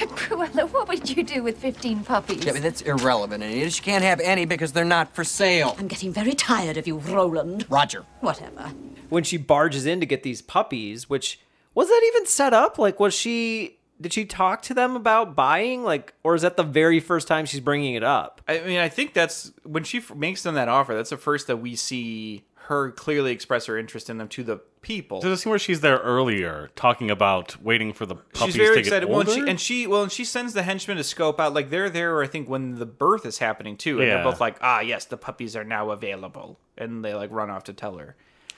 Speaker 9: Cruella, what would you do with 15 puppies?
Speaker 8: Yeah, but that's irrelevant, Anita. She can't have any because they're not for sale.
Speaker 5: I'm getting very tired of you, Roland.
Speaker 8: Roger.
Speaker 5: Whatever.
Speaker 2: when she barges in to get these puppies which was that even set up like was she did she talk to them about buying like or is that the very first time she's bringing it up
Speaker 3: I mean, I think that's when she f- makes them that offer. That's the first that we see her clearly express her interest in them to the people.
Speaker 1: There's a scene where she's there earlier talking about waiting for the puppies
Speaker 3: She's very
Speaker 1: to
Speaker 3: excited.
Speaker 1: get
Speaker 3: Well,
Speaker 1: older.
Speaker 3: and she, and she well, and she sends the henchmen to scope out. Like they're there, I think, when the birth is happening too, and
Speaker 1: Yeah.
Speaker 3: they're both like, "Ah, yes, the puppies are now available," and they like run off to tell her,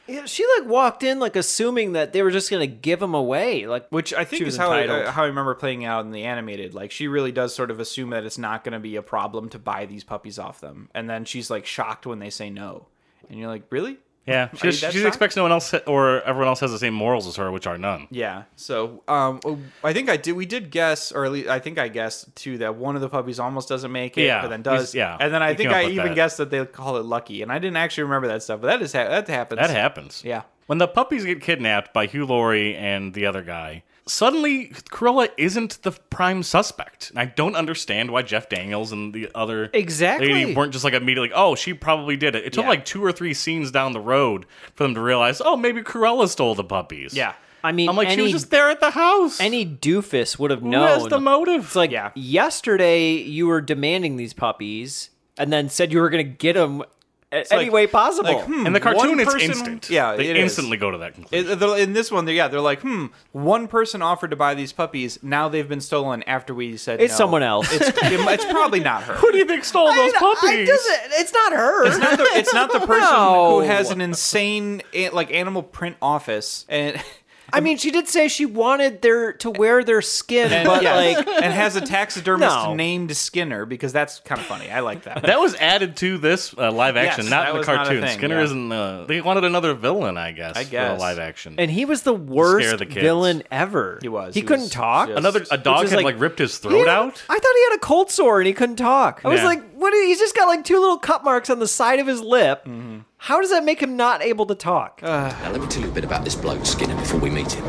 Speaker 2: yeah she like walked in like assuming that they were just gonna give them away like
Speaker 3: which I think
Speaker 2: She was
Speaker 3: is how I,
Speaker 2: entitled.
Speaker 3: uh, how I remember playing out in the animated. Like she really does sort of assume that it's not going to be a problem to buy these puppies off them, and then she's like shocked when they say no, and you're like, "Really?"
Speaker 1: yeah, she,
Speaker 3: you
Speaker 1: she
Speaker 3: that
Speaker 1: just
Speaker 3: shocked?
Speaker 1: expects no one else or everyone else has the same morals as her, which are none.
Speaker 3: Yeah. So um, I think I did. We did guess, or at least I think I guessed too, that one of the puppies almost doesn't make it,
Speaker 1: Yeah,
Speaker 3: but then does.
Speaker 1: he's- yeah,
Speaker 3: And then I
Speaker 1: he
Speaker 3: think
Speaker 1: came up
Speaker 3: I
Speaker 1: with
Speaker 3: even
Speaker 1: that.
Speaker 3: guessed that they call it lucky, and I didn't actually remember that stuff. But that is ha- that happens.
Speaker 1: That happens.
Speaker 3: Yeah.
Speaker 1: When the puppies get kidnapped by Hugh Laurie and the other guy, suddenly Cruella isn't the prime suspect. And I don't understand why Jeff Daniels and the other
Speaker 2: Exactly.
Speaker 1: lady weren't just like immediately, oh, she probably did it. It took
Speaker 2: Yeah.
Speaker 1: like two or three scenes down the road for them to realize, oh, maybe Cruella stole the puppies.
Speaker 3: Yeah.
Speaker 2: i mean
Speaker 1: I'm like, she was
Speaker 2: any-
Speaker 1: just there at the house.
Speaker 2: any doofus would have
Speaker 1: Who
Speaker 2: known.
Speaker 1: has the motive?
Speaker 2: It's like
Speaker 3: Yeah.
Speaker 2: yesterday you were demanding these puppies and then said you were going to get them any
Speaker 3: like-
Speaker 2: way possible.
Speaker 3: like, hmm.
Speaker 1: in the cartoon,
Speaker 3: one
Speaker 1: it's
Speaker 3: person-
Speaker 1: instant.
Speaker 3: yeah,
Speaker 1: they
Speaker 3: it is.
Speaker 1: instantly go to that conclusion.
Speaker 3: It- uh, they're- In this one, they're, yeah, they're like, hmm, one person offered to buy these puppies. Now they've been stolen after we said
Speaker 2: It's
Speaker 3: no.
Speaker 2: someone else.
Speaker 3: It's, it's probably not her.
Speaker 1: Who do you think stole those puppies?
Speaker 2: it's not her.
Speaker 3: It's not the, it's not the person
Speaker 2: No.
Speaker 3: who has an insane eh, like animal print office and
Speaker 2: I mean, she did say she wanted their to wear their skin,
Speaker 3: and,
Speaker 2: but
Speaker 3: yeah,
Speaker 2: like
Speaker 3: and has a taxidermist
Speaker 2: No.
Speaker 3: named Skinner because that's kind of funny. I like that.
Speaker 1: That was added to this uh, live action,
Speaker 3: Yes,
Speaker 1: not
Speaker 3: that
Speaker 1: in the
Speaker 3: was not a
Speaker 1: cartoon.
Speaker 3: thing,
Speaker 1: Skinner
Speaker 3: yeah.
Speaker 1: isn't. Uh, they wanted another villain, I guess.
Speaker 3: I
Speaker 1: for the
Speaker 3: guess.
Speaker 1: live action.
Speaker 2: and he was the worst
Speaker 1: the kids.
Speaker 2: villain ever.
Speaker 3: He was.
Speaker 2: He,
Speaker 3: He
Speaker 2: couldn't
Speaker 3: was
Speaker 2: talk.
Speaker 3: just-
Speaker 1: another a
Speaker 2: Which
Speaker 1: dog
Speaker 2: is
Speaker 1: had
Speaker 2: like-
Speaker 1: like, ripped his
Speaker 2: He
Speaker 1: throat
Speaker 2: had-
Speaker 1: out.
Speaker 2: I thought he had a cold sore and he couldn't talk. I was
Speaker 1: Yeah.
Speaker 2: like, what? Is, he's just got like two little cut marks on the side of his lip.
Speaker 3: Mm-hmm.
Speaker 2: How does that make him not able to talk?
Speaker 3: Uh,
Speaker 10: Now, let me tell you a bit about this bloke Skinner before we meet him.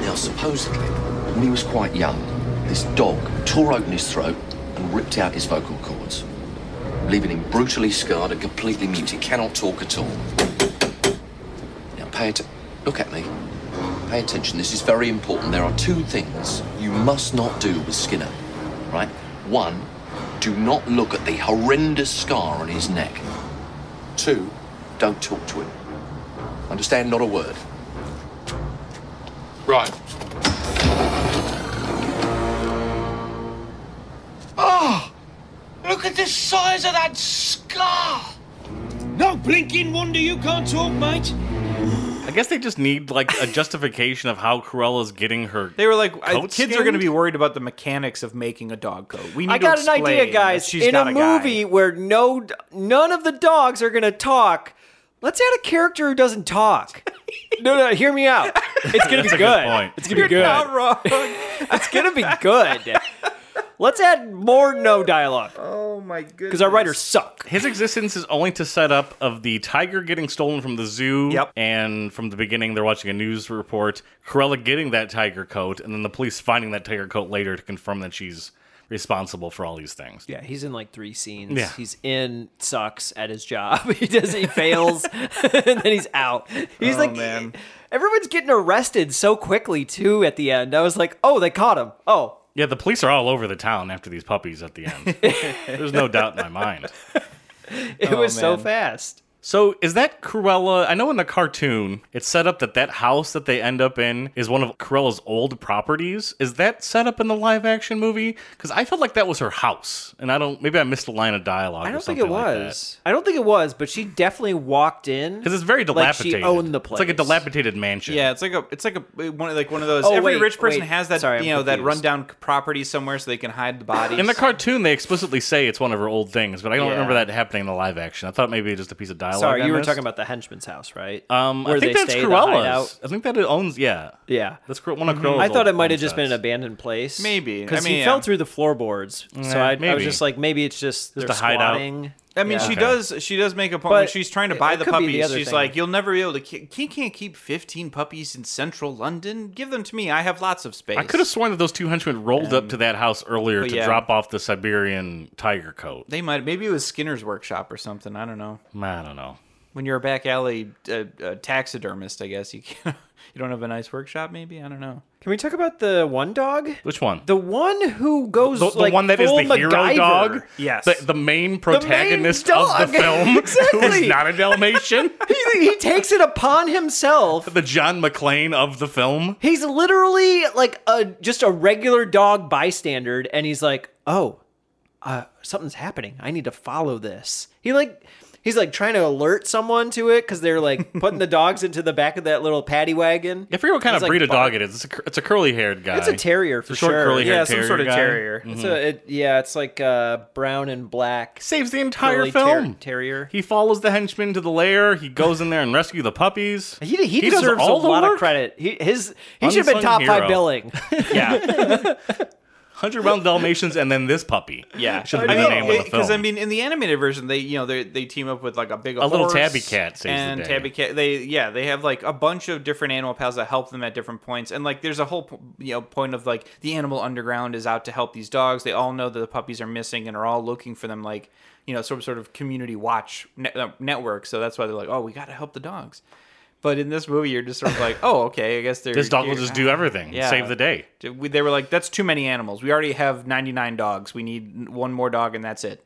Speaker 10: Now, supposedly, when he was quite young, this dog tore open his throat and ripped out his vocal cords, leaving him brutally scarred and completely mute. He cannot talk at all. Now, pay att- look at me. Pay attention. This is very important. There are two things you must not do with Skinner, right? One, do not look at the horrendous scar on his neck. Two, don't talk to him. Understand? Not a word. Right. Oh! Look at the size of that scar!
Speaker 2: I
Speaker 1: I guess they just need like a justification of how Corella's getting her.
Speaker 3: They were like, I,
Speaker 1: Coat
Speaker 3: kids are going to
Speaker 1: skinned?
Speaker 3: be worried about the mechanics of making a dog coat. We need
Speaker 2: I got
Speaker 3: to
Speaker 2: an idea,
Speaker 3: explain
Speaker 2: guys.
Speaker 3: that she's
Speaker 2: In
Speaker 3: got
Speaker 2: a
Speaker 3: guy.
Speaker 2: movie where no, d- none of the dogs are gonna talk, let's add a character who doesn't talk. no, no, hear me out. It's gonna
Speaker 1: That's
Speaker 2: be
Speaker 1: a
Speaker 2: good.
Speaker 1: good point.
Speaker 2: It's gonna be
Speaker 1: You're
Speaker 2: good.
Speaker 1: not
Speaker 2: it's gonna be good. Let's add more no dialogue
Speaker 3: Oh my goodness.
Speaker 2: because our writers suck.
Speaker 1: His existence is only to set up of the tiger getting stolen from the zoo.
Speaker 3: Yep.
Speaker 1: And from the beginning, they're watching a news report. Corella getting that tiger coat, and then the police finding that tiger coat later to confirm that she's responsible for all these things.
Speaker 2: Yeah, he's in like three scenes.
Speaker 1: Yeah.
Speaker 2: He's in sucks at his job. He does he fails and then he's out.
Speaker 1: Oh,
Speaker 2: He's like
Speaker 3: man.
Speaker 2: everyone's getting arrested so quickly too at the end. I was like, "Oh, they caught him." Oh,
Speaker 1: Yeah, the police are all over the town after these puppies at the end. There's no doubt in my mind.
Speaker 2: it
Speaker 1: Oh,
Speaker 2: was so
Speaker 3: man.
Speaker 2: fast.
Speaker 1: So is that Cruella? I know in the cartoon it's set up that that house that they end up in is one of Cruella's old properties. Is that set up in the live action movie? Because I felt like that was her house, and I don't. Maybe I missed a line of dialogue.
Speaker 2: I
Speaker 1: or
Speaker 2: don't think
Speaker 1: something
Speaker 2: it was. I don't think it was, but she definitely walked in
Speaker 1: Because it's very
Speaker 2: like
Speaker 1: dilapidated.
Speaker 2: she owned the place.
Speaker 1: It's like a dilapidated mansion.
Speaker 3: Yeah, it's like a, it's like a one of- like one of those.
Speaker 2: Oh,
Speaker 3: every
Speaker 2: wait,
Speaker 3: rich person
Speaker 2: wait.
Speaker 3: has that,
Speaker 2: Sorry, I'm
Speaker 3: you know, that
Speaker 2: confused.
Speaker 3: rundown c- property somewhere so they can hide the bodies.
Speaker 1: In the cartoon, they explicitly say it's one of her old things, but I don't
Speaker 2: Yeah.
Speaker 1: remember that happening in the live action. I thought maybe just a piece of dialogue.
Speaker 2: Sorry,
Speaker 1: I
Speaker 2: you were
Speaker 1: missed.
Speaker 2: talking about the henchman's house, right?
Speaker 1: Um, I
Speaker 2: Where
Speaker 1: think
Speaker 2: they
Speaker 1: that's
Speaker 2: stay, the hideout.
Speaker 1: Cruella's. I think that it owns. Yeah,
Speaker 2: Yeah. Mm-hmm.
Speaker 1: that's Cru- one of Cruella's.
Speaker 2: I thought
Speaker 1: old
Speaker 2: it might have
Speaker 1: home
Speaker 2: just been an
Speaker 1: sets.
Speaker 2: abandoned place.
Speaker 3: Maybe. I
Speaker 2: Because he
Speaker 3: mean, um,
Speaker 2: fell
Speaker 3: yeah.
Speaker 2: through the floorboards. so
Speaker 1: Yeah,
Speaker 2: I, I was
Speaker 1: maybe.
Speaker 2: just like, maybe it's just, just
Speaker 1: a
Speaker 2: they're
Speaker 1: hideout.
Speaker 2: squatting.
Speaker 3: I mean,
Speaker 2: Yeah.
Speaker 3: she
Speaker 1: Okay.
Speaker 3: does. She does make a point when
Speaker 2: But
Speaker 3: she's trying to
Speaker 2: it-
Speaker 3: buy
Speaker 2: it
Speaker 3: the
Speaker 2: could be the
Speaker 3: puppies.
Speaker 2: other
Speaker 3: she's
Speaker 2: thing.
Speaker 3: like, "You'll never be able to. ke- He can't keep fifteen puppies in central London. Give them to me. I have lots of space."
Speaker 1: I could have sworn that those two henchmen rolled
Speaker 2: Um,
Speaker 1: up to that house earlier
Speaker 3: but
Speaker 1: to
Speaker 3: yeah.
Speaker 1: drop off the Siberian tiger coat.
Speaker 3: They might. Maybe it was Skinner's workshop or something. I don't know.
Speaker 1: I don't know.
Speaker 3: When you're a back alley uh, uh, taxidermist, I guess you can. You don't have a nice workshop, maybe. I don't know.
Speaker 2: Can we talk about the one dog?
Speaker 1: Which one?
Speaker 2: The one who goes
Speaker 1: the, the
Speaker 2: like,
Speaker 1: one that is
Speaker 2: full
Speaker 1: the hero
Speaker 2: MacGyver.
Speaker 1: dog?
Speaker 3: Yes.
Speaker 1: The, the main protagonist
Speaker 2: dog.
Speaker 1: of the film who
Speaker 2: Exactly.
Speaker 1: is not a Dalmatian.
Speaker 2: He, he takes it upon himself.
Speaker 1: the John McClane of the film.
Speaker 2: He's literally like a just a regular dog bystander, and he's like, "Oh, uh, something's happening. I need to follow this." He like he's like trying to alert someone to it because they're like putting the dogs into the back of that little paddy wagon.
Speaker 1: I forget what kind
Speaker 2: He's
Speaker 1: of
Speaker 2: like
Speaker 1: breed of
Speaker 2: bark-
Speaker 1: dog it is. It's a, cur- it's a curly haired guy.
Speaker 2: It's a terrier for
Speaker 1: short,
Speaker 2: sure.
Speaker 1: curly haired
Speaker 3: Yeah, some
Speaker 1: terrier.
Speaker 3: sort of
Speaker 1: guy. Mm-hmm.
Speaker 3: terrier.
Speaker 2: It's a, it, yeah, it's like uh, brown and black.
Speaker 1: Saves the entire
Speaker 2: curly ter-
Speaker 1: film.
Speaker 2: terrier.
Speaker 1: He follows the henchman to the lair. He goes in there and rescue the puppies.
Speaker 2: He, he,
Speaker 1: does
Speaker 2: deserves
Speaker 1: all
Speaker 2: a
Speaker 1: the
Speaker 2: lot of
Speaker 1: work.
Speaker 2: credit. He his he should have been
Speaker 1: Unsung
Speaker 2: top five
Speaker 1: hero.
Speaker 2: billing.
Speaker 1: Yeah. 100 Pound Dalmatians and then this puppy.
Speaker 3: Yeah,
Speaker 1: Should have been the name of the film.
Speaker 3: Because I mean, in the animated version, they you know they they team up with like a big
Speaker 1: A little
Speaker 3: horse
Speaker 1: tabby cat saves the
Speaker 3: and
Speaker 1: day.
Speaker 3: tabby cat. They yeah they have like a bunch of different animal pals that help them at different points. And like there's a whole po- you know point of like the animal underground is out to help these dogs. They all know that the puppies are missing and are all looking for them. Like you know some sort of community watch net, uh, network. So that's why they're like oh we got to help the dogs. But in this movie, you're just sort of like oh okay I guess they're
Speaker 1: this dog will
Speaker 3: here-
Speaker 1: just do everything,
Speaker 3: Yeah.
Speaker 1: save the day.
Speaker 3: We- They were like, "That's too many animals. We already have 99 dogs. We need one more dog, and that's it."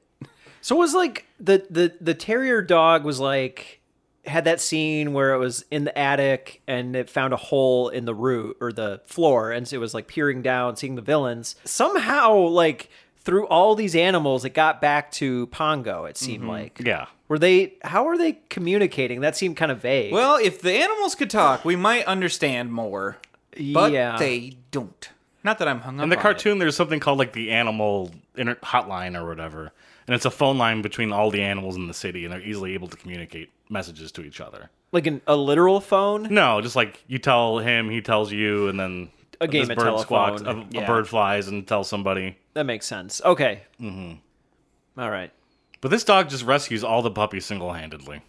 Speaker 2: So it was like the the the terrier dog was like had that scene where it was in the attic and it found a hole in the root or the floor and it was like peering down seeing the villains. Somehow like through all these animals it got back to Pongo it seemed like.
Speaker 1: Mm-hmm. Yeah.
Speaker 2: Were they how are they communicating? That seemed kind of vague.
Speaker 3: Well, if the animals could talk, we might understand more. But
Speaker 2: Yeah.
Speaker 3: they don't. Not that I'm hung up.
Speaker 1: In the
Speaker 3: on
Speaker 1: cartoon, there's something called like the animal inter- hotline or whatever, and it's a phone line between all the animals in the city, and they're easily able to communicate messages to each other.
Speaker 2: like an, a literal phone?
Speaker 1: No, just like you tell him, he tells you, and then
Speaker 2: A game
Speaker 1: this
Speaker 2: of
Speaker 1: bird squawks, a,
Speaker 2: telephone.
Speaker 1: a
Speaker 2: Yeah.
Speaker 1: bird flies and tells somebody.
Speaker 2: That makes sense. Okay. Mhm.
Speaker 1: Mm-hmm.
Speaker 2: All right.
Speaker 1: But this dog just rescues all the puppies single-handedly.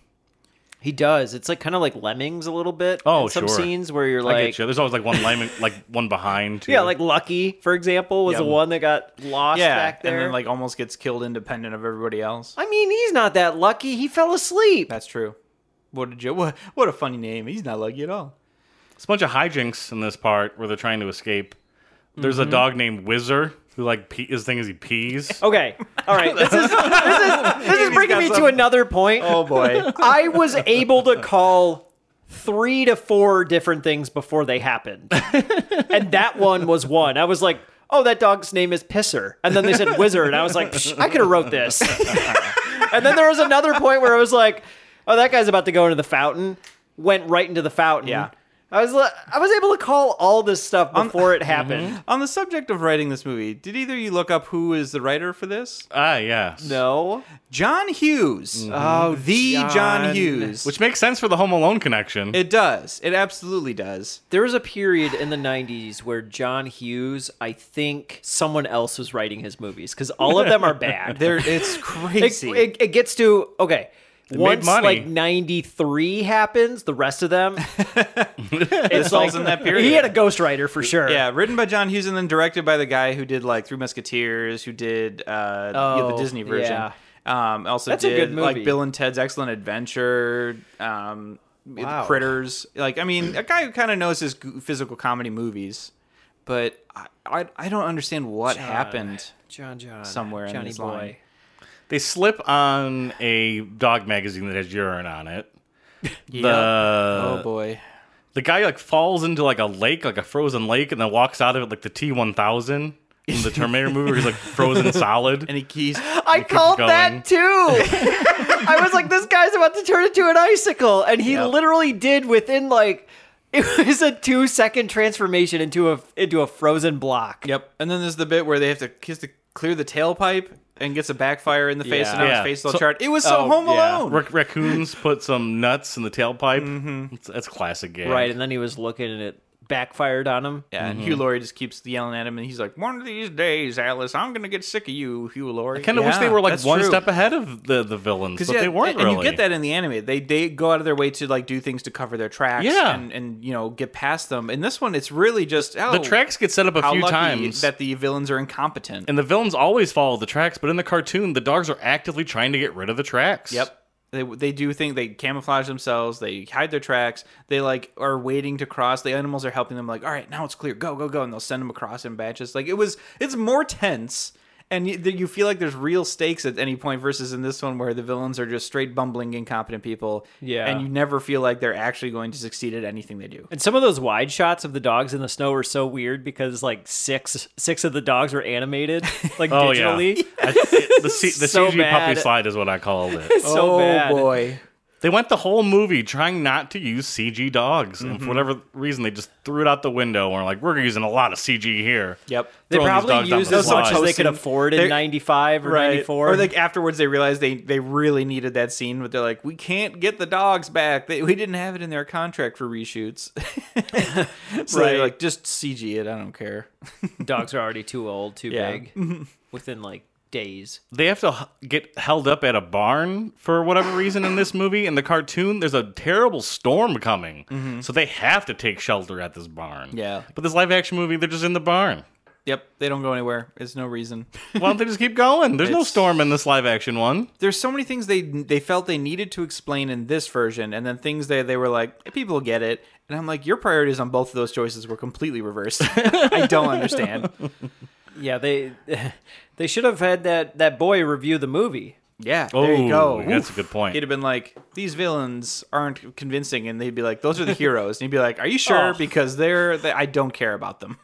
Speaker 2: He does. It's like kind of like lemmings a little bit.
Speaker 1: Oh,
Speaker 2: in some
Speaker 1: sure.
Speaker 2: scenes where you're
Speaker 1: I
Speaker 2: like
Speaker 1: get you. There's always like one lime, like one behind. Too.
Speaker 2: Yeah, like Lucky, for example, was
Speaker 1: Yeah.
Speaker 2: the one that got lost
Speaker 3: It. Yeah,
Speaker 2: back there.
Speaker 3: and then like almost gets killed independent of everybody else.
Speaker 2: I mean, he's not that lucky. He fell asleep.
Speaker 3: That's true. What a jo- what, what a funny name. He's not lucky at all.
Speaker 1: It's a bunch of hijinks in this part where they're trying to escape. There's
Speaker 2: Mm-hmm.
Speaker 1: a dog named Whizzer who like pe- his thing is he pees.
Speaker 2: Okay, all right. This is this is this is bringing
Speaker 3: got
Speaker 2: me to
Speaker 3: some-
Speaker 2: another point.
Speaker 3: Oh boy.
Speaker 2: I was able to call three to four different things before they happened, and that one was one. I was like, "Oh, that dog's name is Pisser," and then they said Wizard, and I was like, Psh, "I could have wrote this." and then there was another point where I was like, "Oh, that guy's about to go into the fountain." went right into the fountain.
Speaker 3: Yeah.
Speaker 2: I was li- I was able to call all this stuff before it happened.
Speaker 3: On the subject of writing this movie, did either you look up who is the writer for this?
Speaker 1: Ah, yes.
Speaker 2: No.
Speaker 3: John Hughes.
Speaker 2: Oh,
Speaker 3: the John,
Speaker 2: John.
Speaker 3: Hughes.
Speaker 1: Which makes sense for the Home Alone connection.
Speaker 3: it does. It absolutely does.
Speaker 2: There was a period in the 90s where John Hughes, I think someone else was writing his movies because all of them are bad.
Speaker 3: There, it's
Speaker 2: it,
Speaker 3: crazy.
Speaker 2: it, it gets to, okay. Once
Speaker 1: money.
Speaker 2: like 93 happens, the rest of them, it's
Speaker 3: falls
Speaker 2: like,
Speaker 3: in that period.
Speaker 2: he had a ghostwriter for sure.
Speaker 3: yeah, written by John Hughes and then directed by the guy who did like Three Musketeers, who did uh, yeah, the
Speaker 2: Oh,
Speaker 3: Disney version.
Speaker 2: yeah.
Speaker 3: Um, also
Speaker 2: That's a
Speaker 3: did
Speaker 2: good movie.
Speaker 3: like Bill and Ted's Excellent Adventure, um,
Speaker 2: Wow.
Speaker 3: Critters. Like, I mean, a guy who kind of knows his g- physical comedy movies, but I, I, I don't understand what happened.
Speaker 2: John John.
Speaker 3: Somewhere in
Speaker 2: Johnny
Speaker 3: this
Speaker 2: Boy.
Speaker 3: line.
Speaker 1: They slip on a dog magazine that has urine on it. The
Speaker 3: oh boy.
Speaker 1: the guy like falls into like a lake, like a frozen lake, and then walks out of it like the T one thousand in the Terminator movie. Where he's like frozen solid.
Speaker 3: And he keys.
Speaker 2: I
Speaker 1: keep
Speaker 2: called
Speaker 1: going.
Speaker 2: that too. I was like, this guy's about to turn into an icicle. And he
Speaker 3: Yep.
Speaker 2: literally did within like it was a two second transformation into a into a frozen block.
Speaker 3: Yep. And then there's the bit where they have to kiss the clear the tailpipe and gets a backfire in the face and now
Speaker 1: Yeah.
Speaker 3: his face is all
Speaker 1: So-
Speaker 3: charred. It was so
Speaker 2: Oh,
Speaker 3: Home
Speaker 2: yeah.
Speaker 3: Alone.
Speaker 1: Rac- raccoons put some nuts in the tailpipe.
Speaker 3: Mm-hmm.
Speaker 1: That's, that's classic game.
Speaker 2: Right, and then he was looking and it backfired on him.
Speaker 3: Yeah, and Hugh Laurie just keeps yelling at him, and he's like, "One of these days, Alice, I'm gonna get sick of you, Hugh Laurie."
Speaker 1: I kind of wish they
Speaker 3: Yeah,
Speaker 1: were like
Speaker 3: that's
Speaker 1: one
Speaker 3: true.
Speaker 1: step ahead of the the villains,
Speaker 3: 'Cause,
Speaker 1: but
Speaker 3: yeah,
Speaker 1: they weren't
Speaker 3: and, and
Speaker 1: really.
Speaker 3: you get that in the anime. They they go out of their way to like do things to cover their tracks,
Speaker 1: Yeah.
Speaker 3: and, and you know get past them. In this one, it's really just oh,
Speaker 1: The tracks get set up a
Speaker 3: how
Speaker 1: few
Speaker 3: lucky
Speaker 1: times,
Speaker 3: that the villains are incompetent.
Speaker 1: and the villains always follow the tracks. But in the cartoon, the dogs are actively trying to get rid of the tracks.
Speaker 3: Yep. They, they do think they camouflage themselves. They hide their tracks. They like are waiting to cross. The animals are helping them. Like, all right, now it's clear. Go go go! And they'll send them across in batches. Like it was, it's more tense, and you, you feel like there's real stakes at any point. Versus in this one where the villains are just straight bumbling incompetent people.
Speaker 2: Yeah.
Speaker 3: and you never feel like they're actually going to succeed at anything they do.
Speaker 2: And some of those wide shots of the dogs in the snow were so weird because like six six of the dogs were animated, like
Speaker 1: Oh
Speaker 2: digitally.
Speaker 1: yeah. I- it- the C- the
Speaker 2: So
Speaker 1: CG
Speaker 2: bad.
Speaker 1: puppy slide is what I called it.
Speaker 2: So bad.
Speaker 3: Oh, boy!
Speaker 1: They went the whole movie trying not to use CG dogs, and
Speaker 3: Mm-hmm.
Speaker 1: for whatever reason, they just threw it out the window and were like, "We're using a lot of CG here."
Speaker 3: Yep.
Speaker 2: They
Speaker 1: Throwing these
Speaker 2: probably
Speaker 1: dogs down
Speaker 2: used
Speaker 1: the
Speaker 2: as much as
Speaker 1: slide.
Speaker 2: they could afford in
Speaker 3: They're-
Speaker 2: ninety five or ninety four.
Speaker 3: Or like afterwards, they realized they they really needed that scene, but they're like, we can't get the dogs back. They, we didn't have it in their contract for reshoots. so
Speaker 2: Right.
Speaker 3: they're like, just CG it. I don't care.
Speaker 2: dogs are already too old, too
Speaker 3: Yeah.
Speaker 2: big, within like days.
Speaker 1: They have to h- get held up at a barn for whatever reason in this movie. In the cartoon, there's a terrible storm coming, so they have to take shelter at this barn.
Speaker 3: Mm-hmm. Yeah.
Speaker 1: But this live action movie, they're just in the barn.
Speaker 3: Yep, they don't go anywhere. There's no reason.
Speaker 1: Why don't they just keep going? There's no
Speaker 3: It's-
Speaker 1: storm in this live action one.
Speaker 3: There's so many things they they felt they needed to explain in this version, and then things that they were like, "Eh, people get it. And I'm like, your priorities on both of those choices were completely reversed. I don't understand.
Speaker 2: Yeah, they they should have had that that boy review the movie.
Speaker 3: Yeah, there you go.
Speaker 1: Oh, That's a good point.
Speaker 3: He'd have been like, "These villains aren't convincing," and they'd be like, "Those are the heroes." And he'd be like, "Are you sure?
Speaker 2: Oh.
Speaker 3: Because they're they, I don't care about them."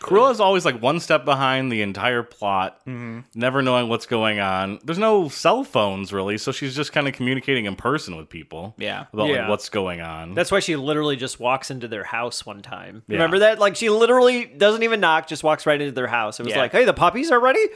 Speaker 1: Gorilla's always like one step behind the entire plot,
Speaker 3: Mm-hmm.
Speaker 1: never knowing what's going on. There's no cell phones really, so she's just kind of communicating in person with people.
Speaker 3: Yeah.
Speaker 1: About
Speaker 2: Yeah.
Speaker 1: like what's going on.
Speaker 2: That's why she literally just walks into their house one time. Remember that? Like she literally doesn't even knock, just walks right into their house. It was
Speaker 3: Yeah.
Speaker 2: like, hey, the puppies are ready.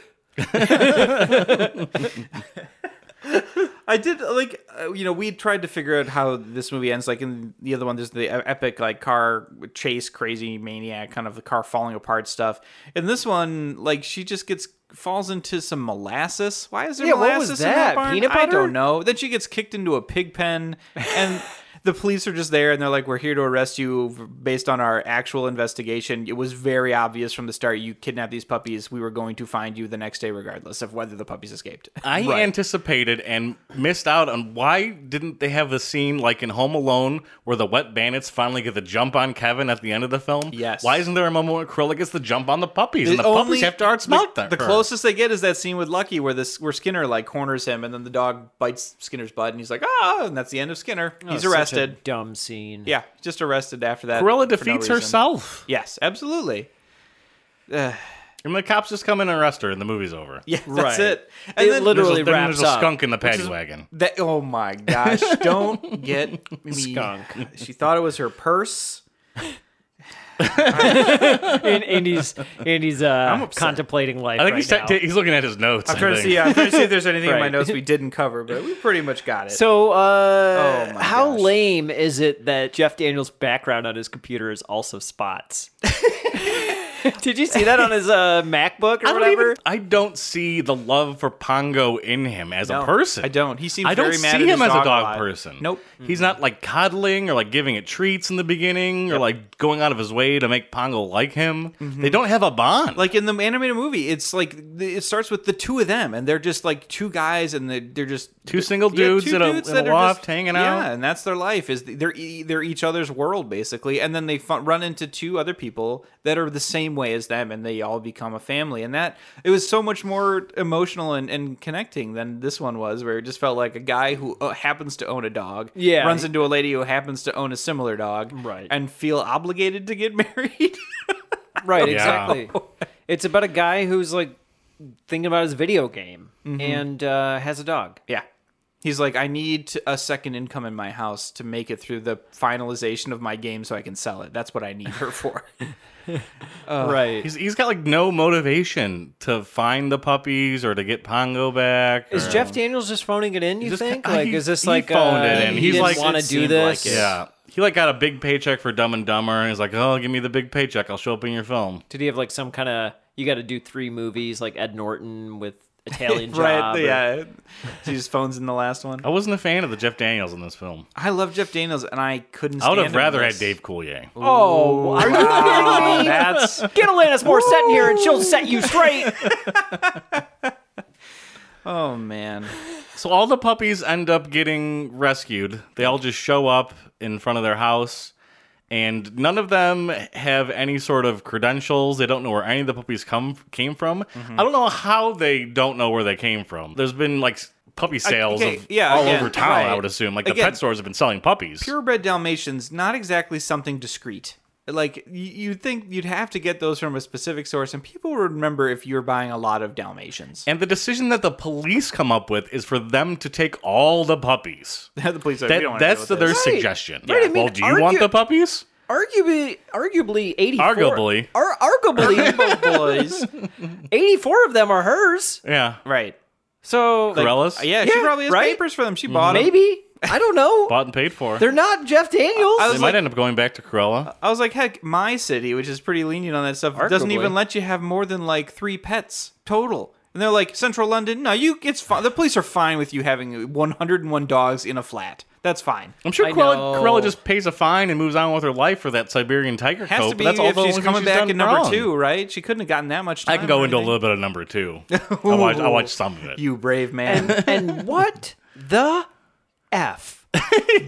Speaker 3: I did like uh, you know we tried to figure out how this movie ends. Like in the other one, there's the e, epic like car chase, crazy maniac kind of the car falling apart stuff. In this one, like she just gets falls into some molasses. Why is there
Speaker 2: Yeah, what
Speaker 3: molasses
Speaker 2: was
Speaker 3: in
Speaker 2: that?
Speaker 3: that barn?
Speaker 2: Peanut
Speaker 3: I
Speaker 2: butter?
Speaker 3: don't know. Then she gets kicked into a pig pen and. The police are just there, and they're like, "We're here to arrest you based on our actual investigation. It was very obvious from the start you kidnapped these puppies. We were going to find you the next day, regardless of whether the puppies escaped."
Speaker 1: I anticipated and missed out on why didn't they have the scene like in Home Alone where the wet bandits finally get the jump on Kevin at the end of the film?
Speaker 3: Yes.
Speaker 1: Why isn't there a moment where Cruella gets the jump on the puppies and the puppies have to outsmart
Speaker 3: the,
Speaker 1: them?
Speaker 3: the closest they get is that scene with Lucky where this where Skinner like corners him and then the dog bites Skinner's butt and he's like ah and that's the end of Skinner.
Speaker 1: Oh,
Speaker 3: he's
Speaker 2: Oh, Such a
Speaker 3: arrested.
Speaker 2: dumb scene.
Speaker 3: Yeah, just arrested after that.
Speaker 1: Cruella
Speaker 3: for no
Speaker 1: defeats
Speaker 3: reason.
Speaker 1: herself.
Speaker 3: Yes, absolutely.
Speaker 1: And the cops just come in and arrest her, and the movie's over.
Speaker 3: Yeah,
Speaker 2: Right.
Speaker 3: that's it.
Speaker 2: It
Speaker 1: There's
Speaker 2: literally
Speaker 1: a, then
Speaker 2: wraps
Speaker 1: there's a
Speaker 2: up.
Speaker 1: skunk in the paddy wagon.
Speaker 3: That, oh my gosh! Don't get me. skunk. She thought it was her purse.
Speaker 2: and, and he's and he's uh, contemplating life.
Speaker 1: I think
Speaker 2: right
Speaker 1: he's,
Speaker 2: now.
Speaker 1: t- he's looking at his notes.
Speaker 3: I'm trying to
Speaker 1: think.
Speaker 3: see. uh, I'm trying to see if there's anything in my
Speaker 2: Right.
Speaker 3: notes we didn't cover, but we pretty much got it.
Speaker 2: so, uh,
Speaker 3: Oh my
Speaker 2: how
Speaker 3: gosh.
Speaker 2: lame is it that Jeff Daniels' background on his computer is also spots? Did you see that on his uh, MacBook or
Speaker 1: I don't,
Speaker 2: whatever?
Speaker 1: even, I don't see the love for Pongo in him as a
Speaker 3: No,
Speaker 1: person.
Speaker 3: I don't. He seems
Speaker 1: I don't
Speaker 3: very mad
Speaker 1: see
Speaker 3: at his
Speaker 1: him as a
Speaker 3: dog a
Speaker 1: dog
Speaker 3: lot.
Speaker 1: person.
Speaker 3: Nope.
Speaker 1: He's not like coddling or like giving it treats in the beginning or like going out of his way to make Pongo like him. They don't have a bond.
Speaker 3: Mm-hmm. like in the animated movie, it's like it starts with the two of them, and they're just like two guys, and they- they're just
Speaker 1: Two single
Speaker 3: Yeah,
Speaker 1: dudes in a- in a
Speaker 3: that are
Speaker 1: loft hanging
Speaker 3: Yeah,
Speaker 1: out.
Speaker 3: and that's their life. Is they're e- they're each other's world basically, and then they fu- run into two other people that are the same way as them, and they all become a family. And that it was so much more emotional and, and connecting than this one was, where it just felt like a guy who uh, happens to own a dog,
Speaker 2: Yeah.
Speaker 3: runs into a lady who happens to own a similar dog,
Speaker 2: Right.
Speaker 3: and feel obligated to get married.
Speaker 2: Right,
Speaker 1: Yeah.
Speaker 2: exactly. It's about a guy who's like thinking about his video game
Speaker 1: Mm-hmm.
Speaker 2: and uh, has a dog.
Speaker 3: Yeah. He's like, I need to- a second income in my house to make it through the finalization of my game so I can sell it. That's what I need her for.
Speaker 2: right.
Speaker 1: Uh, he's, he's got like no motivation to find the puppies or to get Pongo back.
Speaker 2: Is
Speaker 1: or-
Speaker 2: Jeff Daniels just phoning it in? You
Speaker 1: Just-
Speaker 2: think?
Speaker 1: uh,
Speaker 2: Like,
Speaker 1: he-
Speaker 2: is this
Speaker 1: he
Speaker 2: like
Speaker 1: phoned
Speaker 2: uh,
Speaker 1: it in.
Speaker 2: he
Speaker 1: He's
Speaker 2: didn't
Speaker 1: like-
Speaker 2: want
Speaker 3: it
Speaker 2: to do
Speaker 3: seemed like
Speaker 2: this?
Speaker 3: it.
Speaker 1: Yeah. He like got a big paycheck for Dumb and Dumber, and he's like, "Oh, give me the big paycheck. I'll show up in your film."
Speaker 2: Did he have like some kind of? You got to do three movies, like Ed Norton with Italian Job.
Speaker 3: right?
Speaker 2: or-
Speaker 3: Yeah. She just phones in the last one.
Speaker 1: I wasn't a fan of the Jeff Daniels in this film.
Speaker 3: I love Jeff Daniels, and I couldn't.
Speaker 1: I would have
Speaker 3: stand him in
Speaker 1: rather
Speaker 3: this.
Speaker 1: had Dave Coulier.
Speaker 2: Oh, are you kidding me?
Speaker 3: That's
Speaker 2: Get Alanis Morissette in here, and she'll set you straight.
Speaker 3: oh man.
Speaker 1: So all the puppies end up getting rescued. They all just show up in front of their house, and none of them have any sort of credentials. They don't know where any of the puppies come came from.
Speaker 3: Mm-hmm.
Speaker 1: I don't know how they don't know where they came from. There's been like puppy sales
Speaker 3: okay,
Speaker 1: of
Speaker 3: yeah,
Speaker 1: all
Speaker 3: again,
Speaker 1: over town. I
Speaker 3: right.
Speaker 1: would assume like the
Speaker 3: Again,
Speaker 1: pet stores have been selling puppies.
Speaker 3: purebred Dalmatians not exactly something discreet. Like y- you'd think you'd have to get those from a specific source, and people would remember if you were buying a lot of Dalmatians.
Speaker 1: and the decision that the police come up with is for them to take all the puppies.
Speaker 3: the police are like,
Speaker 1: That,
Speaker 3: "We don't wanna deal
Speaker 1: that's
Speaker 3: with
Speaker 1: the, their
Speaker 3: this."
Speaker 1: suggestion.
Speaker 2: Right, I mean,
Speaker 1: well, do you
Speaker 2: aren't
Speaker 1: want
Speaker 2: you-
Speaker 1: the puppies?
Speaker 2: Arguably, arguably eighty.
Speaker 1: Arguably.
Speaker 2: Ar- arguably,
Speaker 3: boys.
Speaker 2: eighty-four of them are hers.
Speaker 1: Yeah.
Speaker 3: Right.
Speaker 2: So
Speaker 3: Like, uh,
Speaker 1: Gorillas?
Speaker 3: Yeah, she
Speaker 2: Yeah,
Speaker 3: probably has
Speaker 2: right?
Speaker 3: papers for them. She bought them.
Speaker 2: Maybe I don't know.
Speaker 1: Bought and paid for.
Speaker 2: They're not Jeff Daniels.
Speaker 3: I
Speaker 1: They
Speaker 3: was
Speaker 1: might
Speaker 3: like-
Speaker 1: end up going back to Cruella.
Speaker 3: I was like, heck, my city, which is pretty lenient on that stuff, doesn't
Speaker 2: Arguably.
Speaker 3: even let you have more than like three pets total. And they're like, Central London, no, you, it's fine. The police are fine with you having 101 dogs in a flat. That's fine.
Speaker 1: I'm sure
Speaker 2: I
Speaker 1: Cruella,
Speaker 2: know.
Speaker 1: Cruella just pays a fine and moves on with her life for that Siberian tiger
Speaker 3: Has
Speaker 1: coat.
Speaker 3: to be
Speaker 1: but that's all
Speaker 3: if
Speaker 1: the
Speaker 3: she's
Speaker 1: only thing
Speaker 3: coming back
Speaker 1: done
Speaker 3: in number
Speaker 1: wrong.
Speaker 3: two, right? She couldn't have gotten that much time.
Speaker 1: I can go
Speaker 3: or
Speaker 1: into a
Speaker 3: anything.
Speaker 1: little bit of number two. I watch, I watch some of it.
Speaker 3: You brave man.
Speaker 2: and what the f?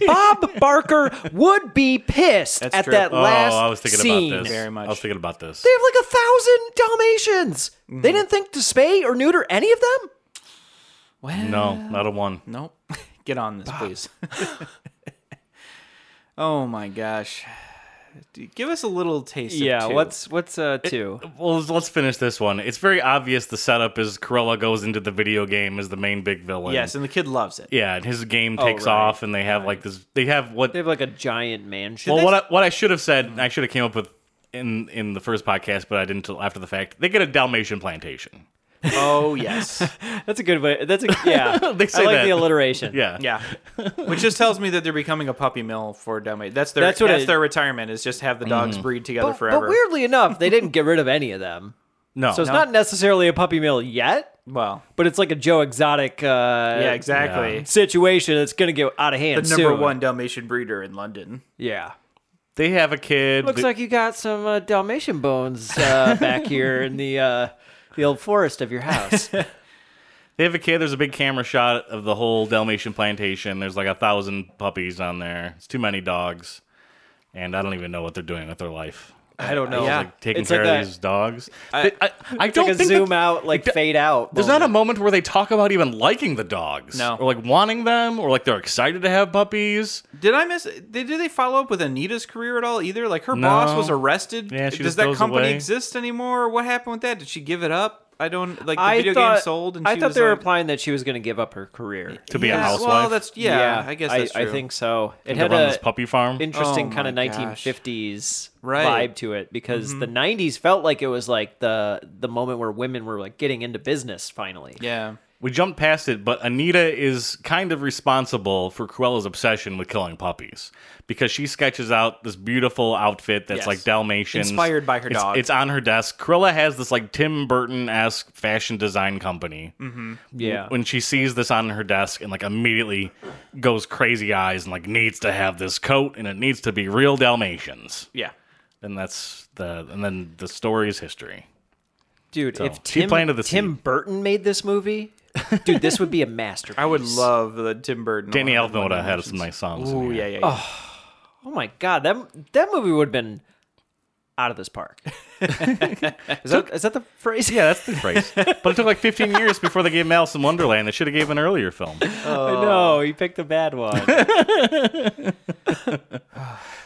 Speaker 2: Bob Barker would be pissed
Speaker 3: That's
Speaker 2: at
Speaker 3: true.
Speaker 2: that
Speaker 1: oh,
Speaker 2: last
Speaker 1: I was thinking
Speaker 2: scene.
Speaker 1: about this.
Speaker 3: Very much.
Speaker 1: I was thinking about this.
Speaker 2: They have like a thousand Dalmatians.
Speaker 3: Mm-hmm.
Speaker 2: They didn't think to spay or neuter any of them.
Speaker 1: No, not a one.
Speaker 3: nope. Get on this, please. oh my gosh. Dude, Give us a little taste of two.
Speaker 2: what's uh two?
Speaker 1: Well, let's- let's finish this one. It's very obvious the setup is Cruella goes into the video game as the main big villain.
Speaker 3: Yes, Oh, and the kid loves it.
Speaker 1: Yeah, and his game takes
Speaker 2: right.
Speaker 1: off, and they have like this. They have what
Speaker 2: They have like a giant mansion.
Speaker 1: Well, what I, what I should have said,
Speaker 2: Mm-hmm.
Speaker 1: I should have came up with in in the first podcast, but I didn't until after the fact. They get a Dalmatian plantation.
Speaker 3: Oh yes.
Speaker 2: that's a good way. That's a yeah.
Speaker 1: They say
Speaker 2: I like
Speaker 1: that.
Speaker 2: the alliteration.
Speaker 1: Yeah,
Speaker 3: Yeah, which just tells me that they're becoming a puppy mill for Dalmatians. That's their
Speaker 2: That's
Speaker 3: that's, Mm-hmm.
Speaker 2: what it-
Speaker 3: their retirement is just have the dogs breed together
Speaker 2: But,
Speaker 3: forever.
Speaker 2: but weirdly enough, they didn't get rid of any of them.
Speaker 1: No,
Speaker 2: So it's not necessarily a puppy mill yet,
Speaker 3: well,
Speaker 2: but it's like a Joe Exotic uh,
Speaker 3: yeah, exactly.
Speaker 2: situation that's going to get out of hand
Speaker 3: The number
Speaker 2: soon.
Speaker 3: one Dalmatian breeder in London.
Speaker 2: Yeah.
Speaker 1: they have a kid.
Speaker 2: Looks like you got some uh, Dalmatian bones uh, back here in the uh, the old forest of your house.
Speaker 1: they have a kid. There's a big camera shot of the whole Dalmatian plantation. There's like a thousand puppies on there. It's too many dogs, and I don't even know what they're doing with their life.
Speaker 3: I don't know.
Speaker 2: Yeah.
Speaker 1: like taking
Speaker 2: It's
Speaker 1: care
Speaker 2: like
Speaker 1: of
Speaker 2: that-
Speaker 1: these dogs.
Speaker 2: I-
Speaker 1: I, I
Speaker 2: It's like
Speaker 1: don't
Speaker 2: a
Speaker 1: think
Speaker 2: zoom
Speaker 1: that-
Speaker 2: out, like
Speaker 1: It-
Speaker 2: fade out.
Speaker 1: There's not a moment where they talk about even liking the dogs,
Speaker 3: No.
Speaker 1: or like wanting them, or like they're excited to have puppies.
Speaker 3: Did I miss? Did, did they follow up with Anita's career at all? Either like her
Speaker 1: No.
Speaker 3: boss was arrested.
Speaker 1: Yeah, she
Speaker 3: Does
Speaker 1: just
Speaker 3: that
Speaker 1: goes
Speaker 3: company
Speaker 1: away.
Speaker 3: exist anymore? What happened with that? Did she give it up? I don't like the
Speaker 2: I
Speaker 3: video
Speaker 2: thought,
Speaker 3: game sold. And
Speaker 2: I
Speaker 3: she
Speaker 2: thought
Speaker 3: was
Speaker 2: they were
Speaker 3: like-
Speaker 2: implying that she was going to give up her career.
Speaker 1: To be a
Speaker 3: Yeah, Well,
Speaker 1: housewife?
Speaker 3: that's yeah. I guess that's
Speaker 2: I,
Speaker 3: true.
Speaker 2: think so. It
Speaker 1: to
Speaker 2: had
Speaker 1: run
Speaker 2: a
Speaker 1: this puppy farm.
Speaker 2: interesting
Speaker 3: Oh
Speaker 2: kind of
Speaker 3: my gosh.
Speaker 2: 1950s
Speaker 3: Right.
Speaker 2: vibe to it because the 90s felt like it was like the the moment where women were like getting into business finally.
Speaker 3: Yeah.
Speaker 1: we jumped past it, but Anita is kind of responsible for Cruella's obsession with killing puppies because she sketches out this beautiful outfit that's
Speaker 3: Yes.
Speaker 1: like Dalmatians,
Speaker 3: Inspired by her
Speaker 1: It's-
Speaker 3: dog.
Speaker 1: It's on her desk. Cruella has this like Tim Burton esque fashion design company.
Speaker 3: Mm-hmm.
Speaker 2: Yeah.
Speaker 1: When she sees this on her desk and like immediately goes crazy eyes and like needs to have this coat and it needs to be real Dalmatians.
Speaker 3: Yeah.
Speaker 1: And that's the and then the story is history.
Speaker 3: Oh,
Speaker 2: Dude, if
Speaker 1: she
Speaker 2: Tim,
Speaker 1: planned to the
Speaker 2: Tim
Speaker 1: seed.
Speaker 2: Burton made this movie, dude, this would be a masterpiece.
Speaker 3: I would love the Tim Burton.
Speaker 1: Danny
Speaker 3: one.
Speaker 1: Elfman had some nice songs. in
Speaker 3: Ooh,
Speaker 1: here.
Speaker 3: yeah, yeah, yeah.
Speaker 2: Oh my god, that that movie would have been out of this park. is that is that the phrase?
Speaker 1: Yeah, that's the phrase. but it took like 15 years before they gave him Alice in Wonderland. They should have gave an earlier film.
Speaker 2: No,
Speaker 1: Oh.
Speaker 2: he picked a bad one.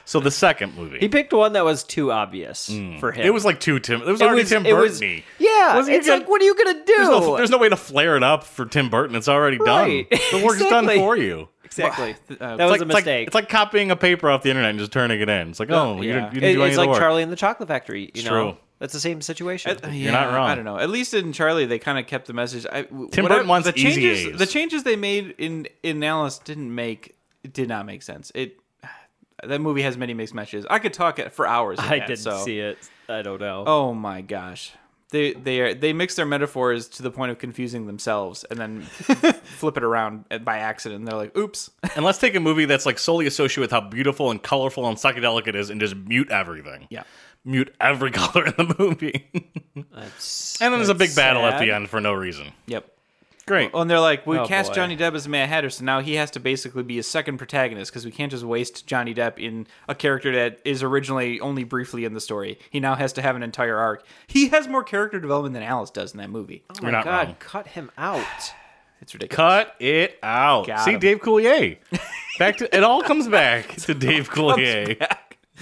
Speaker 1: So the second movie.
Speaker 2: he picked one that was too obvious for him.
Speaker 1: Mm. it was like two Tim. It was
Speaker 2: It
Speaker 1: already
Speaker 2: was-
Speaker 1: Tim
Speaker 2: it was-
Speaker 1: Burton.
Speaker 2: yeah, it's like, what are you gonna do?
Speaker 1: There's no, there's no way to flare it up for Tim Burton. It's already
Speaker 2: Right.
Speaker 1: done. The work's
Speaker 2: Exactly.
Speaker 1: done for you.
Speaker 2: exactly. uh, that
Speaker 1: It's
Speaker 2: was
Speaker 1: like,
Speaker 2: a
Speaker 1: it's like-
Speaker 2: mistake.
Speaker 1: It's like, copying a paper off the internet and just turning it in. It's like, oh, you
Speaker 3: yeah.
Speaker 1: didn't, you
Speaker 2: It-
Speaker 1: didn't do any
Speaker 2: it's
Speaker 1: of the
Speaker 2: like
Speaker 1: work.
Speaker 2: Charlie and the Chocolate Factory. You know,
Speaker 1: true.
Speaker 2: that's the same situation.
Speaker 3: Uh,
Speaker 1: You're not
Speaker 3: yeah,
Speaker 1: wrong.
Speaker 3: I don't know. At least in Charlie, they kind of kept the message. I, w-
Speaker 1: Tim
Speaker 3: what I-
Speaker 1: Burton wants
Speaker 3: the
Speaker 1: easy
Speaker 3: changes.
Speaker 1: A's.
Speaker 3: The changes they made in in Alice didn't make it did not make sense. It that movie has many mixed messages. I could talk it for hours.
Speaker 2: I didn't see it. I don't know.
Speaker 3: Oh my gosh. They they are, they mix their metaphors to the point of confusing themselves, and then flip it around eh, by accident. And they're like, "Oops!"
Speaker 1: And let's take a movie that's like solely associated with how beautiful and colorful and psychedelic it is and just mute everything.
Speaker 3: Yeah.
Speaker 1: Mute every color in the movie. and then there's a big battle at the
Speaker 2: sad.
Speaker 1: end for no reason.
Speaker 3: Yep.
Speaker 1: Great.
Speaker 3: Well, and they're like, we
Speaker 2: Oh,
Speaker 3: cast
Speaker 2: boy.
Speaker 3: Johnny Depp as Mad Hatter, so now he has to basically be a second protagonist because we can't just waste Johnny Depp in a character that is originally only briefly in the story. He now has to have an entire arc. He has more character development than Alice does in that movie.
Speaker 2: my
Speaker 1: You're not
Speaker 2: God,
Speaker 1: wrong.
Speaker 2: cut him out.
Speaker 3: It's ridiculous.
Speaker 1: Cut it out.
Speaker 3: Got
Speaker 1: See
Speaker 3: him.
Speaker 1: Dave Coulier. Back to it all comes back to Dave Coulier.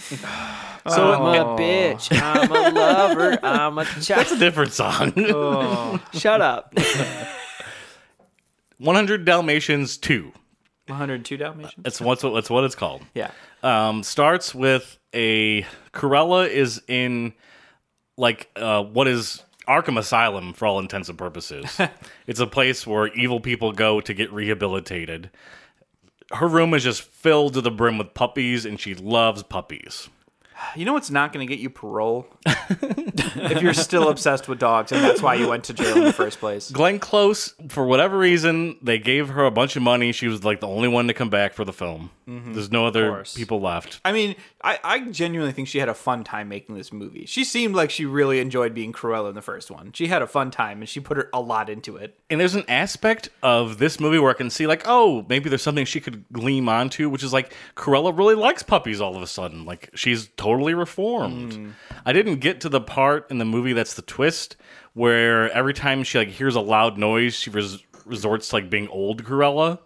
Speaker 1: so
Speaker 2: I'm a bitch. I'm a lover. I'm a
Speaker 1: that's a
Speaker 2: child.
Speaker 1: different song.
Speaker 3: Oh.
Speaker 2: Shut up.
Speaker 1: 100 Dalmatians 2.
Speaker 3: 102
Speaker 2: Uh,
Speaker 3: Dalmatians.
Speaker 1: That's what's that's what it's called.
Speaker 3: Yeah.
Speaker 1: Um, starts with a Corella is in like uh, what is Arkham Asylum for all intents and purposes. it's a place where evil people go to get rehabilitated. Her room is just filled to the brim with puppies, and she loves puppies.
Speaker 3: You know what's not going to get you parole? if you're still obsessed with dogs and that's why you went to jail in the first place.
Speaker 1: Glenn Close, for whatever reason, they gave her a bunch of money. She was like the only one to come back for the film.
Speaker 3: Mm-hmm.
Speaker 1: There's no other people left.
Speaker 3: I mean, I, I genuinely think she had a fun time making this movie. She seemed like she really enjoyed being Cruella in the first one. She had a fun time and she put her a lot into it.
Speaker 1: And there's an aspect of this movie where I can see, like, oh, maybe there's something she could gleam onto, which is like Corella really likes puppies all of a sudden. Like, she's totally reformed.
Speaker 3: Mm.
Speaker 1: I didn't get to the part in the movie that's the twist where every time she like hears a loud noise, she res- resorts to like being old Corella.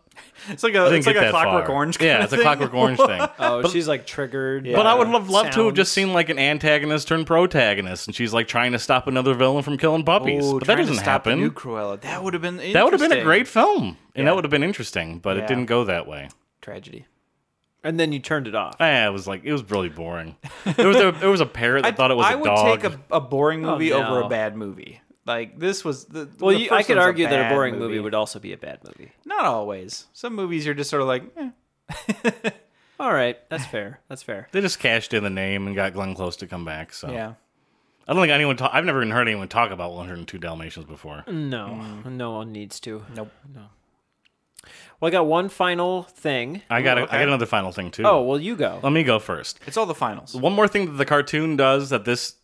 Speaker 3: It's like a
Speaker 1: I didn't
Speaker 3: it's like
Speaker 1: get
Speaker 3: a
Speaker 1: that
Speaker 3: Clockwork
Speaker 1: far.
Speaker 3: Orange.
Speaker 1: Yeah,
Speaker 3: kinda
Speaker 1: it's a
Speaker 3: thing.
Speaker 1: Clockwork Orange thing.
Speaker 2: Oh, she's like triggered.
Speaker 1: But I would
Speaker 2: by
Speaker 1: have loved to have just
Speaker 2: sounds.
Speaker 1: seen like an antagonist turn protagonist, and she's like trying to stop another villain from killing puppies.
Speaker 3: Ooh,
Speaker 1: but that
Speaker 3: trying to
Speaker 1: doesn't
Speaker 3: stop the
Speaker 1: happen.
Speaker 3: New Cruella. That would have been
Speaker 1: that would have been a
Speaker 3: interesting.
Speaker 1: great film, and that would have been interesting. But
Speaker 3: Yeah.
Speaker 1: it didn't go that way.
Speaker 3: tragedy.
Speaker 2: And then you turned it off.
Speaker 1: Eh, it was like it was really boring. There was a, there was a parrot that thought it was
Speaker 3: I
Speaker 1: a
Speaker 3: would
Speaker 1: dog.
Speaker 3: take a, a boring movie
Speaker 2: Oh, no.
Speaker 3: over a bad movie. Like this was the
Speaker 2: Well,
Speaker 3: the
Speaker 2: you,
Speaker 3: first
Speaker 2: I could
Speaker 3: one's
Speaker 2: argue that
Speaker 3: bad
Speaker 2: a boring movie. would also be a bad movie.
Speaker 3: not always. Some movies you're just sort of like, eh.
Speaker 2: All right, that's fair. That's fair.
Speaker 1: They just cashed in the name and got Glenn Close to come back.
Speaker 2: Oh.
Speaker 1: So
Speaker 3: yeah.
Speaker 1: I don't think anyone. Talk, I've never even heard anyone talk about 102 Dalmatians before.
Speaker 3: Mm,
Speaker 2: No, no one needs to.
Speaker 3: Nope.
Speaker 2: Well, I got one final thing.
Speaker 1: I got a, I got another final thing too.
Speaker 2: Oh, well, you go.
Speaker 1: let me go first.
Speaker 3: It's all the finals.
Speaker 1: One more thing that the cartoon does that this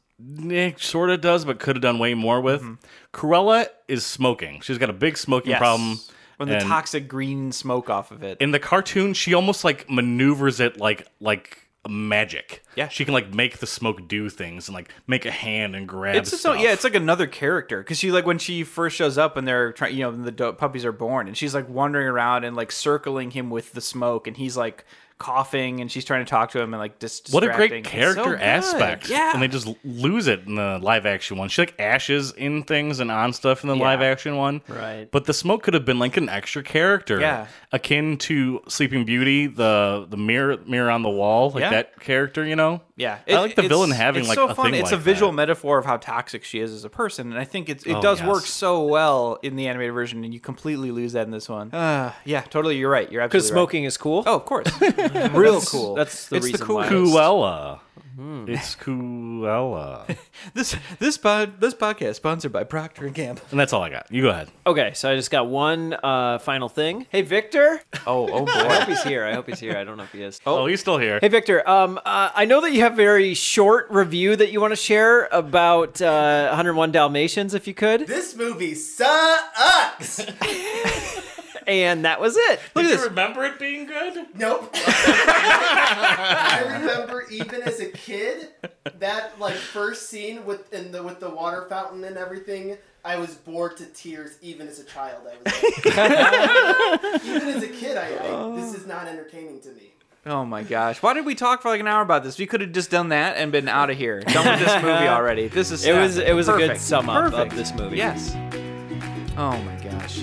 Speaker 1: sort of does, but could have done way more with. Corella is smoking. She's got a big smoking
Speaker 3: Mm-hmm. Yes.
Speaker 1: problem.
Speaker 3: When the
Speaker 1: and-
Speaker 3: toxic green smoke off of it.
Speaker 1: in the cartoon, she almost like maneuvers it like like magic.
Speaker 3: Yeah.
Speaker 1: she can like make the smoke do things and like make a hand and grab.
Speaker 3: It's just so
Speaker 1: stuff.
Speaker 3: yeah, it's like another character because she like when she first shows up and they're trying, you know, the do- puppies are born and she's like wandering around and like circling him with the smoke and he's like coughing and she's trying to talk to him and like dis-
Speaker 1: what a
Speaker 3: distracting.
Speaker 1: great
Speaker 3: It's
Speaker 1: character
Speaker 3: so good.
Speaker 1: aspect.
Speaker 3: Yeah,
Speaker 1: and they just l- lose it in the live action one. She like ashes in things and on stuff in the live action one.
Speaker 2: Right.
Speaker 1: But the smoke could have been like an extra character.
Speaker 3: Yeah.
Speaker 1: akin to Sleeping Beauty, the the mirror mirror on the wall, like
Speaker 3: Yeah.
Speaker 1: that character. You know.
Speaker 3: yeah.
Speaker 1: I like the
Speaker 3: it's-
Speaker 1: villain having
Speaker 3: it's
Speaker 1: like
Speaker 3: so
Speaker 1: a
Speaker 3: fun.
Speaker 1: thing.
Speaker 3: It's
Speaker 1: like
Speaker 3: a visual
Speaker 1: that.
Speaker 3: metaphor of how toxic she is as a person, and I think it's it
Speaker 1: Oh,
Speaker 3: does
Speaker 1: yes.
Speaker 3: work so well in the animated version, and you completely lose that in this one. Uh, yeah, totally. You're right. You're absolutely
Speaker 2: Because
Speaker 3: right.
Speaker 2: smoking is cool.
Speaker 3: Oh, of course. Real cool.
Speaker 2: that's the
Speaker 3: it's
Speaker 2: reason
Speaker 3: the cool
Speaker 2: why.
Speaker 1: Cruella.
Speaker 3: Hmm.
Speaker 1: It's Cruella,
Speaker 3: This this pod this podcast is sponsored by Procter and Gamble.
Speaker 1: and that's all I got. You go ahead.
Speaker 2: Okay, so I just got one uh, final thing. Hey, Victor.
Speaker 3: Oh oh
Speaker 2: I
Speaker 3: boy.
Speaker 2: hope he's here. I hope he's here. I don't know if he is.
Speaker 1: Oh, he's still here.
Speaker 2: Hey, Victor. Um, uh, I know that you have a very short review that you want to share about uh, 101 Dalmatians, if you could.
Speaker 9: This movie sucks.
Speaker 2: And that was it. Look at this.
Speaker 1: remember it being good?
Speaker 9: Nope. I remember even as a kid that like first scene with in the with the water fountain and everything. I was bored to tears even as a child. I was like, even as a kid, I, I this is not entertaining to me.
Speaker 3: Oh my gosh. Why did we talk for like an hour about this? We could have just done that and been out of here. Done with this movie already. This is
Speaker 2: It was it was a good
Speaker 3: Perfect.
Speaker 2: sum up
Speaker 3: Perfect.
Speaker 2: of this movie.
Speaker 3: Yes. Oh my gosh.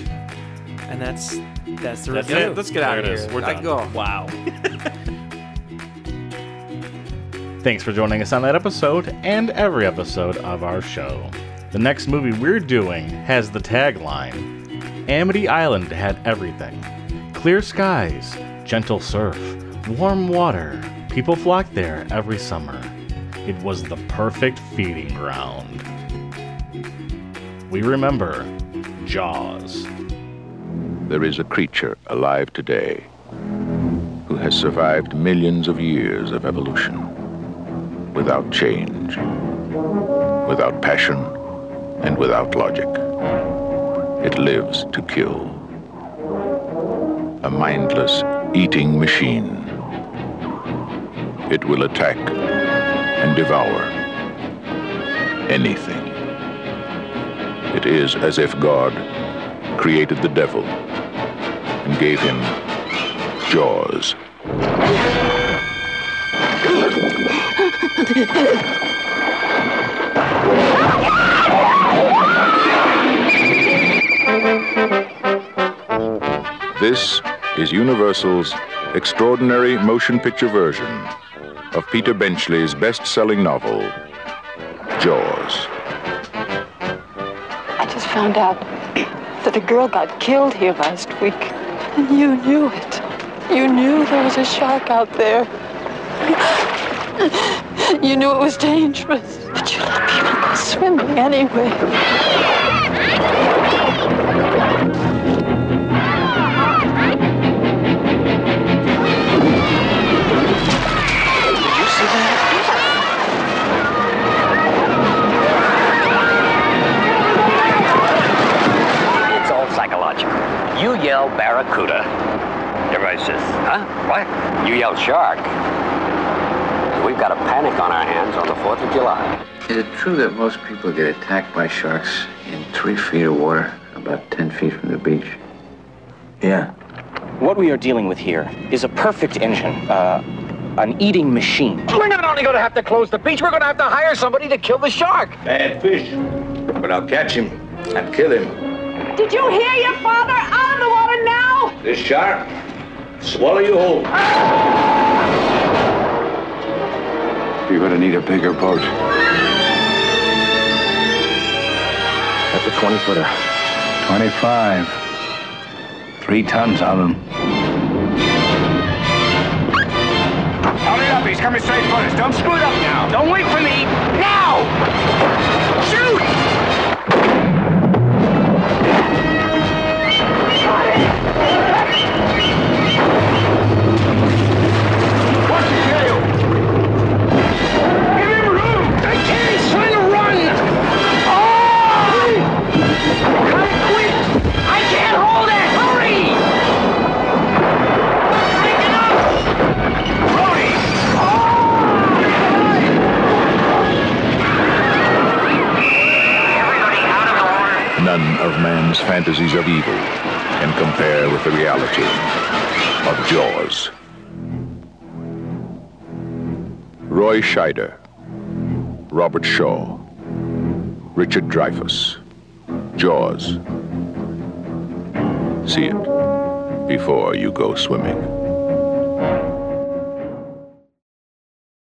Speaker 2: and that's that's the
Speaker 1: That's
Speaker 2: review.
Speaker 1: it.
Speaker 3: Let's get
Speaker 1: There
Speaker 3: out of
Speaker 1: it is.
Speaker 3: here.
Speaker 1: We're
Speaker 3: I
Speaker 1: done.
Speaker 3: go.
Speaker 2: Wow.
Speaker 11: Thanks for joining us on that episode and every episode of our show. The next movie we're doing has the tagline Amity Island had everything clear skies, gentle surf, warm water. People flocked there every summer. It was the perfect feeding ground. We remember Jaws.
Speaker 12: there is a creature alive today who has survived millions of years of evolution without change, without passion, and without logic. It lives to kill. A mindless eating machine. It will attack and devour anything. It is as if God created the devil and gave him jaws. This is Universal's extraordinary motion picture version of Peter Benchley's best selling novel, Jaws.
Speaker 13: I just found out that a girl got killed here last week. And you knew it. You knew there was a shark out there. You knew it was dangerous. But you let people go swimming anyway.
Speaker 6: It's all psychological. You yell barracuda. Everybody says, huh? What? You yell shark. We've got a panic on our hands on the 4th of July.
Speaker 14: Is it true that most people get attacked by sharks in three feet of water, about 10 feet from the beach? Yeah.
Speaker 6: What we are dealing with here is a perfect engine, uh, an eating machine. We're not only going to have to close the beach, we're going to have to hire somebody to kill the shark.
Speaker 12: Bad fish, but I'll catch him and kill him.
Speaker 13: Did you hear your father? Out of the water now!
Speaker 12: This shark, swallow you whole. You're gonna need a bigger boat. That's a 20 footer. 25. Three tons on him.
Speaker 6: Hurry up, he's coming straight for us. Don't screw it up now. Don't wait for me. Now! Shoot! Watch his tail. Give him room. I can't. He's trying to run. Oh! Come quick. I can't hold it. Hurry! Break it up. Brody! Oh!
Speaker 12: one's fantasies of evil and compare with the reality of Jaws. Roy Scheider, Robert Shaw, Richard Dreyfuss, Jaws. See it before you go swimming.